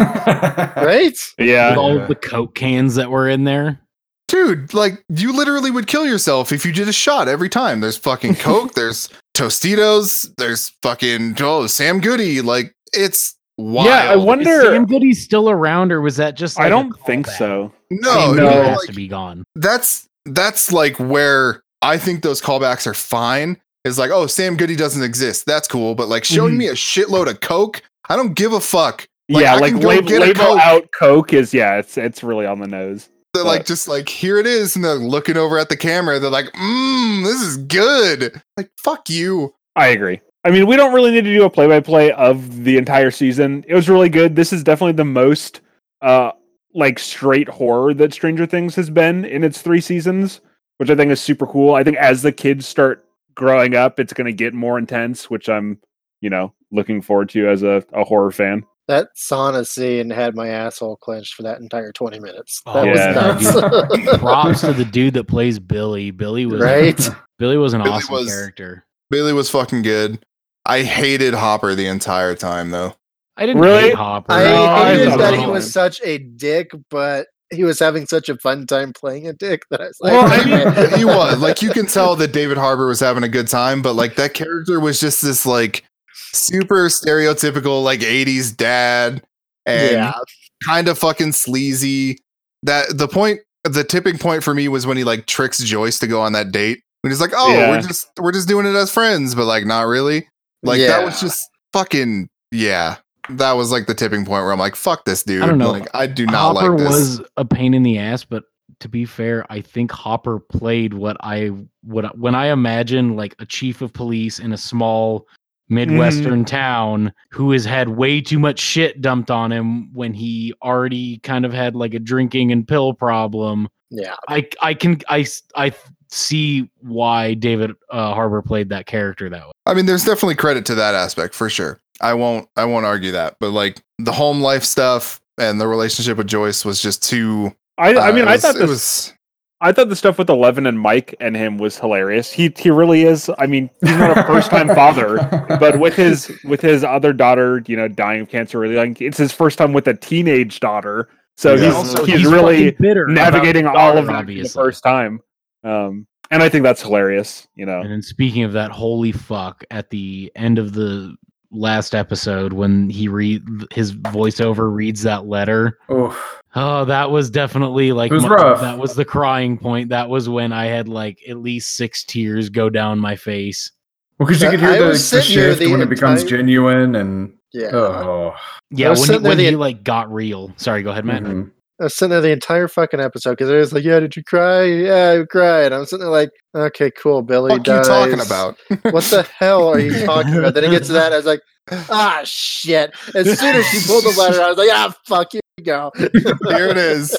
Speaker 4: Right?
Speaker 1: With
Speaker 5: Yeah,
Speaker 1: all of the coke cans that were in there.
Speaker 3: Dude, like you literally would kill yourself if you did a shot every time. There's fucking Coke, there's Tostitos, there's fucking oh Sam Goody. Like it's wild.
Speaker 5: yeah. I
Speaker 1: Is
Speaker 5: wonder.
Speaker 1: Sam Goody still around, or was that just?
Speaker 5: I
Speaker 1: like a
Speaker 5: don't think
Speaker 1: callback?
Speaker 5: so.
Speaker 3: no,
Speaker 1: Sam
Speaker 3: no,
Speaker 1: Goody has
Speaker 3: like,
Speaker 1: to be gone.
Speaker 3: that's that's like where I think those callbacks are fine. Is like, oh, Sam Goody doesn't exist. That's cool, but like showing
Speaker 1: Mm-hmm.
Speaker 5: Mhm.
Speaker 3: me a shitload of Coke, I don't give a fuck. Like,
Speaker 5: yeah,
Speaker 3: I
Speaker 5: like
Speaker 3: can go
Speaker 5: lab-
Speaker 3: get a
Speaker 5: label
Speaker 3: Coke.
Speaker 5: out Coke is yeah, it's it's really on the nose.
Speaker 3: They're
Speaker 5: Uh,
Speaker 3: like, just like, here it is, and they're looking over at the camera. They're like, mmm, this is good. Like, fuck you.
Speaker 5: I agree. I mean, we don't really need to do a play by play of the entire season. It was really good. This is definitely the most uh like straight horror that Stranger Things has been in its three seasons, which I think is super cool. I think as the kids start growing up, it's gonna get more intense, which I'm, you know, looking forward to as a, a horror fan.
Speaker 4: That sauna scene had my asshole clenched for that entire 20 minutes.
Speaker 1: Oh,
Speaker 4: That
Speaker 5: yeah.
Speaker 4: was nuts.
Speaker 1: Props to the dude that plays Billy. Billy was
Speaker 4: right?
Speaker 1: Billy was an
Speaker 3: Billy
Speaker 1: awesome
Speaker 3: was-
Speaker 1: character.
Speaker 3: Bailey was fucking good. I hated Hopper the entire time though.
Speaker 1: I didn't
Speaker 5: Really?
Speaker 1: hate Hopper.
Speaker 4: I
Speaker 5: No, I
Speaker 4: hated
Speaker 5: thought
Speaker 4: that
Speaker 5: it
Speaker 4: he was
Speaker 5: was-
Speaker 4: such a dick, but he was having such a fun time playing a dick that I was like,
Speaker 5: Well, I
Speaker 3: He-
Speaker 5: mean-
Speaker 3: he was like you can tell that David Harbour was having a good time, but like that character was just this like super stereotypical like 80s dad and
Speaker 4: yeah,
Speaker 3: kind of fucking sleazy. That the point the tipping point for me was when he like tricks Joyce to go on that date. When he's like, "Oh,
Speaker 5: Yeah.
Speaker 3: we're just we're just doing it as friends," but like not really. Like that was just fucking yeah. That was like the tipping point where I'm like, "Fuck this dude."
Speaker 1: I don't know.
Speaker 3: Like I do not
Speaker 1: Hopper
Speaker 3: like this.
Speaker 1: was a pain in the ass, but to be fair, I think Hopper played what I what I- when I imagine like a chief of police in a small
Speaker 5: Mm.
Speaker 1: midwestern town who has had way too much shit dumped on him when he already kind of had like a drinking and pill problem.
Speaker 4: yeah.
Speaker 1: I I can I s- I see why David uh, Harbor played that character that way.
Speaker 3: I mean, there's definitely credit to that aspect for sure. I won't I won't argue that, but like the home life stuff and the relationship with Joyce was just too.
Speaker 5: I, I
Speaker 3: uh,
Speaker 5: mean,
Speaker 3: it
Speaker 5: I
Speaker 3: was-
Speaker 5: thought
Speaker 3: it
Speaker 5: this
Speaker 3: was.
Speaker 5: I thought the stuff with Eleven and Mike and him was hilarious. He he really is. I mean, he's not a first time father, but with his with his other daughter, you know, dying of cancer, really, like it's his first time with a teenage daughter. So
Speaker 3: Yeah.
Speaker 5: he's
Speaker 3: Also,
Speaker 5: he's,
Speaker 1: fucking
Speaker 5: really
Speaker 1: bitter about
Speaker 5: navigating
Speaker 1: his
Speaker 5: all
Speaker 1: daughter,
Speaker 5: of that for the
Speaker 1: obviously.
Speaker 5: first time. Um, and I think that's hilarious. You know,
Speaker 1: And then speaking of that, holy fuck! At the end of the last episode, when he read his voiceover reads that letter,
Speaker 2: oh,
Speaker 1: oh, that was definitely like
Speaker 2: It was rough.
Speaker 1: that was the crying point. That was when I had like at least six tears go down my face.
Speaker 2: well, because you
Speaker 4: I-
Speaker 2: could
Speaker 4: I
Speaker 2: hear the,
Speaker 4: was
Speaker 2: the
Speaker 4: sitting here
Speaker 2: shift
Speaker 4: the
Speaker 2: when it becomes
Speaker 4: entire-
Speaker 2: genuine and
Speaker 4: Yeah.
Speaker 2: oh.
Speaker 1: Yeah,
Speaker 4: was
Speaker 1: when, he,
Speaker 4: sitting there
Speaker 1: when
Speaker 4: the-
Speaker 1: he like got real. Sorry, go ahead,
Speaker 4: Mm-hmm.
Speaker 1: Matt.
Speaker 2: mhm.
Speaker 4: I was sitting there the entire fucking episode because it was like, yeah, did you cry? Yeah, I cried. I'm sitting there like, okay, cool, Billy.
Speaker 3: What are you talking
Speaker 4: dies.
Speaker 3: about?
Speaker 4: What the hell are you talking about? Then it gets to that, I was like, ah, shit. As soon as she pulled the letter, I was like, ah, fuck, here you go.
Speaker 3: Here it is.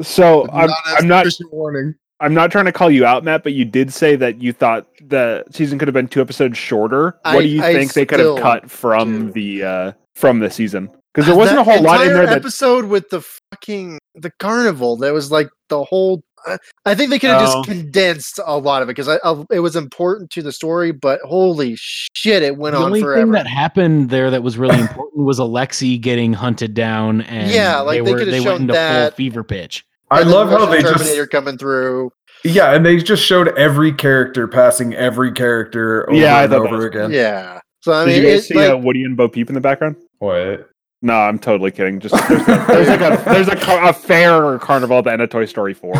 Speaker 5: so I'm
Speaker 3: as
Speaker 5: I'm not
Speaker 3: Christian warning.
Speaker 5: I'm not trying to call you out, Matt, but you did say that you thought the season could have been two episodes shorter.
Speaker 4: I-
Speaker 5: what do you
Speaker 4: I
Speaker 5: think they could have
Speaker 4: still Uh,
Speaker 5: cut from the uh from the season? Because there
Speaker 4: That
Speaker 5: wasn't a whole lot in
Speaker 4: entire
Speaker 5: there that
Speaker 4: episode with the fucking the carnival. That was like the whole. I- I think they could have
Speaker 5: Oh.
Speaker 4: just condensed a lot of it because I, I it was important to the story. But holy shit, it went
Speaker 1: the
Speaker 4: on
Speaker 1: only
Speaker 4: forever.
Speaker 1: thing that happened there that was really important was Alexi getting hunted down, and
Speaker 4: Yeah, like, they
Speaker 1: they, were
Speaker 4: could've
Speaker 1: they
Speaker 4: shown
Speaker 1: went into
Speaker 4: that.
Speaker 1: full fever pitch.
Speaker 2: I
Speaker 4: And then
Speaker 2: love how
Speaker 4: Russian
Speaker 2: they just
Speaker 4: Terminator coming through.
Speaker 2: Yeah, and they just showed every character passing every character over
Speaker 5: Yeah, I
Speaker 2: and
Speaker 5: thought that
Speaker 2: over
Speaker 5: was-
Speaker 2: again.
Speaker 4: Yeah. So I mean,
Speaker 5: Did you guys
Speaker 4: it,
Speaker 5: see
Speaker 4: like,
Speaker 5: uh, Woody and Bo Peep in the background?
Speaker 2: What?
Speaker 5: No, I'm totally kidding. Just there's, a, there's like a there's a, car- a fair or carnival and a Toy Story four.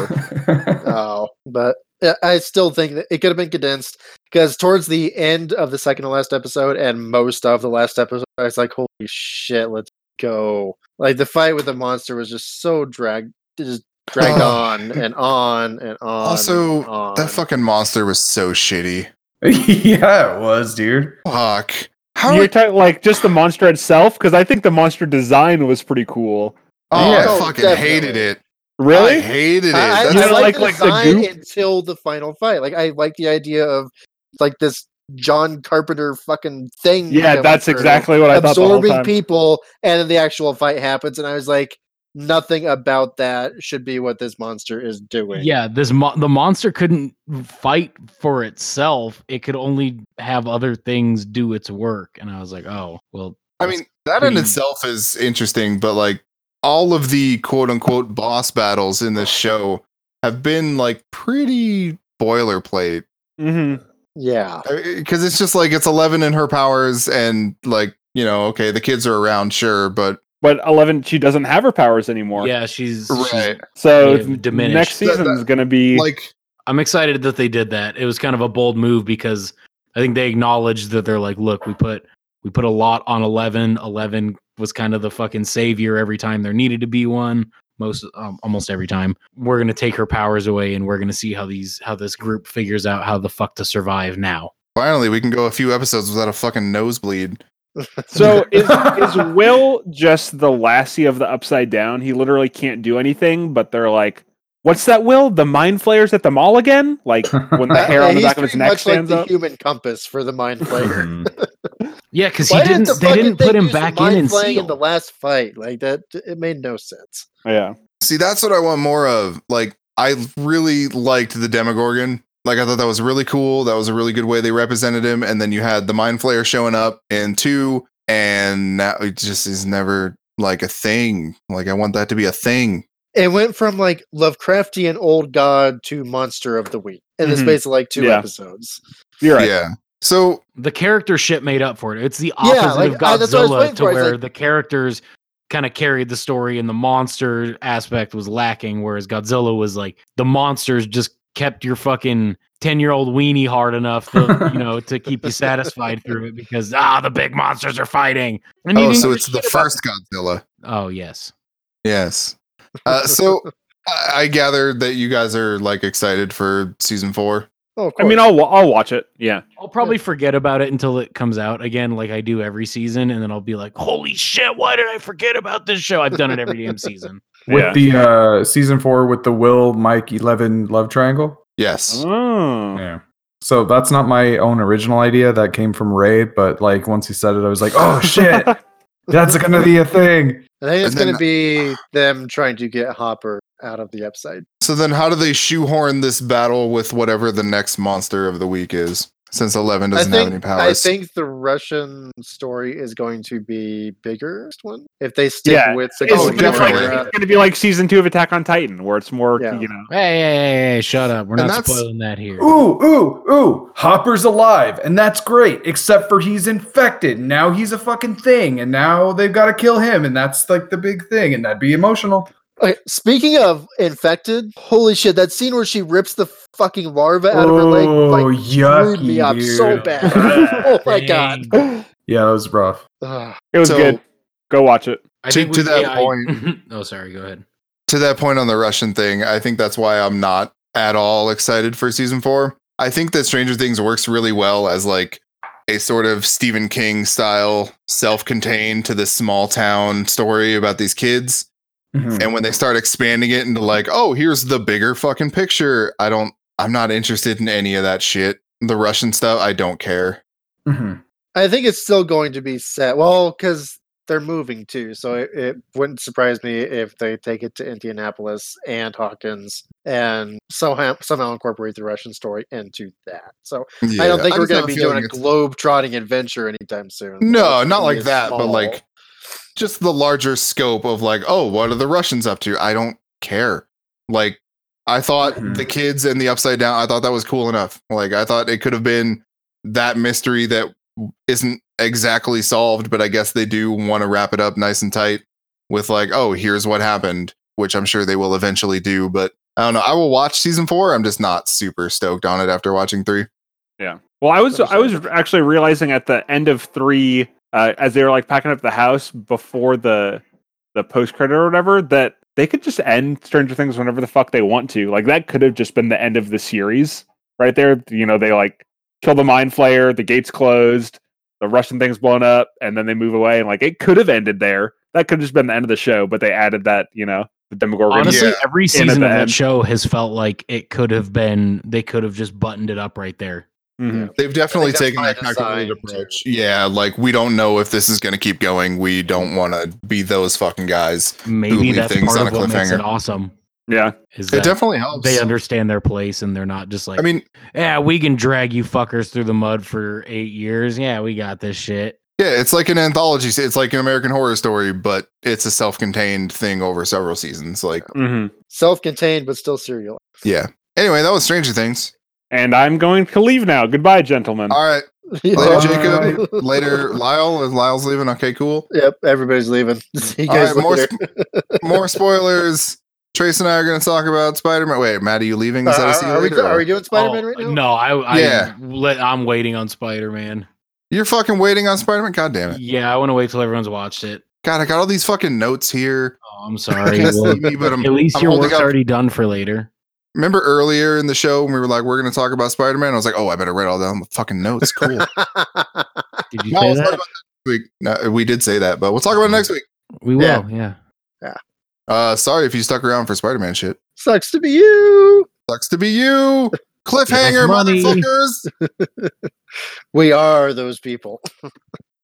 Speaker 4: Oh, but yeah, I still think that it could have been condensed because towards the end of the second to last episode and most of the last episode, I was like, "Holy shit, let's go!" Like the fight with the monster was just so dragged, it just dragged
Speaker 3: Oh.
Speaker 4: on and on and on.
Speaker 3: Also,
Speaker 4: and on.
Speaker 3: That fucking monster was so shitty.
Speaker 2: yeah, it was, dude.
Speaker 3: Fuck. How?
Speaker 5: You're ta- like just the monster itself because I think the monster design was pretty cool.
Speaker 3: oh,
Speaker 2: Yeah.
Speaker 3: I fucking
Speaker 4: Definitely.
Speaker 3: hated it. I
Speaker 5: Really?
Speaker 3: hated it.
Speaker 4: I, I-
Speaker 3: That's
Speaker 5: You
Speaker 4: I
Speaker 5: don't
Speaker 4: like,
Speaker 5: like,
Speaker 4: the
Speaker 5: like, the
Speaker 4: design
Speaker 5: goop?
Speaker 4: until the final fight. Like I like the idea of like this John Carpenter fucking thing.
Speaker 5: Yeah,
Speaker 4: coming
Speaker 5: that's
Speaker 4: through,
Speaker 5: exactly what I thought the whole
Speaker 4: absorbing
Speaker 5: time.
Speaker 4: people, and then the actual fight happens, and I was like, nothing about that should be what this monster is doing.
Speaker 1: Yeah, this mo- the monster couldn't fight for itself. It could only have other things do its work. And I was like, oh, well,
Speaker 3: I mean, that in
Speaker 1: pretty-
Speaker 3: itself is interesting, but like all of the quote unquote boss battles in this show have been like pretty boilerplate
Speaker 5: hmm
Speaker 4: yeah.
Speaker 3: because it's just like it's 11 in her powers and like you know okay the kids are around sure but
Speaker 5: But Eleven, she doesn't have her powers anymore.
Speaker 1: yeah, she's, she's-
Speaker 5: So
Speaker 1: Yeah, diminished.
Speaker 5: next
Speaker 3: That-
Speaker 5: season's gonna be
Speaker 3: like
Speaker 1: I'm excited that they did that. It was kind of a bold move because I think they acknowledged that they're like, look, we put we put a lot on 11. 11 was kind of the fucking savior every time there needed to be one. Most um, almost every time we're gonna take her powers away, and we're gonna see how these how this group figures out how the fuck to survive now.
Speaker 3: finally we can go a few episodes without a fucking nosebleed
Speaker 5: So is is Will just the lassie of the upside down? He literally can't do anything, but they're like, What's that, Will? The mind flayers at the mall again? Like when the
Speaker 4: Uh,
Speaker 5: hair
Speaker 4: yeah,
Speaker 5: on the
Speaker 4: he's
Speaker 5: back of his
Speaker 4: pretty
Speaker 5: neck
Speaker 4: much like
Speaker 5: stands
Speaker 4: the
Speaker 5: up.
Speaker 4: human compass for the mind flayer.
Speaker 5: Mm-hmm.
Speaker 1: Yeah, because he
Speaker 4: Why
Speaker 1: didn't.
Speaker 4: the
Speaker 1: they
Speaker 4: fucking
Speaker 1: didn't put
Speaker 4: thing
Speaker 1: him
Speaker 4: do some
Speaker 1: back in
Speaker 4: mind
Speaker 1: and
Speaker 4: flaying in
Speaker 1: seal.
Speaker 4: the last fight. Like that, it made no sense.
Speaker 5: Yeah.
Speaker 3: see that's what i want more of like i really liked the demogorgon like i thought that was really cool that was a really good way they represented him and then you had the mind flayer showing up in two and now it just is never like a thing like i want that to be a thing
Speaker 4: It went from like Lovecraftian old god to monster of the week in the
Speaker 5: Mhm.
Speaker 4: space of like two
Speaker 5: Yeah.
Speaker 4: episodes.
Speaker 5: You're right.
Speaker 3: yeah so
Speaker 1: the character shit made up for it. It's the
Speaker 4: Yeah,
Speaker 1: opposite of
Speaker 4: like, I- that's what I was
Speaker 1: Godzilla
Speaker 4: waiting
Speaker 1: to
Speaker 4: for. It's
Speaker 1: where
Speaker 4: like-
Speaker 1: the characters kind of carried the story and the monster aspect was lacking, whereas Godzilla was like the monsters just kept your fucking ten year old weenie hard enough to you know to keep you satisfied through it because ah the big monsters are fighting. And you
Speaker 3: oh
Speaker 1: didn't
Speaker 3: so
Speaker 1: give a
Speaker 3: it's the
Speaker 1: shit about-
Speaker 3: first godzilla
Speaker 1: Oh yes.
Speaker 3: Yes. Uh, so I I gather that you guys are like excited for season four.
Speaker 4: Oh, of
Speaker 5: I mean
Speaker 4: course.
Speaker 5: I'll wa- I'll watch it. Yeah.
Speaker 1: I'll probably forget about it until it comes out again, like I do every season, and then I'll be like, "Holy shit! Why did I forget about this show? I've done it every damn season."
Speaker 2: with
Speaker 5: yeah.
Speaker 2: the uh, season four with the Will Mike Eleven love triangle.
Speaker 3: Yes.
Speaker 5: Oh.
Speaker 2: Yeah. So that's not my own original idea. That came from Ray, but like once he said it, I was like, oh shit, that's gonna be a thing.
Speaker 4: I think it's
Speaker 3: And then-
Speaker 4: going to be them trying to get Hopper out of the upside.
Speaker 3: So then how do they shoehorn this battle with whatever the next monster of the week is? Since Eleven
Speaker 4: I
Speaker 3: doesn't
Speaker 4: think,
Speaker 3: have any
Speaker 4: I
Speaker 3: powers.
Speaker 4: think the Russian story is going to be bigger next one if they stick
Speaker 5: Yeah,
Speaker 4: with the
Speaker 5: It's,
Speaker 3: Oh,
Speaker 5: gonna be like,
Speaker 3: definitely.
Speaker 5: it's gonna be like season two of Attack on Titan, where it's more
Speaker 4: Yeah.
Speaker 5: you know.
Speaker 1: Hey, hey, hey, hey, shut up. We're
Speaker 3: And
Speaker 1: not
Speaker 3: that's-
Speaker 1: spoiling that here.
Speaker 2: Ooh, ooh, ooh! Hopper's alive, and that's great. Except for he's infected. Now he's a fucking thing, and now they've got to kill him, and that's like the big thing, and that'd be emotional.
Speaker 4: Uh, Okay, speaking of infected, holy shit! That scene where she rips the fucking larva out of her leg
Speaker 5: Oh,
Speaker 4: like screwed me up so
Speaker 2: Oh, dude.
Speaker 4: bad. oh my god!
Speaker 1: Dang.
Speaker 2: Yeah, that was rough.
Speaker 4: Ugh.
Speaker 5: It was
Speaker 3: So-
Speaker 5: good. Go watch it.
Speaker 1: I
Speaker 3: To- to
Speaker 1: we-
Speaker 3: that
Speaker 1: yeah, I-
Speaker 3: point.
Speaker 1: oh, sorry. Go ahead.
Speaker 3: to that point on the Russian thing, I think that's why I'm not at all excited for season four. I think that Stranger Things works really well as like a sort of Stephen King style self-contained to this small town story about these kids.
Speaker 4: Hmm.
Speaker 2: Mhm.
Speaker 3: And when they start expanding it into like, oh, here's the bigger fucking picture, I don't, I'm not interested in any of that shit. The Russian stuff, I don't care.
Speaker 2: Mhm.
Speaker 4: I think it's still going to be set. Well, because they're moving too, so it, it wouldn't surprise me if they take it to Indianapolis and Hawkins and somehow somehow incorporate the Russian story into that. So I don't think we're
Speaker 3: just
Speaker 4: going
Speaker 3: have
Speaker 4: to be
Speaker 3: feeling
Speaker 4: doing a
Speaker 3: it's-
Speaker 4: globe trotting adventure anytime soon.
Speaker 3: No,
Speaker 4: It's
Speaker 3: not
Speaker 4: gonna
Speaker 3: like
Speaker 4: be a
Speaker 3: that, but
Speaker 4: small-
Speaker 3: like just the larger scope of like, oh, what are the Russians up to? I don't care. Like, I thought
Speaker 4: Mm-hmm.
Speaker 2: Mhm.
Speaker 3: the kids and the upside down, I thought that was cool enough. Like, I thought it could have been that mystery that isn't exactly solved, but I guess they do want to wrap it up nice and tight with like, oh, here's what happened, which I'm sure they will eventually do. But I don't know. I will watch season four. I'm just not super stoked on it after watching three.
Speaker 5: Well, I was
Speaker 4: That was
Speaker 5: I was actually realizing at the end of three, uh, as they were like packing up the house before the the post credit or whatever, that they could just end Stranger Things whenever the fuck they want to. Like that could have just been the end of the series right there. You know, they like kill the mind flayer, the gates closed, the Russian thing's blown up, and then they move away. And like it could have ended there. That could have just been the end of the show, but they added that you know the Demogorgon.
Speaker 1: Honestly,
Speaker 3: Yeah.
Speaker 1: every season of
Speaker 5: the
Speaker 1: that
Speaker 5: end.
Speaker 1: show has felt like it could have been. They could have just buttoned it up right there.
Speaker 5: Mhm.
Speaker 3: Mm. They've definitely
Speaker 4: that's
Speaker 3: taken
Speaker 4: by
Speaker 3: a calculated
Speaker 4: design, too.
Speaker 3: approach. Yeah, like we don't know if this is going to keep going. We don't want to be those fucking guys.
Speaker 1: Maybe
Speaker 3: leave
Speaker 1: that's
Speaker 3: things
Speaker 1: part
Speaker 3: on
Speaker 1: of
Speaker 3: a
Speaker 1: what makes it
Speaker 3: cliffhanger.
Speaker 1: awesome.
Speaker 5: Yeah,
Speaker 1: Is
Speaker 3: it
Speaker 1: that
Speaker 3: definitely helps.
Speaker 1: they understand their place and they're not just like,
Speaker 3: I mean,
Speaker 1: yeah, we can drag you fuckers through the mud for eight years. Yeah, we got this shit.
Speaker 3: yeah, it's like an anthology. se- It's like an American Horror Story, but it's a self-contained thing over several seasons. Like,
Speaker 5: Mm-hmm.
Speaker 4: Self-contained but still serial.
Speaker 3: yeah. Anyway, that was Stranger Things.
Speaker 5: And I'm going to leave now. Goodbye, gentlemen.
Speaker 3: All right,
Speaker 4: Yeah.
Speaker 3: Jacob. later, Lyle. Is Lyle's leaving? Okay, cool.
Speaker 4: Yep, everybody's leaving. See you
Speaker 3: All
Speaker 4: guys
Speaker 3: right, more,
Speaker 4: later.
Speaker 3: sp- more spoilers. Trace and I are going to talk about Spider-Man. Wait, Matt, are you leaving? Is that a
Speaker 4: Uh,
Speaker 3: see you
Speaker 4: are, we,
Speaker 3: later?
Speaker 4: are we doing Spider-Man
Speaker 1: Oh,
Speaker 4: right now?
Speaker 1: No, I, I
Speaker 3: Yeah.
Speaker 1: let, I'm waiting on Spider Man.
Speaker 3: You're fucking waiting on Spider-Man. God damn it!
Speaker 1: Yeah, I want to wait till everyone's watched it.
Speaker 3: God, I got all these fucking notes here.
Speaker 1: Oh, I'm sorry.
Speaker 3: Can't
Speaker 1: Well,
Speaker 3: see me, E, but I'm-
Speaker 1: at least
Speaker 3: I'm
Speaker 1: your
Speaker 3: holding
Speaker 1: work's
Speaker 3: up.
Speaker 1: already done for later.
Speaker 3: Remember earlier in the show when we were like, we're going to talk about Spider Man? I was like, oh, I better write all down the fucking notes. Cool.
Speaker 1: Did you
Speaker 3: No,
Speaker 1: say that?
Speaker 3: we'll talk about that next week. No, we did say that, but we'll talk about it next week.
Speaker 1: We will.
Speaker 4: Yeah.
Speaker 1: yeah.
Speaker 3: Uh, sorry if you stuck around for Spider Man shit.
Speaker 4: Sucks to be you.
Speaker 3: Sucks to be you. Cliffhanger,
Speaker 1: money.
Speaker 3: motherfuckers.
Speaker 4: We are those people.